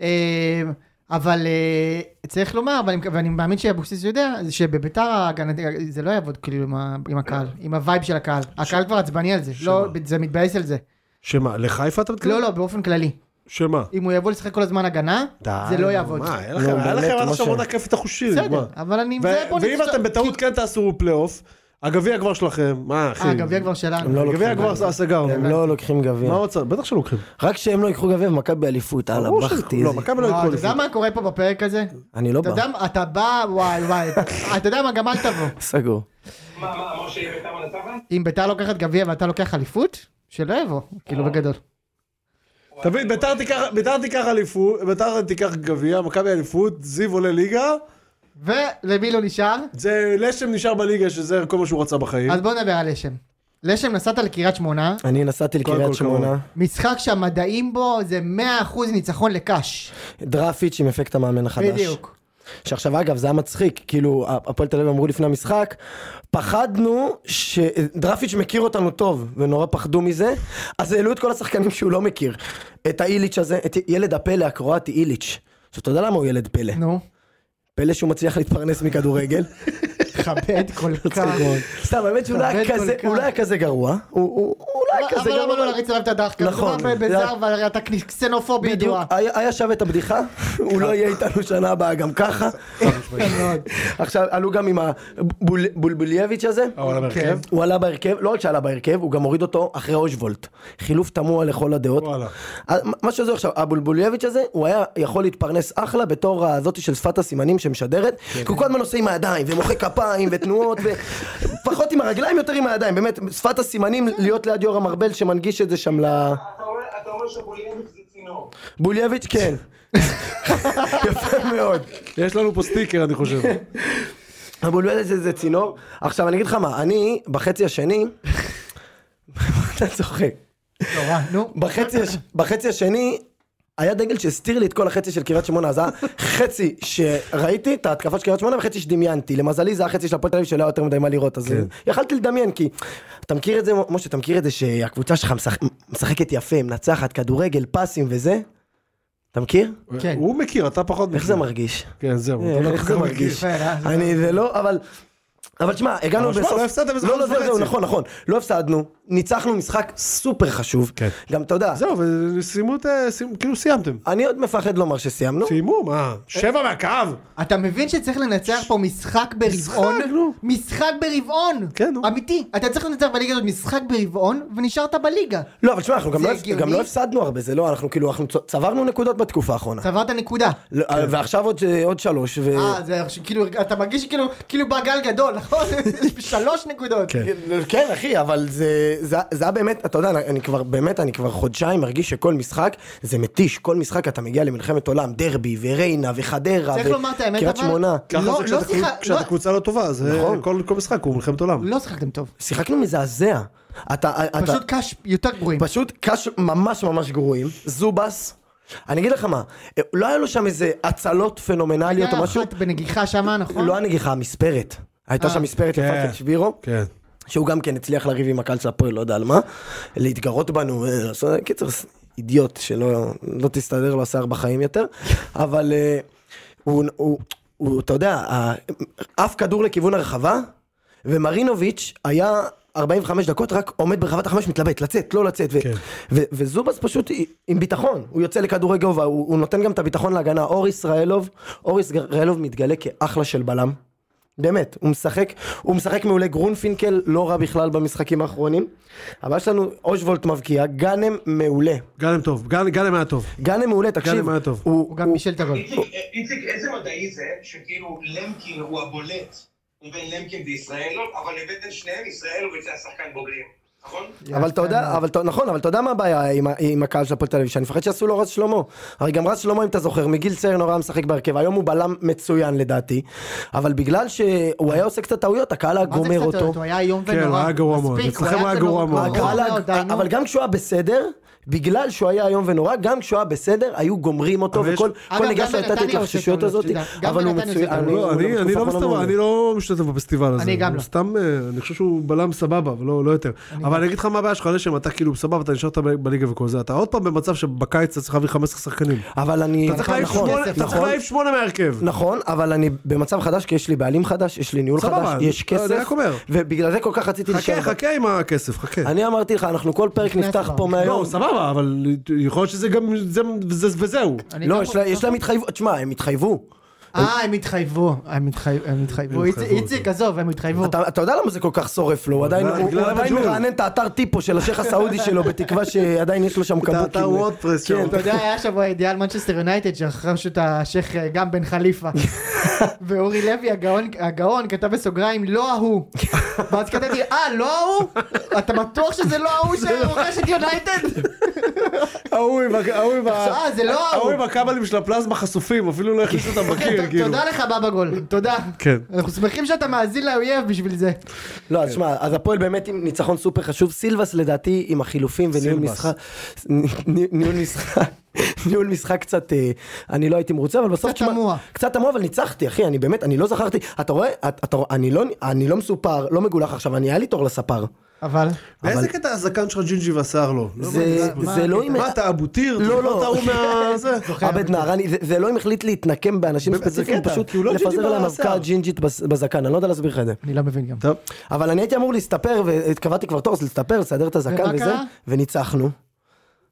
[SPEAKER 1] אה, אבל אה, צריך לומר, ואני מקו- ואני מאמין שאבוקסיס יודע, זה שבביתר ההגנתי- זה לא יעבוד כאילו עם ה- עם
[SPEAKER 4] לא.
[SPEAKER 1] הקהל, עם הווייב של הקהל. הקהל כבר עצבני על זה, לא, זה מתבאס על זה.
[SPEAKER 4] שמה, לחיפה אתה מתכוון?
[SPEAKER 1] לא, לא, באופן כללי.
[SPEAKER 4] שמה?
[SPEAKER 1] אם הוא יבוא לשחק כל הזמן הגנה,
[SPEAKER 4] די,
[SPEAKER 1] זה לא
[SPEAKER 4] נו,
[SPEAKER 1] יעבוד.
[SPEAKER 4] מה, היה
[SPEAKER 2] נו,
[SPEAKER 4] לכם- היה
[SPEAKER 2] באמת,
[SPEAKER 4] לכם עד
[SPEAKER 2] משה.
[SPEAKER 4] עכשיו עונה כיפית החושית.
[SPEAKER 1] בסדר, אבל אני...
[SPEAKER 4] ו-
[SPEAKER 1] זה בוא
[SPEAKER 4] ואם
[SPEAKER 1] נצטרך-
[SPEAKER 4] אתם בטעות כן תעשו פלייאוף, הגביע כבר שלכם, מה אחי?
[SPEAKER 1] אה, הגביע כבר שלנו.
[SPEAKER 2] הם לא
[SPEAKER 4] הגביע
[SPEAKER 2] לוקחים.
[SPEAKER 4] כבר סגרנו.
[SPEAKER 2] הם לא לוקחים גביע.
[SPEAKER 4] מה עוד צריך? בטח שלוקחים.
[SPEAKER 2] רק שהם לא ייקחו גביע ומכבי אליפות, הלאה,
[SPEAKER 4] ברור שלא.
[SPEAKER 2] בכתי.
[SPEAKER 4] לא,
[SPEAKER 2] איזה-
[SPEAKER 4] מכבי לא
[SPEAKER 1] וואו,
[SPEAKER 4] יקחו
[SPEAKER 1] אתה יודע
[SPEAKER 4] אליפות.
[SPEAKER 1] מה קורה פה בפרק הזה?
[SPEAKER 2] אני לא
[SPEAKER 1] אתה
[SPEAKER 2] בא.
[SPEAKER 1] יודע, מה- אתה בא, וואי וואי, אתה- אתה יודע מה, גם אל תבוא.
[SPEAKER 2] סגור.
[SPEAKER 3] מה, מה, משה יהיה ביתר מנצחת?
[SPEAKER 1] אם ביתר לוקחת גביע ואתה לוקח אליפות, שלא יבוא, כאילו
[SPEAKER 4] אה.
[SPEAKER 1] בגדול.
[SPEAKER 4] אתה מבין, ביתר תיקח- ביתר תיקח אליפות, ביתר תיקח גביע, מכבי אליפות, זיו עולה ליגה,
[SPEAKER 1] ולמי לא נשאר?
[SPEAKER 4] זה לשם נשאר בליגה שזה כל מה שהוא רצה בחיים.
[SPEAKER 1] אז בוא נדבר על לשם. לשם נסעת לקריית שמונה,
[SPEAKER 2] אני נסעתי
[SPEAKER 4] קודם כל,
[SPEAKER 2] לקריית שמונה.
[SPEAKER 1] משחק שהמדעים בו זה 100% ניצחון לקאש.
[SPEAKER 2] דראפיץ' עם אפקט המאמן החדש.
[SPEAKER 1] בדיוק.
[SPEAKER 2] שעכשיו אגב זה היה מצחיק, כאילו הפועל תל אביב אמרו לפני המשחק, פחדנו שדרפיץ' מכיר אותנו טוב, ונורא פחדו מזה, אז העלו את כל השחקנים שהוא לא מכיר. את האיליץ' הזה, את ילד הפלא הקרואטי איליץ'. עכשיו אתה יודע למה הוא ילד פלא?
[SPEAKER 1] נו,
[SPEAKER 2] פלא שהוא מצליח להתפרנס מכדורגל.
[SPEAKER 1] כבד כל כך.
[SPEAKER 2] סתם, האמת שהוא לא היה
[SPEAKER 1] כבד כל
[SPEAKER 2] כזה-
[SPEAKER 1] כך.
[SPEAKER 2] הוא לא היה כזה גרוע, הוא- הוא הוא לא היה כזה
[SPEAKER 1] אבל
[SPEAKER 2] גרוע.
[SPEAKER 1] למה לא להריץ עליו את הדחקה?
[SPEAKER 2] נכון.
[SPEAKER 1] מדובר בזר ואתה קסנופובי
[SPEAKER 2] בדיוק,
[SPEAKER 1] ידועה.
[SPEAKER 2] היה היה שווה את הבדיחה, הוא לא יהיה איתנו שנה הבאה גם ככה. עכשיו עלו גם עם הבולבולייביץ' הזה. כן.
[SPEAKER 4] אבל בהרכב?
[SPEAKER 2] הוא עלה בהרכב, לא רק שעלה בהרכב, הוא גם הוריד אותו אחרי אושוולט. חילוף תמוה לכל הדעות.
[SPEAKER 4] וואלה.
[SPEAKER 2] אה, מה- מה שזה עכשיו, הבולבולייביץ' הזה, הוא היה יכול להתפרנס אחלה בתור הזאתי של שפת הסימנים שמשדרת. כי הוא כל הזמן עושה עם הידיים, ומוחא כפיים, ותנועות, ופחות עם הרגליים, יותר עם הידיים. באמת, שפת הסימנים, להיות ליד יורם ארבל שמנגיש את זה שם ל...
[SPEAKER 3] אתה אומר- אתה אומר שבולינביץ' זה צינור.
[SPEAKER 2] בולייביץ', כן. יפה מאוד.
[SPEAKER 4] יש לנו פה סטיקר אני חושב.
[SPEAKER 2] הבולבלת זה, זה צינור. עכשיו אני אגיד לך מה, אני בחצי השני, אתה צוחק.
[SPEAKER 1] נורא, נו.
[SPEAKER 2] בחצי, הש... בחצי השני היה דגל שהסתיר לי את כל החצי של קריית שמונה, אז היה חצי שראיתי את ההתקפה של קריית שמונה וחצי שדמיינתי. למזלי זה החצי של הפועל תל אביב שלא היה יותר מדי מה לראות, אז יכלתי לדמיין כי אתה מכיר את זה, משה, אתה מכיר את זה שהקבוצה שלך משחק... משחקת יפה, מנצחת, כדורגל, פסים וזה? אתה מכיר?
[SPEAKER 1] כן.
[SPEAKER 4] הוא מכיר, אתה פחות מכיר.
[SPEAKER 2] איך זה מרגיש? אה,
[SPEAKER 4] כן, זהו.
[SPEAKER 1] אה,
[SPEAKER 4] אתה לא כל
[SPEAKER 2] איך
[SPEAKER 4] כך
[SPEAKER 2] זה
[SPEAKER 4] מכיר.
[SPEAKER 2] מרגיש?
[SPEAKER 1] יפה, אה?
[SPEAKER 2] אני זה לא, אבל... אבל שמע, הגענו
[SPEAKER 4] אבל שמע,
[SPEAKER 2] בסוף...
[SPEAKER 4] לא הפסדתם איזה
[SPEAKER 2] לא, לא,
[SPEAKER 4] חודש
[SPEAKER 2] זהו, זהו,
[SPEAKER 4] וחצי.
[SPEAKER 2] נכון, נכון. לא הפסדנו, ניצחנו משחק סופר חשוב.
[SPEAKER 4] כן.
[SPEAKER 2] גם, אתה יודע,
[SPEAKER 4] זהו, וסיימו את ה... סיימו- כאילו סיימתם.
[SPEAKER 2] אני עוד מפחד לומר שסיימנו.
[SPEAKER 4] סיימו, מה? שבע מהקו?
[SPEAKER 1] אתה מבין שצריך לנצח פה משחק ברבעון?
[SPEAKER 4] משחק, נו.
[SPEAKER 1] משחק ברבעון!
[SPEAKER 4] כן, נו.
[SPEAKER 1] אמיתי. אתה צריך לנצח בליגה הזאת משחק ברבעון, ונשארת בליגה.
[SPEAKER 2] לא, אבל שמע, אנחנו גם
[SPEAKER 1] זה
[SPEAKER 2] לא-
[SPEAKER 1] הגיוני?
[SPEAKER 2] גם לא הפסדנו הרבה, זה לא, אנחנו כאילו, אנחנו צ- צברנו נקודות בתקופה האחרונה.
[SPEAKER 1] צברת נקודה.
[SPEAKER 2] לא, ועכשיו עוד- עוד שלוש, ו...
[SPEAKER 1] אה, זה עכשיו, כאילו, אתה מרגיש שכאילו, כאילו בא גל גדול, נכון? שלוש נקודות. כאילו,
[SPEAKER 4] כן.
[SPEAKER 2] כן אחי אבל זה זה זה היה באמת אתה יודע אני- אני כבר באמת אני כבר חודשיים מרגיש שכל משחק זה מתיש כל משחק אתה מגיע למלחמת עולם דרבי וריינה וחדרה
[SPEAKER 1] צריך לומר את האמת,
[SPEAKER 2] וקריית
[SPEAKER 1] אבל-
[SPEAKER 2] שמונה
[SPEAKER 4] ככה
[SPEAKER 1] לא-
[SPEAKER 4] זה
[SPEAKER 1] לא
[SPEAKER 4] כשאתה-
[SPEAKER 1] שיחה-
[SPEAKER 4] כשאתה
[SPEAKER 1] לא-
[SPEAKER 4] קבוצה לא טובה, זה
[SPEAKER 2] נכון.
[SPEAKER 4] כל כל משחק הוא מלחמת עולם.
[SPEAKER 1] לא שיחקתם טוב.
[SPEAKER 2] שיחקנו מזעזע אתה אה, אתה-
[SPEAKER 1] פשוט קאש יותר גרועים.
[SPEAKER 2] פשוט קאש ממש ממש גרועים, זובס. אני אגיד לך מה, לא היה לו שם איזה הצלות פנומנליות או משהו,
[SPEAKER 1] היה אחת בנגיחה שמה, אה, נכון?
[SPEAKER 2] לא הנגיחה, המספרת. הייתה
[SPEAKER 1] אה.
[SPEAKER 2] שם מספרת
[SPEAKER 4] כן.
[SPEAKER 2] לפאקינג שבירו,
[SPEAKER 4] כן.
[SPEAKER 2] שהוא גם כן הצליח לריב עם הקהל של הפועל, לא יודע על מה, להתגרות בנו, אה, לעשות- קיצר, ס- אידיוט שלא לא תסתדר לו השיער בחיים יותר, אבל אה, הוא, הוא, הוא, אתה יודע, ה- אף כדור לכיוון הרחבה, ומרינוביץ' היה 45 דקות רק עומד ברחבת החמש מתלבט, לצאת, לא לצאת, ו-
[SPEAKER 4] כן.
[SPEAKER 2] ו- וזובס פשוט עם ביטחון, הוא יוצא לכדורי גובה, הוא, הוא נותן גם את הביטחון להגנה, אור ישראלוב, אור ישראלוב מתגלה כאחלה של בלם. באמת, הוא משחק, הוא משחק מעולה, גרונפינקל לא רע בכלל במשחקים האחרונים. הבעיה שלנו, אושוולט מבקיע, גאנם מעולה.
[SPEAKER 4] גאנם טוב, גאנ- גאנם היה טוב.
[SPEAKER 2] גאנם מעולה, תקשיב.
[SPEAKER 4] גאנם היה טוב.
[SPEAKER 1] הוא גם בישל את הגול.
[SPEAKER 3] איציק, איציק, איזה מדעי זה שכאילו למקין הוא הבולט מבין למקין וישראלוב, אבל הבאתם שניהם ישראלוב יצא השחקן בוגרים, נכון?
[SPEAKER 2] אבל אתה
[SPEAKER 1] כן.
[SPEAKER 2] יודע, אבל אתה- נכון, אבל אתה יודע מה הבעיה עם ה- עם הקהל של הפועל תל אביב, שאני מפחד שיעשו לו רז שלמה. הרי גם רז שלמה, אם אתה זוכר, מגיל צעיר נורא משחק בהרכב, היום הוא בלם מצוין לדעתי, אבל בגלל שהוא היה עושה קצת טעויות, הקהל היה
[SPEAKER 1] מה זה
[SPEAKER 2] גומר
[SPEAKER 1] קצת
[SPEAKER 2] אותו.
[SPEAKER 1] טעות? הוא היה איום
[SPEAKER 4] כן,
[SPEAKER 1] ונורא.
[SPEAKER 4] הוא היה גרוע מאוד.
[SPEAKER 1] מספיק,
[SPEAKER 4] אצלכם הוא היה גרוע מאוד.
[SPEAKER 1] גרוע
[SPEAKER 2] הקהל
[SPEAKER 1] מאוד, אה,
[SPEAKER 2] ה-
[SPEAKER 1] די, נו.
[SPEAKER 2] אה, אבל גם כשהוא היה בסדר, בגלל שהוא היה איום ונורא, גם כשהוא היה בסדר, היו גומרים אותו,
[SPEAKER 4] אבל יש-
[SPEAKER 2] וכל
[SPEAKER 1] אגב,
[SPEAKER 2] כל
[SPEAKER 1] גם לא
[SPEAKER 2] נגיעה שלו הייתה את
[SPEAKER 1] בנתניה עושה
[SPEAKER 2] ההתלחששויות
[SPEAKER 1] טעויות,
[SPEAKER 2] הזאת,
[SPEAKER 1] שתדע. גם
[SPEAKER 2] אבל הוא
[SPEAKER 1] בנתניה עושה
[SPEAKER 2] מצוין.
[SPEAKER 1] טעויות.
[SPEAKER 2] הוא-
[SPEAKER 4] לא,
[SPEAKER 2] הוא
[SPEAKER 4] אני אני לא
[SPEAKER 2] בתקופה האחרונה
[SPEAKER 4] מסתובב,
[SPEAKER 2] מעולה.
[SPEAKER 4] אני לא משתתף בפסטיבל הזה.
[SPEAKER 1] אני גם לא.
[SPEAKER 4] הוא סתם, אה, אני חושב שהוא בלם סבבה, אבל לא לא יותר. אבל אני אגיד לך מה הבעיה שלך, לשם, אתה כאילו סבבה, אתה נשארת ב- בליגה וכל זה, אתה עוד פעם במצב שבקיץ אתה צריך להביא 15 שחקנים.
[SPEAKER 2] אבל אני...
[SPEAKER 4] אתה צריך להעיף
[SPEAKER 2] נכון,
[SPEAKER 4] שמונה- אתה צריך
[SPEAKER 2] נכון.
[SPEAKER 4] להעיף שמונה מהרכב.
[SPEAKER 2] נכון, אבל אני במצב חדש, כי יש לי בעלים חדש, יש לי ניהול
[SPEAKER 4] סבבה,
[SPEAKER 2] חדש, יש
[SPEAKER 4] לא,
[SPEAKER 2] כסף,
[SPEAKER 4] אני רק אומר.
[SPEAKER 2] ובגלל זה כל כך רציתי
[SPEAKER 4] חכה, חכה עם הכסף, חכה.
[SPEAKER 2] נכון. אני אמרתי לך, אנחנו כל פרק
[SPEAKER 1] נכנס
[SPEAKER 2] נפתח
[SPEAKER 1] כבר,
[SPEAKER 2] פה
[SPEAKER 1] נכנס.
[SPEAKER 2] מהיום.
[SPEAKER 4] לא, סבבה, אבל יכול להיות שזה גם, זה- וזה- וזהו.
[SPEAKER 1] אני
[SPEAKER 2] לא,
[SPEAKER 1] גם
[SPEAKER 2] יש לה-
[SPEAKER 1] רוצה-
[SPEAKER 2] יש להם התחייבות, תשמע, הם התחייבו.
[SPEAKER 1] אה, הם התחייבו, הם התחי- הם התחייבו.
[SPEAKER 4] הם התחייבו,
[SPEAKER 1] איציק, איציק, עזוב, הם התחייבו.
[SPEAKER 2] אתה, אתה יודע למה זה כל כך שורף לו, הוא עדיין,
[SPEAKER 4] בגלל-
[SPEAKER 2] הוא,
[SPEAKER 4] בגלל
[SPEAKER 2] הוא עדיין
[SPEAKER 4] הג'ול.
[SPEAKER 2] מרענן את האתר טיפו של השייח הסעודי שלו, בתקווה שעדיין יש לו שם
[SPEAKER 4] האתר
[SPEAKER 2] כבוקים.
[SPEAKER 4] וורדפרס
[SPEAKER 2] כן,
[SPEAKER 4] שם.
[SPEAKER 1] אתה יודע, היה שבוע ידיעה מנצ'סטר יונייטד שרכש את השייח אה, גם בן חליפה. ואורי לוי הגאון- הגאון כתב בסוגריים לא ההוא. ואז כתבתי, אה, לא ההוא? אתה בטוח שזה לא ההוא שרוכש את יונייטד?
[SPEAKER 4] ההוא עם ה- ההוא עם ה-
[SPEAKER 1] אה, זה לא
[SPEAKER 4] ההוא עם
[SPEAKER 1] ההוא. כן,
[SPEAKER 4] הכבלים של הפלזמה חשופים, אפילו לא הכניסו אותם בקיר,
[SPEAKER 1] ת-
[SPEAKER 4] כאילו.
[SPEAKER 1] תודה לך בבא גול, תודה.
[SPEAKER 4] כן.
[SPEAKER 1] אנחנו שמחים שאתה מאזין לאויב בשביל זה.
[SPEAKER 2] לא, אז שמע, אז הפועל באמת עם ניצחון סופר חשוב. סילבס לדעתי עם החילופים וניהול
[SPEAKER 4] סילבס.
[SPEAKER 2] משחק, ני- ניהול משחק, ניהול משחק קצת, אה, אני לא הייתי מרוצה, אבל בסוף,
[SPEAKER 1] קצת
[SPEAKER 2] תשמע,
[SPEAKER 1] תמוה.
[SPEAKER 2] קצת תמוה, אבל ניצחתי, אחי, אני באמת, אני לא זכרתי, אתה רואה, את- אתה רואה, אני לא, אני לא מסופר, לא מגולח עכשיו, אני היה לי תור לספר.
[SPEAKER 1] אבל,
[SPEAKER 4] באיזה קטע הזקן שלך ג'ינג'י והשיער לא? לא
[SPEAKER 2] זה-
[SPEAKER 4] מעניין.
[SPEAKER 2] זה
[SPEAKER 4] מה,
[SPEAKER 2] לא עם-
[SPEAKER 4] מה, אתה אבו טיר?
[SPEAKER 2] לא,
[SPEAKER 4] אתה
[SPEAKER 2] לא.
[SPEAKER 4] ההוא מה... זה?
[SPEAKER 1] אוקיי,
[SPEAKER 2] עבד נהרני, זה- זה לא אם החליט להתנקם באנשים
[SPEAKER 4] באמת, זה
[SPEAKER 2] ספציפיים,
[SPEAKER 4] קטע,
[SPEAKER 2] פשוט
[SPEAKER 4] כי הוא לא ג'ינג'י
[SPEAKER 2] לפזר
[SPEAKER 4] בעל
[SPEAKER 2] להם
[SPEAKER 4] השיער.
[SPEAKER 2] אבקה ג'ינג'ית בז- בזקן, אני לא יודע להסביר לך את זה.
[SPEAKER 1] אני לא מבין גם.
[SPEAKER 4] טוב.
[SPEAKER 2] אבל אני הייתי אמור להסתפר, וקבעתי כבר תור, אז להסתפר, לסדר את הזקן
[SPEAKER 1] ומה
[SPEAKER 2] וזה,
[SPEAKER 1] קרה?
[SPEAKER 2] וניצחנו.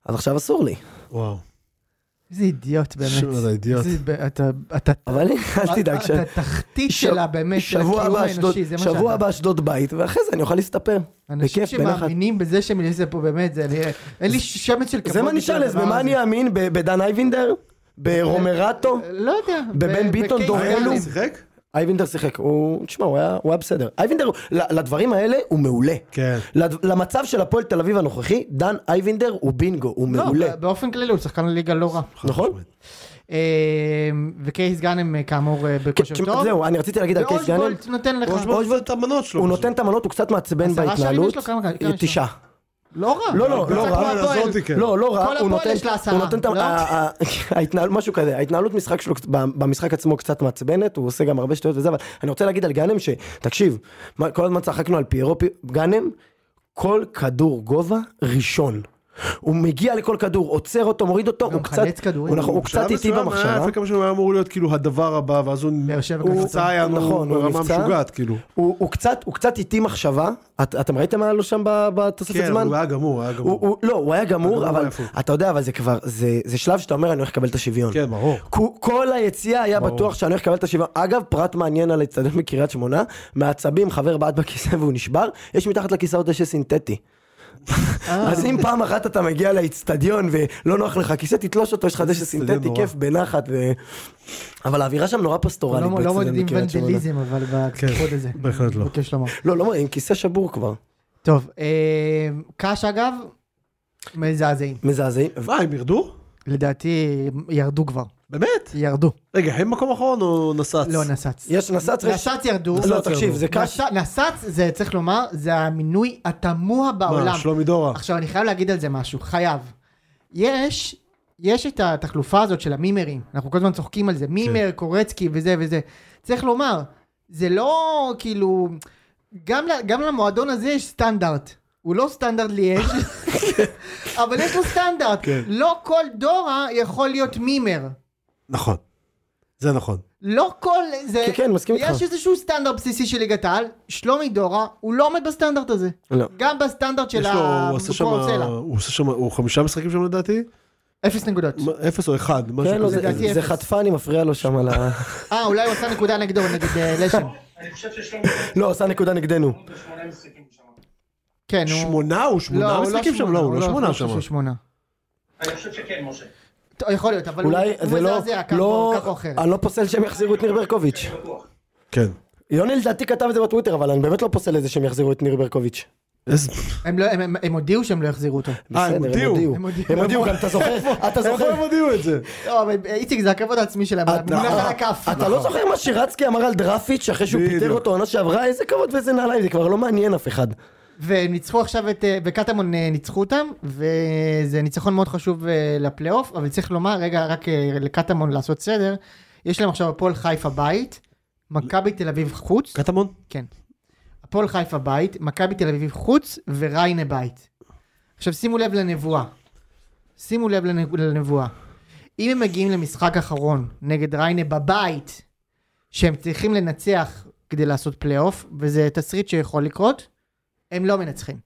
[SPEAKER 2] אז עכשיו אסור לי.
[SPEAKER 4] וואו.
[SPEAKER 1] איזה אידיוט באמת.
[SPEAKER 4] שוב אתה אידיוט.
[SPEAKER 1] איזה- אתה- אתה
[SPEAKER 2] אבל אל תדאג. ש-
[SPEAKER 1] אתה תחתית
[SPEAKER 2] ש-
[SPEAKER 1] שלה באמת, של
[SPEAKER 2] שבוע
[SPEAKER 1] הקיום
[SPEAKER 2] הבא אשדוד,
[SPEAKER 1] האנושי, זה מה
[SPEAKER 2] שבוע
[SPEAKER 1] שאתה.
[SPEAKER 2] הבא אשדוד בית, ואחרי זה אני אוכל להסתפר.
[SPEAKER 1] אנשים
[SPEAKER 2] בכיף, בנחת.
[SPEAKER 1] שמאמינים בזה שהם יעשו פה באמת, זה אני... אין לי שמץ של כבוד.
[SPEAKER 2] זה מה
[SPEAKER 1] בשביל
[SPEAKER 2] נשאל, אז
[SPEAKER 1] הדבר
[SPEAKER 2] במה
[SPEAKER 1] הזה.
[SPEAKER 2] אני אאמין? ב- בדן אייבינדר? ברומרטו?
[SPEAKER 1] לא יודע.
[SPEAKER 2] בבן
[SPEAKER 1] ב-
[SPEAKER 2] ביטון,
[SPEAKER 1] בקיי
[SPEAKER 2] דורלו.
[SPEAKER 1] גאנם.
[SPEAKER 4] הוא שיחק?
[SPEAKER 2] אה, אייבינדר שיחק, הוא, תשמע, הוא היה, הוא היה בסדר. אייבינדר, ל- לדברים האלה הוא מעולה.
[SPEAKER 4] כן.
[SPEAKER 2] לד- למצב של הפועל תל אביב הנוכחי, דן אייבינדר הוא בינגו, הוא
[SPEAKER 1] לא,
[SPEAKER 2] מעולה.
[SPEAKER 1] ב- באופן כללי הוא שחקן ליגה לא רע.
[SPEAKER 2] נכון?
[SPEAKER 1] אה, וקייס גאנם אה, כאמור אה, בכושר
[SPEAKER 2] תשמע,
[SPEAKER 1] טוב.
[SPEAKER 2] כן, זהו, אני רציתי להגיד על קייס גאנם,
[SPEAKER 1] ואושבולט נותן לך.
[SPEAKER 4] ראש את המנות שלו.
[SPEAKER 2] הוא
[SPEAKER 4] פשוט.
[SPEAKER 2] נותן את המנות, הוא קצת מעצבן
[SPEAKER 1] עשרה שערים
[SPEAKER 2] בהתנהלות. אה,
[SPEAKER 1] יש לו, כמה- כמה יש לו?
[SPEAKER 2] תשעה.
[SPEAKER 1] לא רע.
[SPEAKER 2] לא, לא,
[SPEAKER 1] קבוצה
[SPEAKER 2] לא
[SPEAKER 1] כמו
[SPEAKER 2] רע.
[SPEAKER 1] הפועל.
[SPEAKER 4] עזוב אותי, כן.
[SPEAKER 2] לא, לא רע,
[SPEAKER 1] כל
[SPEAKER 2] הוא
[SPEAKER 1] הפועל
[SPEAKER 2] נותן,
[SPEAKER 1] יש לה עשרה,
[SPEAKER 2] הוא נותן את ה-
[SPEAKER 1] לא?
[SPEAKER 2] ה- ה- ההתנהל- משהו כזה, ההתנהלות משחק שלו קצת- ב- במשחק עצמו קצת מעצבנת, הוא עושה גם הרבה שטויות וזה, אבל אני רוצה להגיד על גאנם ש, תקשיב, מה- כל הזמן צחקנו על פיירו, פי- גאנם, כל כדור גובה ראשון. הוא מגיע לכל כדור, עוצר אותו, מוריד אותו, הוא קצת,
[SPEAKER 1] מחלץ כדורים.
[SPEAKER 2] הוא נכון, הוא
[SPEAKER 4] בשלב
[SPEAKER 2] קצת איטי
[SPEAKER 4] מסוים אה, היה
[SPEAKER 2] במחשבה.
[SPEAKER 4] לפני כמה שנים הוא היה אמור להיות כאילו הדבר הבא, ואז הוא
[SPEAKER 1] באר שבע
[SPEAKER 4] הוא
[SPEAKER 1] ככה.
[SPEAKER 4] נפצע, היה
[SPEAKER 2] נכון,
[SPEAKER 4] נו
[SPEAKER 2] הוא
[SPEAKER 4] ברמה
[SPEAKER 2] נפצע.
[SPEAKER 4] משוגעת, כאילו.
[SPEAKER 2] הוא, הוא קצת, הוא קצת איטי מחשבה, את, אתם ראיתם מה היה לו שם ב- בתוספת
[SPEAKER 4] כן,
[SPEAKER 2] זמן?
[SPEAKER 4] הוא היה גמור, היה
[SPEAKER 2] הוא,
[SPEAKER 4] גמור.
[SPEAKER 2] הוא, לא, הוא היה גמור,
[SPEAKER 4] הגמור
[SPEAKER 2] אבל
[SPEAKER 4] היה הפוך.
[SPEAKER 2] אתה יודע, אבל זה כבר, זה, זה שלב שאתה אומר, אני הולך לקבל את השוויון.
[SPEAKER 4] כן, ברור.
[SPEAKER 2] כו- כל היציאה היה
[SPEAKER 4] ברור.
[SPEAKER 2] בטוח שאני הולך לקבל את השוויון. אגב, פרט מעניין על הצטדיון בקריית שמונה, מעצבים, חבר בעט בכיסא והוא נשבר, יש מתחת לכיסאות דשא סינתטי. אז אם פעם אחת אתה מגיע לאצטדיון ולא נוח לך כיסא, תתלוש אותו, יש לך דשא
[SPEAKER 4] אצטדיון
[SPEAKER 2] סינתטי,
[SPEAKER 4] נורא.
[SPEAKER 2] כיף, בנחת. ו- אבל האווירה שם נורא
[SPEAKER 4] כן,
[SPEAKER 2] פסטורלית
[SPEAKER 1] לא- לא
[SPEAKER 2] באצטדיון
[SPEAKER 1] מודדים
[SPEAKER 2] בקריית שמונה.
[SPEAKER 1] ונדליזם אבל בכבוד הזה.
[SPEAKER 4] בהחלט לא.
[SPEAKER 1] אני מבקש לומר.
[SPEAKER 2] לא, לא, עם כיסא שבור כבר.
[SPEAKER 1] טוב, אה, קאש אגב, מזעזעים.
[SPEAKER 2] מזעזעים.
[SPEAKER 4] מה, אה, הם ירדו?
[SPEAKER 1] לדעתי ירדו כבר.
[SPEAKER 4] באמת?
[SPEAKER 1] ירדו.
[SPEAKER 4] רגע, הם מקום אחרון או נסץ?
[SPEAKER 1] לא נסץ.
[SPEAKER 2] יש נסץ, יש...
[SPEAKER 1] נסץ ירדו.
[SPEAKER 2] לא, תקשיב, זה קש.
[SPEAKER 1] נס- נסץ זה צריך לומר זה המינוי התמוה בעולם.
[SPEAKER 4] מה, שלומי דורה.
[SPEAKER 1] עכשיו אני חייב להגיד על זה משהו, חייב. יש, יש את התחלופה הזאת של המימרים, אנחנו כל הזמן צוחקים על זה,
[SPEAKER 4] כן.
[SPEAKER 1] מימר, קורצקי וזה וזה. צריך לומר, זה לא כאילו, גם, ל- גם למועדון הזה יש סטנדרט. הוא לא סטנדרט ליאש, אבל יש לו סטנדרט.
[SPEAKER 4] כן.
[SPEAKER 1] לא כל דורה יכול להיות מימר.
[SPEAKER 4] נכון. זה נכון.
[SPEAKER 1] לא כל זה,
[SPEAKER 2] כן, כן, מסכים איתך.
[SPEAKER 1] יש איזשהו סטנדרט בסיסי של ליגת העל, שלומי דורה, הוא לא עומד בסטנדרט הזה.
[SPEAKER 2] לא.
[SPEAKER 1] גם בסטנדרט של
[SPEAKER 4] יש לו, הוא עשה שם,
[SPEAKER 1] הקורצלה.
[SPEAKER 4] הוא עשה שם, הוא חמישה משחקים שם לדעתי?
[SPEAKER 1] אפס נקודות.
[SPEAKER 4] מה, אפס או אחד,
[SPEAKER 2] כן,
[SPEAKER 4] משהו
[SPEAKER 2] לא,
[SPEAKER 4] כזה.
[SPEAKER 2] זה-
[SPEAKER 1] לדעתי
[SPEAKER 2] זה
[SPEAKER 1] אפס.
[SPEAKER 2] חטפני מפריע לו שם על ה...
[SPEAKER 1] אה, אולי הוא עשה נקודה נגדו, נגד אה, לשם.
[SPEAKER 3] אני חושב שיש לנו
[SPEAKER 2] לא, עשה נקודה נגדנו.
[SPEAKER 3] שמונה משחקים שם.
[SPEAKER 1] כן, הוא...
[SPEAKER 4] שמונה, הוא
[SPEAKER 1] לא,
[SPEAKER 4] שמונה
[SPEAKER 1] הוא
[SPEAKER 4] משחקים שם?
[SPEAKER 1] שמונה,
[SPEAKER 4] לא, הוא לא שמונה
[SPEAKER 1] חושב
[SPEAKER 4] שם.
[SPEAKER 1] שהוא שמונה.
[SPEAKER 3] אני חושב שכן, משה.
[SPEAKER 1] טוב, יכול להיות, אבל הוא
[SPEAKER 2] אולי
[SPEAKER 1] הוא
[SPEAKER 2] זה לא,
[SPEAKER 1] מזעזע ככה או
[SPEAKER 2] לא,
[SPEAKER 1] ככה או אחרת.
[SPEAKER 2] אני לא פוסל שהם יחזירו את ניר ברקוביץ'.
[SPEAKER 3] בטוח.
[SPEAKER 4] כן.
[SPEAKER 2] יוני לדעתי כתב את זה בטוויטר, אבל אני באמת לא פוסל את זה שהם יחזירו את ניר ברקוביץ'.
[SPEAKER 4] איזה-
[SPEAKER 1] הם לא- הם- הם- הם הודיעו שהם לא יחזירו אותו.
[SPEAKER 4] אה, הם
[SPEAKER 2] בסדר,
[SPEAKER 4] הודיעו.
[SPEAKER 1] הם
[SPEAKER 2] הם
[SPEAKER 1] הודיעו.
[SPEAKER 2] הודיעו. הם הודיעו גם, אתה זוכר? אתה
[SPEAKER 4] איך
[SPEAKER 2] זוכר?
[SPEAKER 4] הם הודיעו את זה?
[SPEAKER 1] לא, אבל אה, איציק, זה הכבוד העצמי שלהם,
[SPEAKER 2] אתה-
[SPEAKER 1] הוא מונח על הכף. נכון.
[SPEAKER 2] אתה לא זוכר מה שרצקי אמר על דרפיץ' אחרי שהוא פיטר
[SPEAKER 4] בדיוק.
[SPEAKER 2] אותו עונה שעברה? איזה כבוד ואיזה נעליים, זה כבר לא מעניין אף אחד.
[SPEAKER 1] והם ניצחו עכשיו את... אה, בקטמון אה, ניצחו אותם, וזה ניצחון מאוד חשוב אה, לפלייאוף, אבל צריך לומר, רגע, רק אה, לקטמון לעשות סדר, יש להם עכשיו הפועל חיפה בית, מכבי תל אביב חוץ,
[SPEAKER 4] קטמון?
[SPEAKER 1] כן. הפועל חיפה בית, מכבי תל אביב חוץ וריינה בית. עכשיו שימו לב לנבואה. שימו לב לנב- לנבואה. אם הם מגיעים למשחק אחרון נגד ריינה בבית, שהם צריכים לנצח כדי לעשות פלייאוף, וזה תסריט שיכול לקרות, הם לא מנצחים.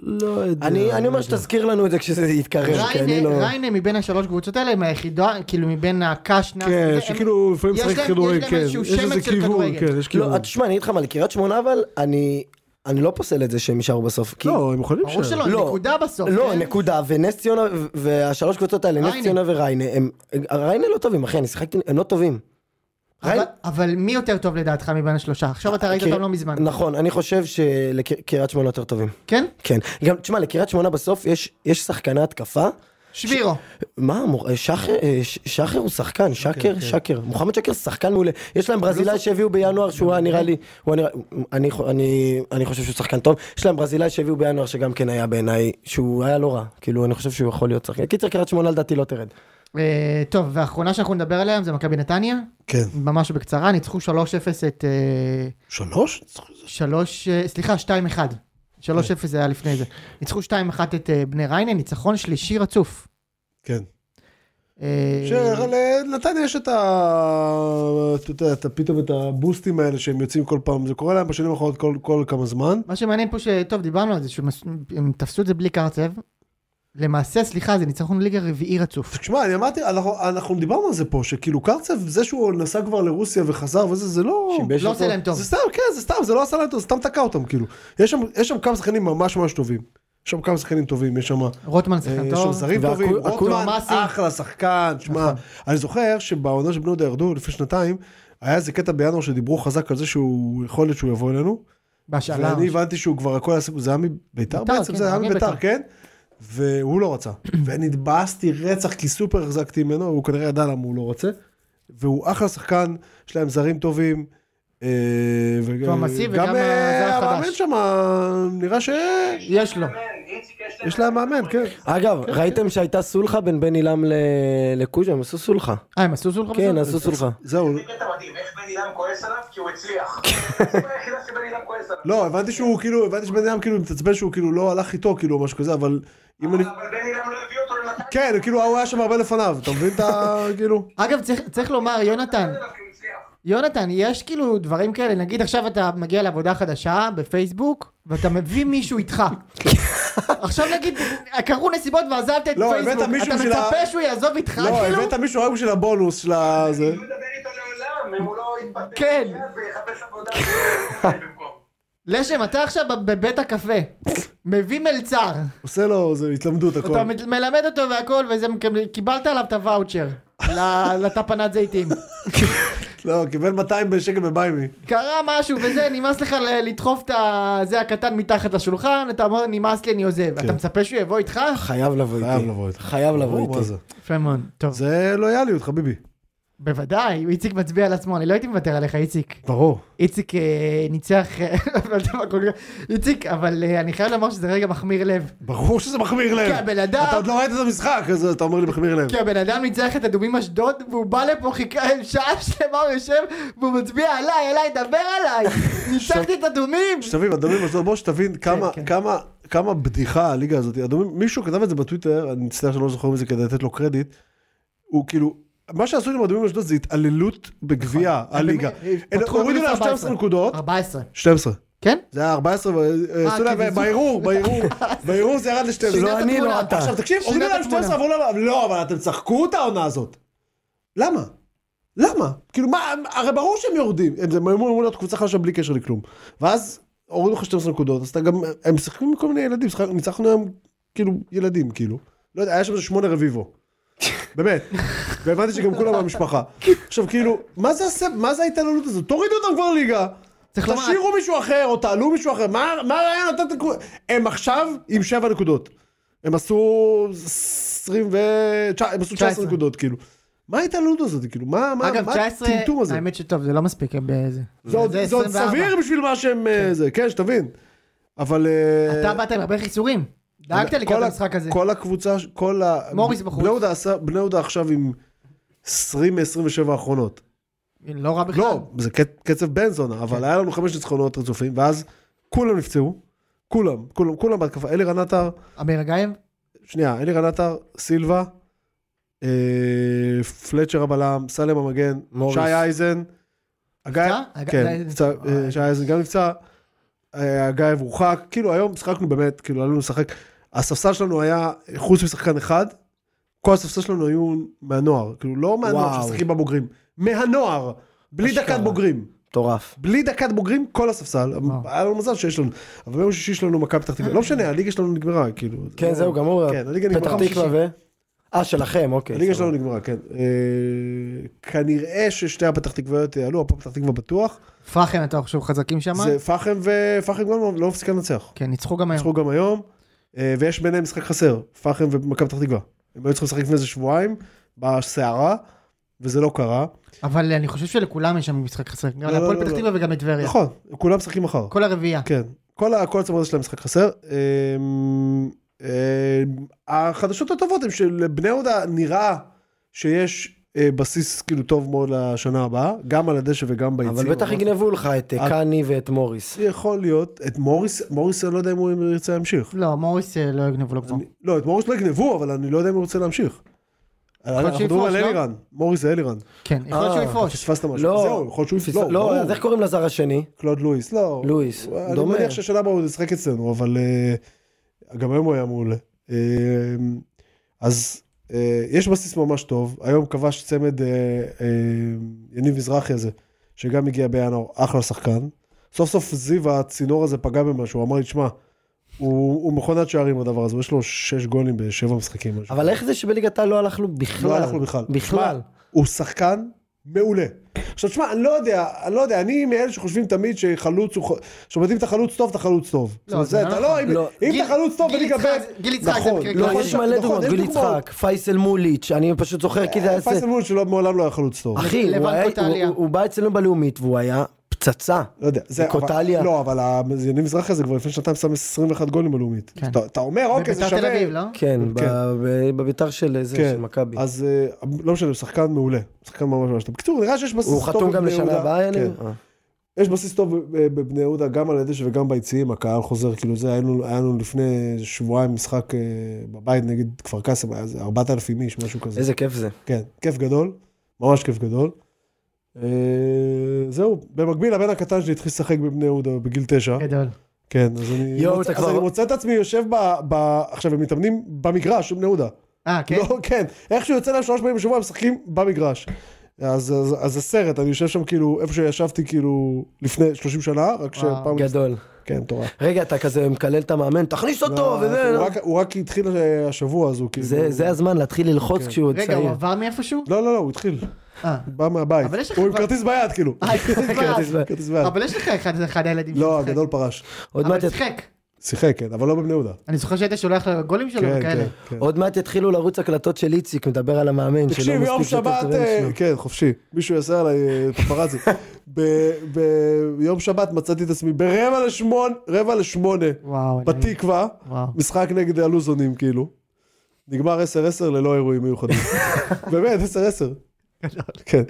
[SPEAKER 2] לא יודע. אני אני אומר שתזכיר לנו את זה כשזה יתקרב, כי אני
[SPEAKER 1] ריינה,
[SPEAKER 2] לא...
[SPEAKER 1] ריינה מבין השלוש קבוצות האלה הם היחידה, כאילו מבין הקש נאס,
[SPEAKER 4] כן,
[SPEAKER 1] וזה,
[SPEAKER 4] שכאילו לפעמים
[SPEAKER 1] יש
[SPEAKER 4] משחק
[SPEAKER 1] להם- יש
[SPEAKER 4] כדורגל,
[SPEAKER 1] להם
[SPEAKER 4] כן.
[SPEAKER 1] איזשהו
[SPEAKER 4] יש
[SPEAKER 1] שמץ
[SPEAKER 4] איזה
[SPEAKER 1] של
[SPEAKER 4] כיוון,
[SPEAKER 1] כדורגל.
[SPEAKER 4] כן, יש כיוון.
[SPEAKER 2] לא, תשמע, אני אגיד לך מה, לקריית שמונה אבל, אני אני לא פוסל את זה שהם יישארו בסוף. כי-
[SPEAKER 4] לא, הם יכולים
[SPEAKER 1] הם- ברור
[SPEAKER 4] להישאר.
[SPEAKER 1] שלא,
[SPEAKER 2] לא.
[SPEAKER 1] נקודה בסוף,
[SPEAKER 2] לא,
[SPEAKER 1] כן?
[SPEAKER 2] נקודה, ונס ציונה, ו- והשלוש קבוצות האלה, נס
[SPEAKER 1] ריינה.
[SPEAKER 2] ציונה וריינה, הם... ריינה לא טובים, אחי, אני שיחקתי, הם לא טובים.
[SPEAKER 1] אבל-
[SPEAKER 2] ריינה-
[SPEAKER 1] אבל מי יותר טוב לדעתך מבין השלושה? עכשיו אתה ראית
[SPEAKER 2] כי-
[SPEAKER 1] אותם לא מזמן,
[SPEAKER 2] נכון, אני חושב שלקריית שמונה יותר טובים.
[SPEAKER 1] כן?
[SPEAKER 2] כן. גם, תשמע, לקריית שמונה בסוף יש, יש שחקני התקפה.
[SPEAKER 1] שבירו.
[SPEAKER 2] מה, מור- אה, שחר, אה, ש- שחר הוא שחקן, שקר, שקר. מוחמד שקר שחקן מעולה. יש להם ברזילאי שהביאו בינואר שהוא היה נראה לי, הוא היה נראה- אני חו- אני- אני חושב שהוא שחקן טוב. יש להם ברזילאי שהביאו בינואר שגם כן היה בעיניי, שהוא היה לא רע. כאילו, אני חושב שהוא יכול להיות שחקן. קיצר, קריית שמונה לדעתי לא תרד.
[SPEAKER 1] אה, טוב, והאחרונה שאנחנו נדבר עליה זה מכבי נתניה,
[SPEAKER 4] כן.
[SPEAKER 1] ממש בקצרה, ניצחו 3-0 את... אה,
[SPEAKER 4] שלוש?
[SPEAKER 1] 3... אה, סליחה, 2-1. 3-0 זה היה לפני זה. ניצחו 2-1 את אה, בני ריינה, ניצחון שלישי רצוף.
[SPEAKER 4] כן.
[SPEAKER 1] אה,
[SPEAKER 4] שלנתניה יש את ה... אתה יודע, את ה- פתאום את הבוסטים האלה שהם יוצאים כל פעם, זה קורה להם בשנים האחרונות כל- כל כמה זמן.
[SPEAKER 1] מה שמעניין פה, שטוב, דיברנו על זה, שהם תפסו את זה בלי קרצב. למעשה, סליחה, זה ניצחון ליגה רביעי רצוף.
[SPEAKER 4] תשמע, אני אמרתי, אנחנו- אנחנו דיברנו על זה פה, שכאילו קרצב, זה שהוא נסע כבר לרוסיה וחזר וזה, זה לא...
[SPEAKER 2] שיבש
[SPEAKER 1] לא
[SPEAKER 2] אותו.
[SPEAKER 1] עושה להם טוב.
[SPEAKER 4] זה סתם, כן, זה סתם, זה לא עשה להם טוב, זה סתם תקע אותם, כאילו. יש שם- יש שם כמה שחקנים ממש ממש טובים. יש שם כמה שחקנים טובים, יש שם...
[SPEAKER 1] רוטמן
[SPEAKER 4] אה,
[SPEAKER 1] שחקן
[SPEAKER 4] יש שם
[SPEAKER 1] טוב.
[SPEAKER 4] זרים
[SPEAKER 2] והקו-
[SPEAKER 4] טובים,
[SPEAKER 2] הקו- נכון.
[SPEAKER 4] רוטמן,
[SPEAKER 1] מאסי.
[SPEAKER 4] אחלה שחקן, שמע, אני זוכר שבעונה שבני יהודה ירדו לפני שנתיים, היה איזה קטע בינואר שדיברו חזק על זה שהוא, יכול להיות שהוא יבוא אלינו,
[SPEAKER 1] בהשאלה.
[SPEAKER 4] ואני הבנתי שהוא כבר הכל עסק, זה היה מביתר
[SPEAKER 1] ביתר,
[SPEAKER 4] בעצם,
[SPEAKER 1] כן,
[SPEAKER 4] זה היה
[SPEAKER 1] מאמן
[SPEAKER 4] מביתר,
[SPEAKER 1] ביתר.
[SPEAKER 4] כן? והוא לא רצה, ונתבאסתי רצח כי סופר החזקתי ממנו, הוא כנראה ידע למה הוא לא רוצה, והוא אחלה שחקן, יש להם זרים טובים. אה, וג-
[SPEAKER 1] טוב, מאסי וגם
[SPEAKER 4] גם, אה,
[SPEAKER 1] הזר החדש.
[SPEAKER 4] המאמן שם, אה, נראה ש...
[SPEAKER 1] יש לו.
[SPEAKER 3] מאמן, כן, איציק,
[SPEAKER 4] יש להם מאמן, כן.
[SPEAKER 2] אגב, ראיתם שהייתה סולחה בין בן עילם ל- לקוז'ה? הם עשו סולחה.
[SPEAKER 1] אה, הם עשו זול לך
[SPEAKER 2] כן,
[SPEAKER 1] בזה?
[SPEAKER 2] עשו סולחה.
[SPEAKER 4] זהו,
[SPEAKER 3] זה קטע מדהים, איך בן אילם כועס עליו? כי הוא הצליח. זה היחידה שבן אילם כועס עליו.
[SPEAKER 4] לא, הבנתי שהוא כאילו, הבנתי שבן אדם כאילו מתעצבן שהוא כאילו לא הלך איתו כאילו או משהו כזה, אבל אם אני...
[SPEAKER 3] אבל בן אילם לא הביא אותו לנתניה.
[SPEAKER 4] כן, כאילו הוא היה שם הרבה לפניו, אתה מבין את ה... כאילו?
[SPEAKER 1] אגב, צריך- צריך לומר, יונתן,
[SPEAKER 3] כי הוא הצליח.
[SPEAKER 1] יונתן, יש כאילו דברים כאלה, נגיד עכשיו אתה מגיע לעבודה חדשה בפייסבוק, ואתה מביא מישהו איתך. עכשיו נגיד, קרו נסיבות ועזבת את
[SPEAKER 4] לא, הבאת
[SPEAKER 1] פייסבוק,
[SPEAKER 4] מישהו
[SPEAKER 1] אתה
[SPEAKER 4] של ה-
[SPEAKER 1] מצפה שהוא יעזוב איתך
[SPEAKER 4] לא,
[SPEAKER 1] כאילו?
[SPEAKER 4] הבאת מישהו רק בשביל הבונוס של ה... זה.
[SPEAKER 3] הוא ידבר איתו לעולם, אם הוא לא יתפטר.
[SPEAKER 1] כן.
[SPEAKER 3] ויחפש עבודה. במקום.
[SPEAKER 1] לשם, אתה עכשיו בב- בבית הקפה, מביא מלצר,
[SPEAKER 4] עושה לו, זה התלמדות הכל.
[SPEAKER 1] אתה מ- מלמד אותו והכל, וזה מקבל- קיבלת עליו את הוואוצ'ר, ל- לטפנת זיתים.
[SPEAKER 4] לא, קיבל 200 שקל בביימי.
[SPEAKER 1] קרה משהו וזה, נמאס לך ל- לדחוף את ה- זה הקטן מתחת לשולחן, אתה אומר, נמאס לי, אני עוזב. אתה מצפה שהוא יבוא איתך?
[SPEAKER 2] חייב לבוא איתי.
[SPEAKER 4] חייב לבוא איתך.
[SPEAKER 2] חייב לבוא
[SPEAKER 4] ברור, מה
[SPEAKER 2] איתי.
[SPEAKER 4] זה?
[SPEAKER 1] יפה מאוד, טוב.
[SPEAKER 4] זה לויאליות, חביבי.
[SPEAKER 1] בוודאי, איציק מצביע על עצמו, אני לא הייתי מוותר עליך, איציק.
[SPEAKER 4] ברור.
[SPEAKER 1] איציק אה, ניצח, אה, אבל אתה מה, כל כך- איציק, אבל אה, אני חייב לומר שזה רגע מחמיר לב.
[SPEAKER 4] ברור שזה מחמיר לב.
[SPEAKER 1] כי הבן אדם- כן.
[SPEAKER 4] אתה עוד לא ראית את המשחק, אז אתה אומר לי מחמיר לב.
[SPEAKER 1] כי הבן אדם ניצח את אדומים אשדוד, והוא בא לפה, חיכה שעה שלמה, הוא יושב, והוא מצביע עליי, עליי, דבר עליי. ניצחתי את אדומים.
[SPEAKER 4] שתבין, אדומים אשדוד, בוא שתבין כמה,
[SPEAKER 1] כן.
[SPEAKER 4] כמה, כמה בדיחה הליגה הזאת. אדומים, מישהו כתב את זה בטוויטר, אני מצטער שלא זוכר מזה כדי לתת לו קרדיט. הוא כאילו, מה שעשו עם אדומים אשדוד זה התעללות בגביע
[SPEAKER 1] נכון.
[SPEAKER 4] הליגה.
[SPEAKER 1] פתחו אה.
[SPEAKER 4] הם
[SPEAKER 1] רק
[SPEAKER 4] הורידו להם
[SPEAKER 1] 14.
[SPEAKER 4] 12 נקודות.
[SPEAKER 1] 14.
[SPEAKER 4] 12.
[SPEAKER 1] כן?
[SPEAKER 4] זה היה 14, ו-
[SPEAKER 1] אה,
[SPEAKER 4] עשו להם,
[SPEAKER 1] כן, זה-
[SPEAKER 4] בערעור, בערעור, בערעור זה ירד ל-12.
[SPEAKER 1] שינה
[SPEAKER 2] לא
[SPEAKER 1] את
[SPEAKER 2] אני,
[SPEAKER 1] התמונה.
[SPEAKER 2] לא אתה.
[SPEAKER 4] עכשיו תקשיב,
[SPEAKER 1] שינה
[SPEAKER 4] אומרים
[SPEAKER 1] את
[SPEAKER 4] להם 12
[SPEAKER 1] התמונה.
[SPEAKER 4] עברו להם, לא, אבל אתם צחקו את העונה הזאת. למה? למה? כאילו מה, הרי ברור שהם יורדים, הם הם היו אמורים להיות קבוצה חדשה בלי קשר לכלום. ואז הורידו לך 12 נקודות, אז אתה גם, הם שיחקו עם כל מיני ילדים, שיחק- ניצחנו היום כאילו ילדים, כאילו. לא יודע, היה שם איזה שמונה רביבו. באמת. והבנתי שגם כולם מהמשפחה. עכשיו כאילו, מה זה הסב- מה זה ההתעללות הזאת? תורידו אותם כבר ליגה.
[SPEAKER 1] צריך לומר-
[SPEAKER 4] תשאירו מישהו אחר, או תעלו מישהו אחר, מה מה הרעיון לתת נקודות? הם עכשיו עם שבע נקודות. הם עשו 20 ו... תשע- הם עשו 19
[SPEAKER 1] 19.
[SPEAKER 4] נקודות, כאילו. מה ההתעללות הזאת, כאילו? מה, מה,
[SPEAKER 1] אגב,
[SPEAKER 4] מה
[SPEAKER 1] 19,
[SPEAKER 4] הטמטום הזה?
[SPEAKER 1] האמת שטוב, זה לא מספיק. אה, זה-
[SPEAKER 4] זה עוד- זה עוד
[SPEAKER 1] 24.
[SPEAKER 4] סביר בשביל מה שהם... אה, זה, כן, שתבין. אבל... אה,
[SPEAKER 1] אתה באת עם הרבה חיסורים. דאגת
[SPEAKER 4] כל
[SPEAKER 1] לקראת
[SPEAKER 4] ה-
[SPEAKER 1] המשחק הזה.
[SPEAKER 4] כל הקבוצה, ש- כל ה...
[SPEAKER 1] מוריס בחוץ.
[SPEAKER 4] בני יהודה עשה- בני יהודה עכשיו עם 20 מ-27 האחרונות.
[SPEAKER 1] לא רע בכלל. כן.
[SPEAKER 4] לא, זה ק- קצב בנזון, אבל היה לנו חמש ניצחונות רצופים, ואז כולם נפצעו. כולם, כולם, כולם בהתקפה. אלירן עטר,
[SPEAKER 1] אמיר אגייב?
[SPEAKER 4] שנייה, אלירן עטר, סילבה, אה, פלצ'ר הבלם, סלם המגן,
[SPEAKER 2] מוריס.
[SPEAKER 4] שי אייזן, הגיא,
[SPEAKER 1] נפצע? הגיא-
[SPEAKER 4] כן,
[SPEAKER 1] אייזן.
[SPEAKER 2] אה,
[SPEAKER 4] נפצע, אה, שי אייזן גם נפצע, אה, הגיא מורחק, כאילו היום משחקנו באמת, כאילו עלינו לשחק, הספסל שלנו היה, חוץ משחקן אחד, כל הספסל שלנו היו מהנוער, כאילו לא מהנוער
[SPEAKER 2] וואו.
[SPEAKER 4] שמשחקים בבוגרים, מהנוער, בלי
[SPEAKER 2] אשכרה.
[SPEAKER 4] דקת בוגרים.
[SPEAKER 2] מטורף.
[SPEAKER 4] בלי דקת בוגרים, כל הספסל. היה לנו מזל שיש לנו. אבל ביום שישי יש לנו מכבי פתח תקווה. לא משנה, הליגה שלנו נגמרה, כאילו.
[SPEAKER 2] כן, זהו, גמור.
[SPEAKER 4] כן, הליגה נגמרה.
[SPEAKER 2] פתח תקווה ו... אה, שלכם, אוקיי.
[SPEAKER 4] הליגה
[SPEAKER 2] סבבה.
[SPEAKER 4] שלנו נגמרה, כן. אה, כנראה ששתי הפתח תקוויות יעלו, הפועל פתח תקווה בטוח.
[SPEAKER 1] פרחם, אתה חושב חזקים שם?
[SPEAKER 4] זה פחם ופחם גולמן לא מפסיקה לנצח.
[SPEAKER 1] כן, ניצחו גם היום.
[SPEAKER 4] ניצחו גם היום, אה, ויש ביניהם משחק חסר, פחם ומכבי פתח תקווה. הם היו צריכים לשחק לפני איזה שבועיים, בסערה, וזה לא קרה.
[SPEAKER 2] אה.
[SPEAKER 1] אבל אני חושב שלכולם יש שם משחק חסר. גם
[SPEAKER 4] לא,
[SPEAKER 1] להפועל
[SPEAKER 4] לא,
[SPEAKER 1] פתח
[SPEAKER 4] לא.
[SPEAKER 1] תקווה וגם לטבריה.
[SPEAKER 4] נכון, כולם משחקים מחר.
[SPEAKER 1] כל הרביעייה.
[SPEAKER 4] כן, כל ה- כל הצמוד הזה של המשחק חסר. אמ, אמ, החדשות הטובות הן שלבני יהודה נראה שיש אה, בסיס כאילו טוב מאוד לשנה הבאה, גם על הדשא וגם ביציעים.
[SPEAKER 2] אבל בטח יגנבו לך את אה,
[SPEAKER 4] אה,
[SPEAKER 2] קאני ואת מוריס.
[SPEAKER 4] יכול להיות, את מוריס, מוריס אני לא יודע אם הוא ירצה להמשיך.
[SPEAKER 1] לא, מוריס אה, לא יגנבו לו כבר.
[SPEAKER 4] אני- לא, את מוריס לא יגנבו, אבל אני לא יודע אם הוא רוצה להמשיך. אנחנו מדברים
[SPEAKER 1] שיפרוש,
[SPEAKER 4] על
[SPEAKER 1] לא?
[SPEAKER 4] אלירן, מוריס זה אלירן.
[SPEAKER 1] כן, יכול להיות
[SPEAKER 2] אה,
[SPEAKER 1] שהוא יפרוש.
[SPEAKER 4] פספסת משהו,
[SPEAKER 2] לא.
[SPEAKER 4] זהו, יכול להיות
[SPEAKER 2] פספס-
[SPEAKER 4] שהוא...
[SPEAKER 2] לא,
[SPEAKER 4] ברור.
[SPEAKER 2] אז איך קוראים לזר השני?
[SPEAKER 4] קלוד לואיס, לא.
[SPEAKER 2] לואיס,
[SPEAKER 4] אני
[SPEAKER 2] דומה.
[SPEAKER 4] מניח ששנה הבאה הוא ישחק אצלנו, אבל אה, גם היום הוא היה מעולה. אה, אז אה, יש בסיס ממש טוב, היום כבש צמד אה, אה, יניב מזרחי הזה, שגם הגיע בינואר, אחלה שחקן. סוף סוף זיו הצינור הזה פגע במשהו, הוא אמר לי, תשמע, הוא, הוא מכונת שערים הדבר הזה, יש לו שש גולים בשבע משחקים. משהו.
[SPEAKER 2] אבל איך זה שבליגת העל לא הלך לו בכלל?
[SPEAKER 4] לא הלך לו בכלל.
[SPEAKER 2] בכלל.
[SPEAKER 4] תשמע, הוא שחקן מעולה. עכשיו תשמע, אני לא יודע, אני לא יודע, אני מאלה שחושבים תמיד שחלוץ הוא... ח- כשמדהים את החלוץ טוב, אתה חלוץ טוב. זאת אומרת,
[SPEAKER 1] זה
[SPEAKER 4] זה-
[SPEAKER 1] לא
[SPEAKER 4] אתה
[SPEAKER 1] נכון.
[SPEAKER 4] לא, אם
[SPEAKER 2] לא.
[SPEAKER 4] אם
[SPEAKER 1] גיל-
[SPEAKER 4] אתה חלוץ טוב
[SPEAKER 1] גיל
[SPEAKER 4] בליגה
[SPEAKER 1] יצחק-
[SPEAKER 4] ב',
[SPEAKER 1] גיל יצחק זה
[SPEAKER 4] נכון,
[SPEAKER 1] מקרה
[SPEAKER 4] לא,
[SPEAKER 1] קלאסי.
[SPEAKER 2] לא,
[SPEAKER 1] יש-
[SPEAKER 2] יש מלא
[SPEAKER 4] נכון,
[SPEAKER 2] דוגמאות,
[SPEAKER 4] יש
[SPEAKER 2] גיל
[SPEAKER 4] דוגמאות. אה,
[SPEAKER 2] יצחק, פייסל מוליץ', אני פשוט זוכר כי זה היה...
[SPEAKER 4] פייסל מול שלא מעולם לא היה חלוץ טוב.
[SPEAKER 2] אחי, הוא
[SPEAKER 1] לבנקו
[SPEAKER 2] היה-
[SPEAKER 1] טליה.
[SPEAKER 2] הוא- הוא בא אצלנו בלאומית והוא היה פצצה.
[SPEAKER 4] לא יודע, זה... אבל-
[SPEAKER 2] קוטליה.
[SPEAKER 4] לא, אבל ה- יניב מזרחי הזה כבר לפני שנתיים שם 21 גולים בלאומית.
[SPEAKER 1] כן.
[SPEAKER 4] אתה- אתה אומר, אוקיי, זה
[SPEAKER 1] בביתר תל
[SPEAKER 4] שווה...
[SPEAKER 1] אביב, לא?
[SPEAKER 2] כן, ב-
[SPEAKER 4] כן.
[SPEAKER 2] ב- בביתר של זה,
[SPEAKER 4] כן.
[SPEAKER 2] של מכבי.
[SPEAKER 4] אז אה, לא משנה, הוא שחקן מעולה. שחקן ממש ממש טוב. בקיצור, נראה שיש בסיס טוב
[SPEAKER 2] הוא חתום גם
[SPEAKER 4] בבני
[SPEAKER 2] לשנה
[SPEAKER 4] יהודה.
[SPEAKER 2] הבאה, יניב?
[SPEAKER 4] כן.
[SPEAKER 2] אה.
[SPEAKER 4] יש בסיס טוב אה, בבני יהודה, גם על הדשא וגם ביציעים, הקהל חוזר, כאילו זה, היה לנו, היה לנו לפני שבועיים משחק אה, בבית נגד כפר קאסם, היה איזה 4,000 איש, משהו כזה.
[SPEAKER 2] איזה כיף זה.
[SPEAKER 4] כן, כיף גדול, ממש כיף גדול. אה, זהו, במקביל הבן הקטן שלי התחיל לשחק בבני יהודה בגיל תשע.
[SPEAKER 1] גדול.
[SPEAKER 4] כן, אז אני,
[SPEAKER 2] יואו,
[SPEAKER 4] מוצא,
[SPEAKER 2] אתה
[SPEAKER 4] אז
[SPEAKER 2] כבר-
[SPEAKER 4] אני מוצא את עצמי יושב ב... ב עכשיו, הם מתאמנים במגרש של בני יהודה.
[SPEAKER 1] אה, כן?
[SPEAKER 4] לא, כן. איכשהו יוצא להם שלוש פעמים בשבוע, הם משחקים במגרש. אז, אז, אז זה סרט, אני יושב שם כאילו, איפה שישבתי כאילו לפני 30 שנה, רק שפעם...
[SPEAKER 2] גדול.
[SPEAKER 4] כן, מטורף.
[SPEAKER 2] רגע, אתה כזה מקלל את המאמן, תכניס אותו, וזה...
[SPEAKER 4] הוא לא, רק- הוא רק התחיל אה, השבוע, אז הוא כאילו...
[SPEAKER 2] לא- זה- זה הזמן להתחיל
[SPEAKER 4] כן.
[SPEAKER 2] ללחוץ כשהוא עוד
[SPEAKER 1] רגע, הוא
[SPEAKER 2] צעיר.
[SPEAKER 1] עבר מאיפשהו?
[SPEAKER 4] לא, לא, לא, הוא התחיל.
[SPEAKER 1] אה.
[SPEAKER 4] בא מהבית.
[SPEAKER 1] אבל יש לך
[SPEAKER 4] הוא עם
[SPEAKER 1] כבר-
[SPEAKER 4] כרטיס ביד, כאילו.
[SPEAKER 1] אה, כרטיס ביד.
[SPEAKER 4] כרטיס ביד.
[SPEAKER 1] אבל יש לך אחד אחד הילדים
[SPEAKER 4] לא,
[SPEAKER 1] שמשחק.
[SPEAKER 4] הגדול לא פרש.
[SPEAKER 2] עוד
[SPEAKER 1] אבל
[SPEAKER 2] מעט ית-
[SPEAKER 1] שיחק.
[SPEAKER 4] שיחק, כן, אבל לא בבני יהודה.
[SPEAKER 1] אני זוכר שהיית שולח לו גולים שלו
[SPEAKER 4] כן,
[SPEAKER 1] וכאלה.
[SPEAKER 4] כן, כן.
[SPEAKER 2] עוד מעט יתחילו לרוץ הקלטות של איציק, מדבר על המאמן, שלא
[SPEAKER 4] תקשיב, יום
[SPEAKER 2] מספיק לתת
[SPEAKER 4] שבת,
[SPEAKER 2] לבן
[SPEAKER 4] אה,
[SPEAKER 2] שלו.
[SPEAKER 4] כן, חופשי. מישהו יעשה עליי אה, פפרזי. ב- ביום שבת מצאתי את עצמי ברבע לשמונה, רבע לשמונה,
[SPEAKER 1] וואו. אלוהים.
[SPEAKER 4] בתקווה,
[SPEAKER 1] וואו.
[SPEAKER 4] משחק נגד הלוזונים, כאילו. נגמר 10-10 ללא אירועים מיוחדים. באמת, 10-10. כן,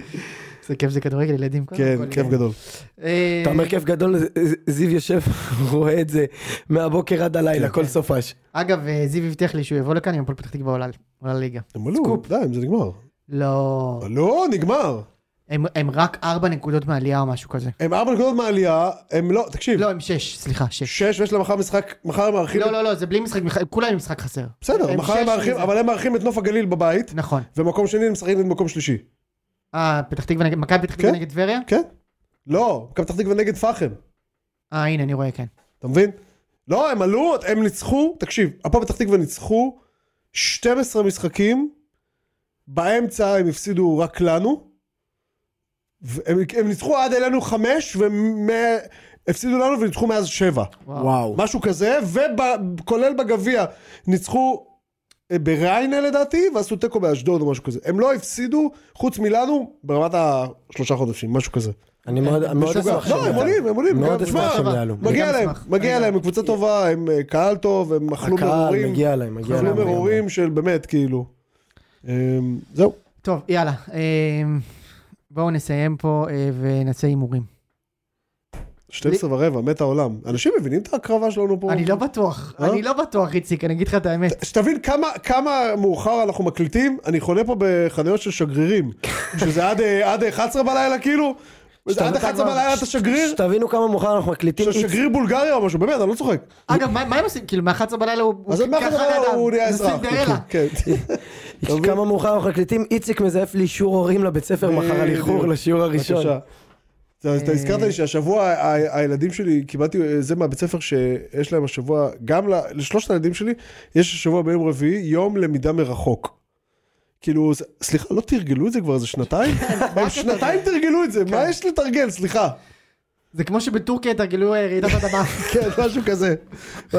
[SPEAKER 1] זה כיף זה כדורגל ילדים. קודם
[SPEAKER 4] כן,
[SPEAKER 1] כל.
[SPEAKER 4] כיף גדול. כן?
[SPEAKER 1] אה,
[SPEAKER 2] אתה אומר כיף גדול, ז- ז- זיו יושב, רואה את זה מהבוקר עד הלילה,
[SPEAKER 4] כן.
[SPEAKER 2] כל סופש.
[SPEAKER 1] אגב, אה, זיו הבטיח לי שהוא יבוא לכאן עם הפועל פתח תקווה עולה- עולה ליגה.
[SPEAKER 4] הם עלו, די, זה נגמר.
[SPEAKER 1] לא.
[SPEAKER 4] לא, נגמר.
[SPEAKER 1] הם- הם רק ארבע נקודות מעלייה או משהו כזה.
[SPEAKER 4] הם ארבע נקודות מהעלייה, הם לא, תקשיב,
[SPEAKER 1] לא, הם שש, סליחה, שש.
[SPEAKER 4] שש ויש להם מחר משחק, מחר הם מארחים,
[SPEAKER 1] לא,
[SPEAKER 4] את-
[SPEAKER 1] לא, לא, זה בלי משחק, מח- כולם עם משחק חסר.
[SPEAKER 4] בסדר,
[SPEAKER 1] הם
[SPEAKER 4] מחר הם
[SPEAKER 1] שש
[SPEAKER 4] מארחים,
[SPEAKER 1] מזה.
[SPEAKER 4] אבל הם מארחים את נוף הגליל בבית,
[SPEAKER 1] נכון.
[SPEAKER 4] ומקום שני הם משחקים נגד מקום שלישי.
[SPEAKER 1] אה, פתח תקווה נגד, מכבי פתח תקווה
[SPEAKER 4] כן.
[SPEAKER 1] נגד טבריה?
[SPEAKER 4] כן? לא, מכבי פתח תקווה נגד פחם,
[SPEAKER 1] אה, הנה, אני רואה, כן.
[SPEAKER 4] אתה מבין? לא, הם עלו, הם ניצחו, תקשיב, הפועל פתח תקווה ניצחו 12 משחקים, באמצע הם הפסידו רק לנו, והם, הם ניצחו עד אלינו חמש, והם אה, הפסידו לנו וניצחו מאז שבע.
[SPEAKER 2] וואו.
[SPEAKER 4] משהו כזה, וכולל בגביע, ניצחו אה, בריינה לדעתי, ועשו תיקו באשדוד או משהו כזה. הם לא הפסידו, חוץ מלנו, ברמת השלושה חודשים, משהו כזה.
[SPEAKER 2] אני מאוד מאוד
[SPEAKER 1] משוגע.
[SPEAKER 2] אשמח
[SPEAKER 1] עכשיו
[SPEAKER 4] לא,
[SPEAKER 2] שהם
[SPEAKER 4] הם
[SPEAKER 1] יעלו.
[SPEAKER 4] עולים, הם עולים.
[SPEAKER 2] מאוד
[SPEAKER 4] גם-
[SPEAKER 2] אשמח
[SPEAKER 4] שמע,
[SPEAKER 2] שהם
[SPEAKER 1] אבל-
[SPEAKER 2] יעלו.
[SPEAKER 1] אני
[SPEAKER 4] מגיע
[SPEAKER 1] גם
[SPEAKER 4] להם,
[SPEAKER 1] אשמח.
[SPEAKER 4] מגיע
[SPEAKER 1] רגע.
[SPEAKER 4] להם, הם קבוצה טובה, הם אה, קהל טוב, הם אכלו
[SPEAKER 2] הקהל
[SPEAKER 4] מרורים,
[SPEAKER 2] מגיע להם, מגיע
[SPEAKER 4] אכלו
[SPEAKER 2] להם.
[SPEAKER 4] מרורים של באמת, כאילו. אה, זהו.
[SPEAKER 1] טוב, יאללה. אה, בואו נסיים פה אה, ונעשה הימורים.
[SPEAKER 4] 12 ורבע, מת העולם. אנשים מבינים את ההקרבה שלנו פה?
[SPEAKER 1] אני לא בטוח,
[SPEAKER 4] אה?
[SPEAKER 1] אני לא בטוח, איציק, אני אגיד לך את האמת.
[SPEAKER 4] שתבין כמה, כמה מאוחר אנחנו מקליטים, אני חונה פה בחניות של שגרירים, שזה עד, אה, עד 11 בלילה כאילו,
[SPEAKER 2] שאתה-
[SPEAKER 4] עד 11 בלילה אתה שגריר?
[SPEAKER 2] שתבינו כמה מאוחר אנחנו מקליטים.
[SPEAKER 4] אתה שגריר בולגריה או משהו, באמת, אני לא צוחק.
[SPEAKER 1] אגב, מה מה הם עושים? כאילו, מ-11 בלילה הוא...
[SPEAKER 4] אז עוד
[SPEAKER 1] הוא
[SPEAKER 4] מעט
[SPEAKER 1] ככה
[SPEAKER 4] הדבר
[SPEAKER 1] לאדם.
[SPEAKER 4] הוא נהיה
[SPEAKER 1] זה
[SPEAKER 4] אזרח.
[SPEAKER 1] סינדרלה.
[SPEAKER 4] כן.
[SPEAKER 2] איציק, כמה מאוחר אנחנו מקליטים, איציק מזייף לי אישור הורים לבית ספר מחר על איחור
[SPEAKER 4] בדיוק.
[SPEAKER 2] לשיעור הראשון.
[SPEAKER 4] בבקשה. אתה אתה הזכרת לי שהשבוע ה- ה- הילדים שלי, קיבלתי אה, זה מהבית ספר שיש להם השבוע, גם ל- לשלושת הילדים שלי, יש השבוע ביום רביעי יום למידה מרחוק. כאילו, זה- סליחה, לא תרגלו את זה כבר איזה שנתיים? הם שנתיים תרגלו את זה, מה יש לתרגל, סליחה.
[SPEAKER 1] זה כמו שבטורקיה התרגלו אה, רעידת אדמה.
[SPEAKER 4] כן, משהו כזה,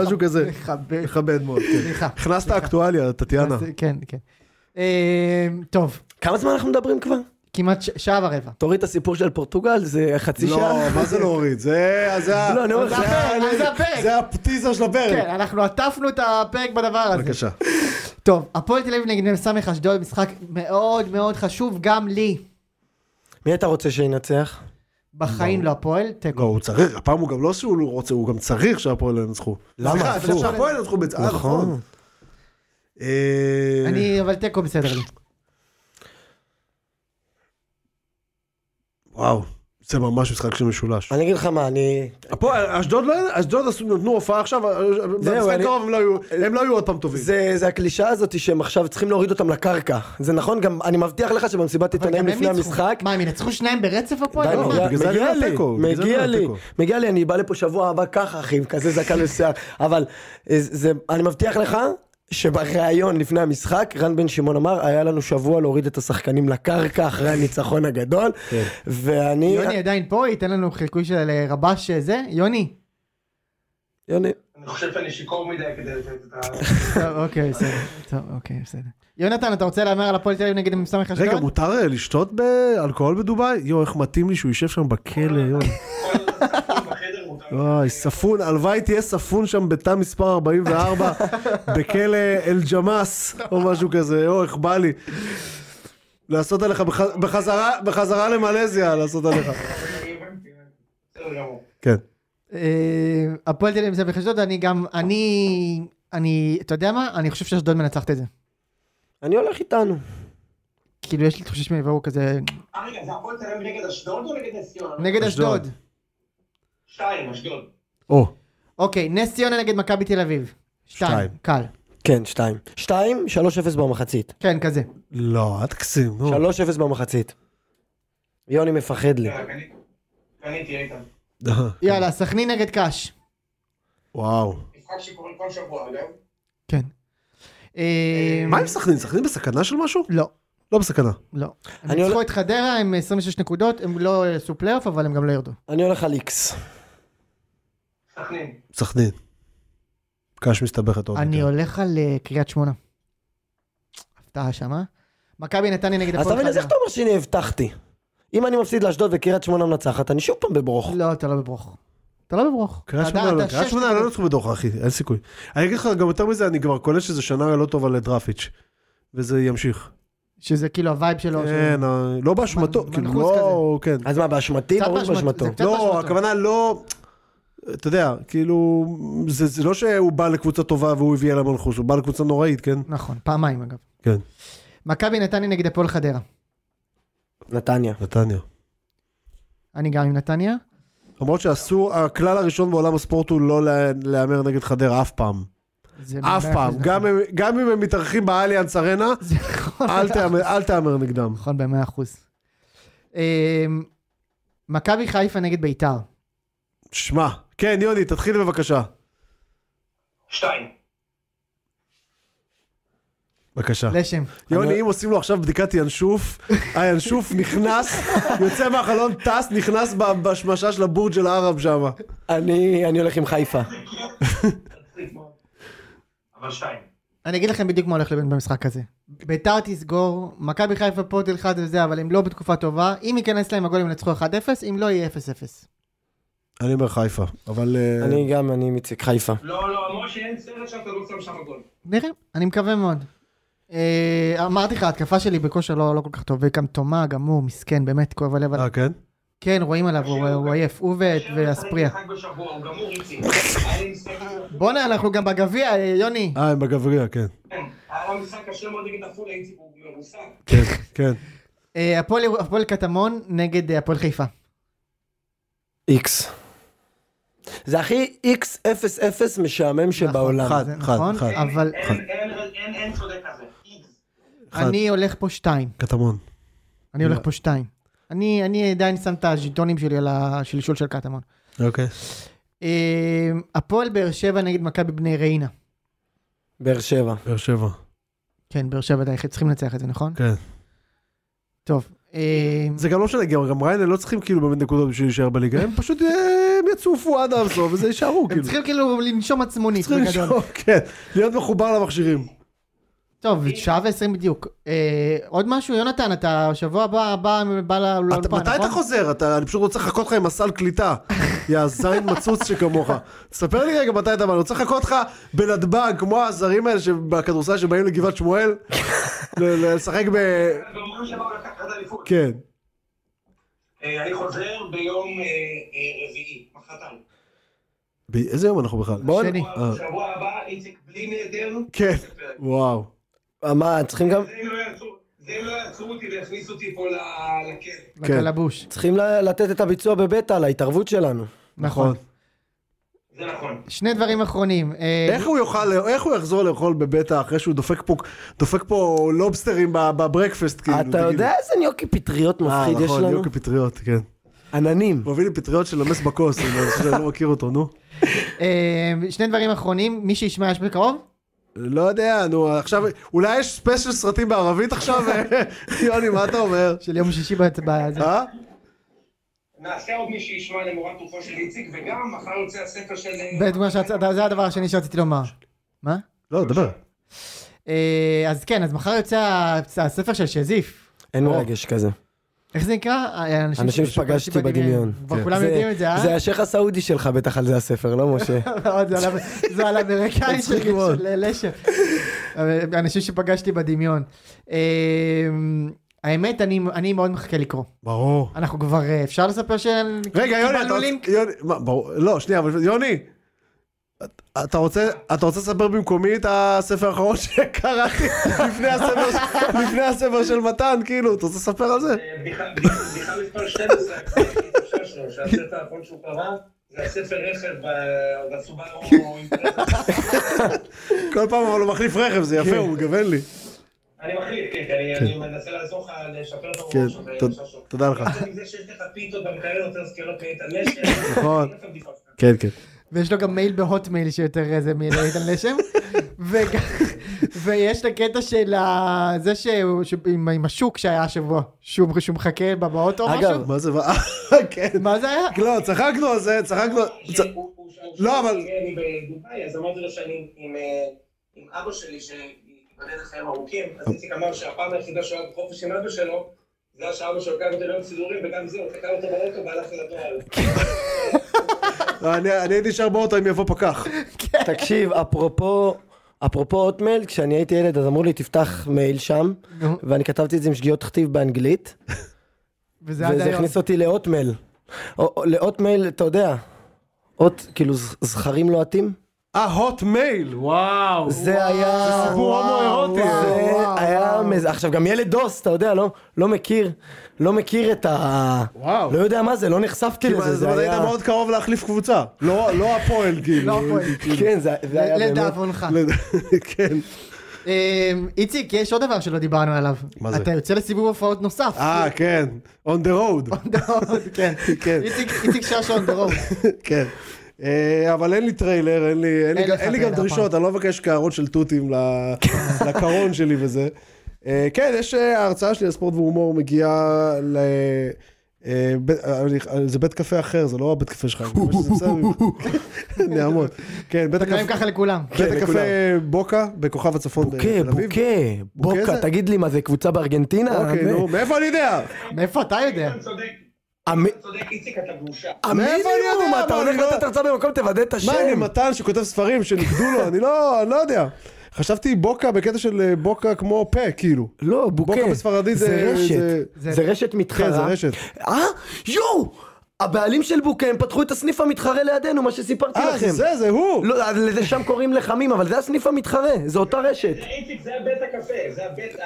[SPEAKER 4] משהו כזה.
[SPEAKER 1] מכבד.
[SPEAKER 4] מכבד מאוד,
[SPEAKER 1] סליחה.
[SPEAKER 4] כן. הכנסת אקטואליה, טטיאנה.
[SPEAKER 1] אז, כן, כן. אה, טוב,
[SPEAKER 2] כמה זמן אנחנו מדברים כבר?
[SPEAKER 1] כמעט ש- שעה ורבע.
[SPEAKER 2] תוריד את הסיפור של פורטוגל, זה חצי
[SPEAKER 4] לא,
[SPEAKER 2] שעה.
[SPEAKER 4] מה זה להוריד? זה... זה ה-
[SPEAKER 2] לא, אני אומר לך,
[SPEAKER 4] זה ה-
[SPEAKER 1] זה הפרק, זה הפרק.
[SPEAKER 4] זה הפטיזר של הפרק.
[SPEAKER 1] כן, אנחנו עטפנו את הפרק בדבר הזה.
[SPEAKER 2] אוקיי.
[SPEAKER 4] בבקשה.
[SPEAKER 1] טוב, הפועל תל אביב נגד מ"ס אשדוד, משחק מאוד מאוד חשוב גם לי.
[SPEAKER 2] מי אתה רוצה שינצח?
[SPEAKER 1] בחיים לא הפועל, תיקו.
[SPEAKER 4] לא, הוא צריך, הפעם הוא גם לא שהוא לא רוצה, הוא גם צריך שהפועל ינצחו.
[SPEAKER 2] למה?
[SPEAKER 4] סליחה,
[SPEAKER 2] הפוך.
[SPEAKER 4] שהפועל ינצחו אה, בצד.
[SPEAKER 2] נכון.
[SPEAKER 4] אה,
[SPEAKER 1] אני, אבל תיקו בסדר לי.
[SPEAKER 4] וואו, זה ממש משחק של משולש.
[SPEAKER 2] אני אגיד לך מה, אני...
[SPEAKER 4] הפועל, אשדוד לא- אשדוד עשו- נתנו הופעה עכשיו, אה, במשחק
[SPEAKER 2] אני- אה,
[SPEAKER 4] קרוב הם לא היו- הם לא היו עוד פעם טובים.
[SPEAKER 2] זה, זה הקלישאה הזאת שהם עכשיו צריכים להוריד אותם לקרקע. זה נכון, גם אני מבטיח לך שבמסיבת
[SPEAKER 1] אבל
[SPEAKER 2] עיתונאים
[SPEAKER 1] גם הם
[SPEAKER 2] לפני
[SPEAKER 1] ניצחו.
[SPEAKER 2] המשחק...
[SPEAKER 1] מה, הם ינצחו שניהם ברצף הפועל?
[SPEAKER 2] די,
[SPEAKER 1] לא, מה?
[SPEAKER 2] מגיע-
[SPEAKER 4] בגלל זה אני
[SPEAKER 2] מגיע
[SPEAKER 4] אומר
[SPEAKER 2] לי,
[SPEAKER 4] תיקו, בגלל זה אני
[SPEAKER 2] מגיע
[SPEAKER 4] אומר
[SPEAKER 2] לי,
[SPEAKER 4] תיקו.
[SPEAKER 2] מגיע לי, אני בא לפה שבוע הבא ככה אחי, עם כזה זקן ושיער, אבל אה, זה, אני מבטיח לך שבריאיון לפני המשחק, רן בן שמעון אמר, היה לנו שבוע להוריד את השחקנים לקרקע אחרי הניצחון הגדול, ואני...
[SPEAKER 1] יוני עדיין פה, ייתן לנו חיקוי של אה, רבש אה, זה? יוני?
[SPEAKER 2] יוני,
[SPEAKER 3] אני חושב שאני שיכור מדי כדי לתת את ה...
[SPEAKER 1] טוב, אוקיי, בסדר. טוב, אוקיי, בסדר. יונתן, אתה רוצה להמר על הפועל תל אביב נגד מ"ס אשדוד?
[SPEAKER 4] רגע, מותר אה, לשתות באלכוהול בדובאי? יואו, איך מתאים לי שהוא יישב שם בכלא, יואי.
[SPEAKER 3] כל הספקים בחדר מותר.
[SPEAKER 4] וואי, ספון, הלוואי תהיה ספון שם בתא מספר 44, בכלא אל-ג'מאס, או משהו כזה, או, איך בא לי. לעשות עליך, בח- בחזרה- בחזרה למלזיה, לעשות עליך.
[SPEAKER 3] בסדר גמור.
[SPEAKER 4] כן.
[SPEAKER 1] אה, הפועל תל אביב מ"ס אשדוד, אני גם, אני, אני, אתה יודע מה? אני חושב שאשדוד מנצחת את זה.
[SPEAKER 2] אני הולך איתנו.
[SPEAKER 1] כאילו, יש לי תחושה שהם יבואו כזה,
[SPEAKER 3] אה, רגע, זה הפועל תל אביב נגד אשדוד או נגד נס ציונה?
[SPEAKER 1] נגד
[SPEAKER 4] אשדוד.
[SPEAKER 1] אשדוד.
[SPEAKER 3] שתיים, אשדוד.
[SPEAKER 4] או,
[SPEAKER 1] אוקיי, נס ציונה נגד מכבי תל אביב. שתיים,
[SPEAKER 4] שתיים.
[SPEAKER 1] קל.
[SPEAKER 2] כן, שתיים. שתיים, שלוש אפס במחצית.
[SPEAKER 1] כן, כזה.
[SPEAKER 4] לא, אל תקסים, נו.
[SPEAKER 2] שלוש אפס במחצית. יוני מפחד לי.
[SPEAKER 3] יאללה, קניתי. קניתי, איתן.
[SPEAKER 1] יאללה, סכנין נגד קאש.
[SPEAKER 4] אה, וואו.
[SPEAKER 3] משחק שקורה כל שבוע, אגב.
[SPEAKER 1] כן. אה,
[SPEAKER 4] מה עם סכנין? סכנין בסכנה של משהו?
[SPEAKER 1] לא,
[SPEAKER 4] לא בסכנה.
[SPEAKER 1] לא. הם
[SPEAKER 2] אני
[SPEAKER 1] ניצחו
[SPEAKER 2] הולך-
[SPEAKER 1] את חדרה עם 26 נקודות, הם לא עשו פלייאוף, אבל הם גם לא ירדו.
[SPEAKER 2] אני הולך על איקס.
[SPEAKER 3] סכנין.
[SPEAKER 4] סכנין. קש מסתבכת עוד.
[SPEAKER 1] אני
[SPEAKER 4] יותר.
[SPEAKER 1] הולך על אה, קריית שמונה. הפתעה שמה. מכבי נתניה נגד
[SPEAKER 2] אז אתה
[SPEAKER 1] הפועל
[SPEAKER 2] מבין, אז איך
[SPEAKER 1] חדרה.
[SPEAKER 2] אתה אומר שאני הבטחתי? אם אני מפסיד לאשדוד וקריית שמונה מנצחת, אני שוב פעם בברוך.
[SPEAKER 1] לא, אתה לא בברוך. אתה לא בברוך.
[SPEAKER 4] קריית
[SPEAKER 1] אתה-
[SPEAKER 4] שמונה
[SPEAKER 1] אתה
[SPEAKER 4] לא- קריית
[SPEAKER 1] שש
[SPEAKER 4] שמונה לא
[SPEAKER 1] נקודות.
[SPEAKER 4] נצחו בדוחה, אחי, אין סיכוי. אני אגיד לך גם יותר מזה, אני כבר קולט שזו שנה לא טובה לדרפיץ'. וזה ימשיך.
[SPEAKER 1] שזה כאילו הווייב שלו.
[SPEAKER 4] כן, אה, לא באשמתו,
[SPEAKER 1] מנ-
[SPEAKER 4] כאילו
[SPEAKER 1] מנחוס
[SPEAKER 4] לא, כן.
[SPEAKER 2] אז מה, באשמתי?
[SPEAKER 1] קצת
[SPEAKER 2] ברור
[SPEAKER 1] באשמת-
[SPEAKER 2] באשמתו.
[SPEAKER 1] זה קצת-
[SPEAKER 4] לא,
[SPEAKER 1] באשמתו.
[SPEAKER 4] הכוונה לא, אתה יודע, כאילו, זה זה לא שהוא בא לקבוצה טובה והוא הביא אלה מנחוס, הוא בא לקבוצה נוראית, כן?
[SPEAKER 1] שהוא- נכון, פעמיים אגב.
[SPEAKER 4] כן.
[SPEAKER 1] מכבי נתניה נגד הפועל חדרה.
[SPEAKER 2] נתניה.
[SPEAKER 4] נתניה.
[SPEAKER 1] אני גם עם נתניה.
[SPEAKER 4] למרות שאסור, הכלל הראשון בעולם הספורט הוא לא לה- להמר נגד חדרה אף פעם.
[SPEAKER 1] זה
[SPEAKER 4] אף
[SPEAKER 1] מאה
[SPEAKER 4] פעם.
[SPEAKER 1] אחוז
[SPEAKER 4] גם
[SPEAKER 1] נכון.
[SPEAKER 4] אם- גם אם הם מתארחים באליאנס ארנה,
[SPEAKER 1] זה נכון.
[SPEAKER 4] אל תהמר- אל תהמר נגדם.
[SPEAKER 1] נכון, במאה אחוז. אמ, מכבי חיפה נגד ביתר.
[SPEAKER 4] שמע, כן, יוני, תתחיל בבקשה.
[SPEAKER 3] שתיים.
[SPEAKER 4] בבקשה.
[SPEAKER 1] לשם.
[SPEAKER 4] יוני, אם עושים לו עכשיו בדיקת ינשוף, הינשוף נכנס, יוצא מהחלון, טס, נכנס ב- בשמשה של הבורג' אל ערב שמה.
[SPEAKER 2] אני אני הולך עם חיפה.
[SPEAKER 1] כן.
[SPEAKER 3] אבל שתיים.
[SPEAKER 1] אני אגיד לכם בדיוק מה הולך לבן במשחק הזה. ביתר תסגור, מכבי חיפה פה תלחץ וזה, אבל הם לא בתקופה טובה. אם ייכנס להם הגול הם ינצחו 1-0, אם לא יהיה 0-0.
[SPEAKER 4] אני אומר חיפה, אבל... אה,
[SPEAKER 2] אני גם, אני עם איציק חיפה.
[SPEAKER 3] לא, לא, משה, אין סרט שם, אתה לא שם שם גול.
[SPEAKER 1] נראה, אני מקווה מאוד. אה, אמרתי לך, ההתקפה שלי בכושר לא לא כל כך טוב, וגם תומה, גם הוא מסכן, באמת כואב הלב עליו.
[SPEAKER 4] אה, כן?
[SPEAKER 1] כן, רואים עליו, הוא הוא עייף, הוא ו- ואספריה.
[SPEAKER 3] משחק בשבוע, הוא גמור איתי. היה לי משחק-
[SPEAKER 1] בואנה, אנחנו גם בגביע, אה, יוני.
[SPEAKER 4] אה, הם בגביע, כן.
[SPEAKER 3] כן, היה לו משחק קשה מאוד נגד עפולה, הייתי מרוסק.
[SPEAKER 4] כן, כן.
[SPEAKER 1] אה, הפועל הפועל קטמון נגד אה, הפועל חיפה.
[SPEAKER 2] איקס. זה הכי איקס אפס אפס
[SPEAKER 1] נכון,
[SPEAKER 2] משעמם שבעולם.
[SPEAKER 4] חד,
[SPEAKER 1] זה
[SPEAKER 4] חד,
[SPEAKER 1] נכון,
[SPEAKER 4] חד.
[SPEAKER 1] אבל
[SPEAKER 3] אין- אין- אין- אין אין צודק כזה. איגז.
[SPEAKER 1] אני הולך פה שתיים.
[SPEAKER 4] קטמון.
[SPEAKER 1] אני
[SPEAKER 4] לא.
[SPEAKER 1] הולך פה שתיים. אני אני עדיין שם את הז'יטונים שלי על השלשול של קטמון.
[SPEAKER 4] אוקיי.
[SPEAKER 1] אה, הפועל באר שבע נגד מכבי בני ריינה.
[SPEAKER 2] באר שבע.
[SPEAKER 4] באר שבע.
[SPEAKER 1] כן, באר שבע עדיין צריכים לנצח את זה, נכון?
[SPEAKER 4] כן.
[SPEAKER 1] טוב. אה,
[SPEAKER 4] זה גם לא משנה, גם גם ריינה לא צריכים כאילו באמת נקודות בשביל להישאר בליגה, הם פשוט אה, הם יצופו עד הסוף וזה יישארו
[SPEAKER 1] הם
[SPEAKER 4] כאילו.
[SPEAKER 1] צריכים כאילו לנשום עצמונית
[SPEAKER 4] צריכים
[SPEAKER 1] בגדול.
[SPEAKER 4] לשאול, כן, להיות מחובר למכשירים.
[SPEAKER 1] טוב, שעה ועשרים בדיוק. אה, עוד משהו, יונתן, אתה שבוע הבא בא בא לאולפן,
[SPEAKER 4] אתה-
[SPEAKER 1] נכון?
[SPEAKER 4] מתי אתה חוזר? אתה- אני פשוט רוצה לחכות לך עם הסל קליטה. יא זין מצוץ שכמוך. תספר לי רגע מתי אתה בא, אני רוצה לחכות לך בנתב"ג, כמו הזרים האלה שבכדורסל שבאים לגבעת שמואל, ל- לשחק ב...
[SPEAKER 3] אז אומרים שבאו לקחת אליפות.
[SPEAKER 4] כן.
[SPEAKER 3] אה, אני חוזר ביום אה, אה, רביעי, מחרתיים.
[SPEAKER 4] באיזה יום אנחנו בכלל?
[SPEAKER 2] בוא-
[SPEAKER 1] שני.
[SPEAKER 4] אה.
[SPEAKER 3] שבוע הבא, איציק בלי נהדר.
[SPEAKER 4] כן.
[SPEAKER 3] זה פרק.
[SPEAKER 4] וואו.
[SPEAKER 2] מה, צריכים גם...
[SPEAKER 3] זה אם לא יעצרו- זה אם לא יעצרו אותי ויכניסו אותי פה ל- לכלא.
[SPEAKER 4] כן.
[SPEAKER 1] לקלבוש.
[SPEAKER 2] צריכים ל- לתת את הביצוע בבטא להתערבות שלנו.
[SPEAKER 1] נכון.
[SPEAKER 3] זה נכון.
[SPEAKER 1] שני דברים אחרונים.
[SPEAKER 2] כן.
[SPEAKER 1] אה,
[SPEAKER 4] איך הוא יאכל, איך הוא יחזור לאכול בבטא אחרי שהוא דופק פה, דופק פה לובסטרים בב- בברקפסט
[SPEAKER 1] כן,
[SPEAKER 4] כאילו.
[SPEAKER 2] אתה יודע איזה ניוקי פטריות
[SPEAKER 1] אה,
[SPEAKER 2] מפחיד יש
[SPEAKER 4] נכון,
[SPEAKER 2] לנו?
[SPEAKER 4] יוקי פטריות, כן.
[SPEAKER 2] עננים.
[SPEAKER 4] הוא הביא לי פטריות של נמס בכוס, אני חושב שאני לא מכיר אותו, נו.
[SPEAKER 1] אה, שני דברים אחרונים, מי שישמע יש בקרוב?
[SPEAKER 4] לא יודע, נו, עכשיו, אולי יש ספיישל סרטים בערבית עכשיו? יוני, מה אתה אומר?
[SPEAKER 1] של יום שישי בהצבעה. זה-
[SPEAKER 4] אה?
[SPEAKER 3] נעשה עוד מי שישמע למורת רוחו של איציק, וגם מחר יוצא הספר של... אה,
[SPEAKER 1] בדיוק מה שרצ- זה הדבר השני שרציתי לומר. מה?
[SPEAKER 4] לא, דבר.
[SPEAKER 1] אה, אז כן, אז מחר יוצא ה- הספר של שזיף.
[SPEAKER 2] אין
[SPEAKER 1] או.
[SPEAKER 2] רגש כזה.
[SPEAKER 1] איך זה נקרא?
[SPEAKER 2] אנשים שפגשתי בדמיון.
[SPEAKER 1] כבר
[SPEAKER 4] כן.
[SPEAKER 1] כולם
[SPEAKER 2] זה-
[SPEAKER 1] יודעים את זה, אה?
[SPEAKER 2] זה השייח הסעודי שלך בטח על זה הספר, לא משה?
[SPEAKER 1] מאוד, זה על- זה על אמריקאי של
[SPEAKER 4] מצחיק מאוד.
[SPEAKER 1] של לשם. אבל אנשים שפגשתי בדמיון. אמ, האמת, אני- אני מאוד מחכה לקרוא.
[SPEAKER 4] ברור.
[SPEAKER 1] אנחנו כבר, אה, אפשר לספר ש...
[SPEAKER 4] רגע, יוני, אתה
[SPEAKER 1] קיבלנו
[SPEAKER 4] רוצה...
[SPEAKER 1] לינק?
[SPEAKER 4] יוני, מה, ברור, לא, שנייה, אבל יוני! את- אתה רוצה, אתה רוצה לספר במקומי את הספר האחרון שקראתי לפני הספר, לפני הספר של מתן, כאילו, אתה רוצה לספר על זה?
[SPEAKER 3] אה, בדיחה בדיחה מספר 12, איציק ששנו, שהספר האחרון שהוא קרא, זה הספר רכב, אה, והסובארו...
[SPEAKER 4] כל פעם אבל הוא מחליף רכב, זה יפה, הוא מגוון לי.
[SPEAKER 3] אני מחליט, כן, כי אני- אני מנסה לעזור לך לשפר את
[SPEAKER 4] כן,
[SPEAKER 3] הרוח
[SPEAKER 4] תודה-
[SPEAKER 3] שלך.
[SPEAKER 4] תודה לך.
[SPEAKER 3] יחד עם זה שיש לך פיתות במקרר יותר זקנות מאיתן לשם.
[SPEAKER 4] נכון.
[SPEAKER 3] אין לך בדיחות.
[SPEAKER 4] כן, כן.
[SPEAKER 1] ויש לו גם מייל בהוטמייל שיותר איזה מייל איתן לשם. וגם- ויש את הקטע של ה- זה שהוא, ש- עם עם השוק שהיה השבוע, שהוא שהוא מחכה בה באוטו או
[SPEAKER 2] אגב,
[SPEAKER 1] משהו.
[SPEAKER 4] מה זה, מה- כן.
[SPEAKER 1] מה זה היה?
[SPEAKER 4] לא, צחקנו על זה, צחקנו... צ-
[SPEAKER 3] הוא- הוא שאל
[SPEAKER 4] לא,
[SPEAKER 3] אותי,
[SPEAKER 4] אבל-
[SPEAKER 3] אני בדובאי, אז אמרתי לו שאני עם, אה, עם אבא שלי, שייבדל לחיים ארוכים, אז איציק אמר שהפעם היחידה שהוא היה בחופש עם אבא שלו, זה היה שאבא שלו לקח אותו ליום סידורים, וגם זה, הוא תקע אותו באוטו והלך לדואר.
[SPEAKER 4] אני אני הייתי נשאר באוטו אם יבוא פקח.
[SPEAKER 2] תקשיב, אפרופו... אפרופו אוטמייל, כשאני הייתי ילד אז אמרו לי תפתח מייל שם,
[SPEAKER 1] נו,
[SPEAKER 2] ואני כתבתי את זה עם שגיאות כתיב באנגלית,
[SPEAKER 1] וזה עד
[SPEAKER 2] וזה
[SPEAKER 1] היום.
[SPEAKER 2] הכניס אותי לאוטמייל. או- או- לאוטמייל, אתה יודע, אות, כאילו ז- זכרים לוהטים?
[SPEAKER 4] אה, הוט מייל, וואו.
[SPEAKER 2] זה היה...
[SPEAKER 4] זה סיפור
[SPEAKER 1] וואו,
[SPEAKER 4] הומואירוטי.
[SPEAKER 1] וואו,
[SPEAKER 2] זה
[SPEAKER 1] וואו,
[SPEAKER 2] היה
[SPEAKER 1] וואו.
[SPEAKER 2] מז... עכשיו גם ילד דוס, אתה יודע, לא, לא מכיר, לא מכיר את ה...
[SPEAKER 4] וואו.
[SPEAKER 2] לא יודע מה זה, לא נחשפתי
[SPEAKER 4] כאילו,
[SPEAKER 2] לזה,
[SPEAKER 4] אז
[SPEAKER 2] זה
[SPEAKER 4] אבל
[SPEAKER 2] היה...
[SPEAKER 4] היית מאוד קרוב להחליף קבוצה. לא לא הפועל, כאילו.
[SPEAKER 1] לא הפועל.
[SPEAKER 2] כן, זה, זה היה באמת...
[SPEAKER 1] לדאבונך.
[SPEAKER 4] ל- כן.
[SPEAKER 1] אמ, איציק, יש עוד דבר שלא דיברנו עליו.
[SPEAKER 4] מה זה?
[SPEAKER 1] אתה יוצא לסיבוב הופעות נוסף.
[SPEAKER 4] אה, כן. On the road.
[SPEAKER 1] כן.
[SPEAKER 4] כן.
[SPEAKER 1] איציק- איציק ששון דרום.
[SPEAKER 4] כן. אה, אבל אין לי טריילר, אין לי, אין לי,
[SPEAKER 1] אין לך
[SPEAKER 4] אין לי גם
[SPEAKER 1] טריילר,
[SPEAKER 4] דרישות,
[SPEAKER 1] נכון.
[SPEAKER 4] אני לא מבקש קערות של תותים ל- לקרון שלי וזה. אה, כן, יש, אה, ההרצאה שלי על ספורט והומור מגיעה ל... אה, בית- אה, אני- זה בית קפה אחר, זה לא הבית קפה שלך, אני מקווה שזה בסדר. נעמוד. כן, בית
[SPEAKER 1] נעים
[SPEAKER 4] הקפה-
[SPEAKER 1] ככה לכולם.
[SPEAKER 4] בית
[SPEAKER 2] כן,
[SPEAKER 4] הקפה
[SPEAKER 2] לכולם.
[SPEAKER 4] בוקה בכוכב הצפון
[SPEAKER 2] בוקה,
[SPEAKER 4] בתל אביב.
[SPEAKER 2] כן, בוקה,
[SPEAKER 4] בוקה
[SPEAKER 2] בוקה,
[SPEAKER 4] זה-
[SPEAKER 2] תגיד לי מה זה, קבוצה בארגנטינה?
[SPEAKER 4] אוקיי, נו, מאיפה אני יודע?
[SPEAKER 1] מאיפה אתה יודע?
[SPEAKER 3] אתה צודק,
[SPEAKER 2] המ-
[SPEAKER 3] אתה צודק, איציק, אתה בושה.
[SPEAKER 4] מאיפה אני יודע?
[SPEAKER 2] המינימום,
[SPEAKER 4] מה,
[SPEAKER 2] אתה הולך
[SPEAKER 4] אני לא-
[SPEAKER 2] לתת הרצאה במקום, תוודא את השם.
[SPEAKER 4] מה, אני מתן שכותב ספרים שנקדו לו, אני לא, אני לא יודע. חשבתי בוקה בקטע של אה, בוקה כמו פה, כאילו.
[SPEAKER 2] לא, בוקה.
[SPEAKER 4] בוקה בספרדית זה-
[SPEAKER 2] זה
[SPEAKER 4] זה-
[SPEAKER 2] רשת. כן, זה רשת מתחרה.
[SPEAKER 4] כן, זה רשת.
[SPEAKER 2] אה? יואו! הבעלים של בוקם פתחו את הסניף המתחרה לידינו, מה שסיפרתי
[SPEAKER 4] אה,
[SPEAKER 2] לכם.
[SPEAKER 4] זה זה, זה הוא.
[SPEAKER 2] לא, אז לזה שם קוראים לחמים, אבל זה הסניף המתחרה, זה אותה רשת.
[SPEAKER 3] איציק, זה הבית הקפה, זה הבית...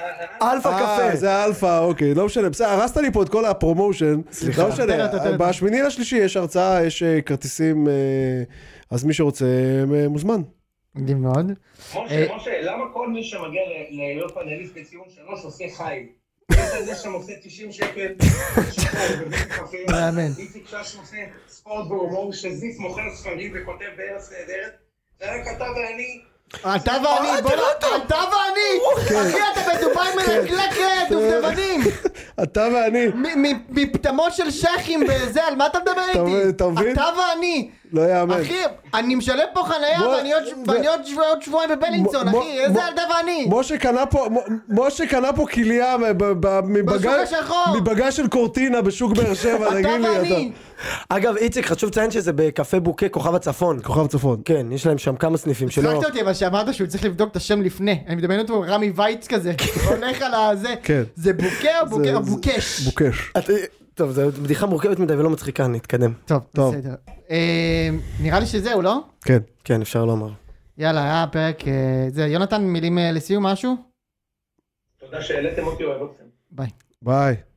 [SPEAKER 3] ה- ה-
[SPEAKER 2] אלפא
[SPEAKER 4] אה,
[SPEAKER 2] קפה.
[SPEAKER 4] זה אלפא, אוקיי, לא משנה, בסדר, הרסת לי פה את כל הפרומושן,
[SPEAKER 2] סליחה.
[SPEAKER 4] לא משנה,
[SPEAKER 1] תן לו, תן לו.
[SPEAKER 4] בשמיני לשלישי יש הרצאה, יש אה, כרטיסים, אה, אז מי שרוצה אה, מוזמן.
[SPEAKER 1] מדהים מאוד. אה.
[SPEAKER 3] משה, משה, למה כל מי שמגיע ל- להיות פאנליסט בציון שלוש עושה חיים? יש זה שם עושה 90 שקל, שחור, בבית קפה.
[SPEAKER 1] מאמן.
[SPEAKER 3] איציק שש עושה ספורט והומור, שזיף מוכר ספרים וכותב בארץ נהדרת. זה רק אתה ואני.
[SPEAKER 1] אתה
[SPEAKER 4] אה,
[SPEAKER 1] ואני, בוא נ... אתה ואני!
[SPEAKER 4] אוקיי.
[SPEAKER 1] אחי, אתה בדובאי
[SPEAKER 4] כן. אה.
[SPEAKER 1] מלקלקת, דובדבנים!
[SPEAKER 4] אתה ואני,
[SPEAKER 1] מ- מ- מפטמות של שכים בזה, על מה אתה מדבר איתי?
[SPEAKER 4] אתה מבין?
[SPEAKER 1] אתה ואני!
[SPEAKER 4] לא יאמן.
[SPEAKER 1] אחי, אני משלם פה חנייה
[SPEAKER 4] בוא-
[SPEAKER 1] ואני עוד ש-
[SPEAKER 4] ב-
[SPEAKER 1] ואני עוד שבוע- עוד שבועיים בבלינסון,
[SPEAKER 4] מ-
[SPEAKER 1] אחי,
[SPEAKER 4] מ-
[SPEAKER 1] איזה
[SPEAKER 4] מ-
[SPEAKER 1] ילדה ואני!
[SPEAKER 4] משה קנה פה, מ- משה קנה פה כליה ב- ב- ב- מבגז-
[SPEAKER 1] השחור.
[SPEAKER 4] מבגז של קורטינה בשוק באר שבע,
[SPEAKER 1] אתה
[SPEAKER 4] תגיד לי
[SPEAKER 1] ואני!
[SPEAKER 4] אתה.
[SPEAKER 2] אגב, איציק, חשוב לציין שזה בקפה בוקה כוכב הצפון.
[SPEAKER 4] כוכב צפון.
[SPEAKER 2] כן, יש להם שם כמה סניפים שלא...
[SPEAKER 4] לא.
[SPEAKER 1] צחקת אותי אבל שאמרת שהוא צריך לבדוק את השם לפני, אני מדמיין אותו רמי וייץ כזה, הולך על הזה,
[SPEAKER 4] כן.
[SPEAKER 1] זה בוקה או בוקה?
[SPEAKER 4] זה-
[SPEAKER 1] או בוקש.
[SPEAKER 4] בוקש.
[SPEAKER 2] את- טוב, זו בדיחה מורכבת מדי ולא מצחיקה, נתקדם.
[SPEAKER 1] טוב,
[SPEAKER 4] טוב.
[SPEAKER 1] בסדר. אה, נראה לי שזהו, לא?
[SPEAKER 4] כן.
[SPEAKER 2] כן, אפשר לומר.
[SPEAKER 1] יאללה, היה פרק... אה, זה, יונתן, מילים אה, לסיום משהו?
[SPEAKER 3] תודה שהעליתם אותי, אוהב אתכם.
[SPEAKER 1] ביי.
[SPEAKER 4] ביי.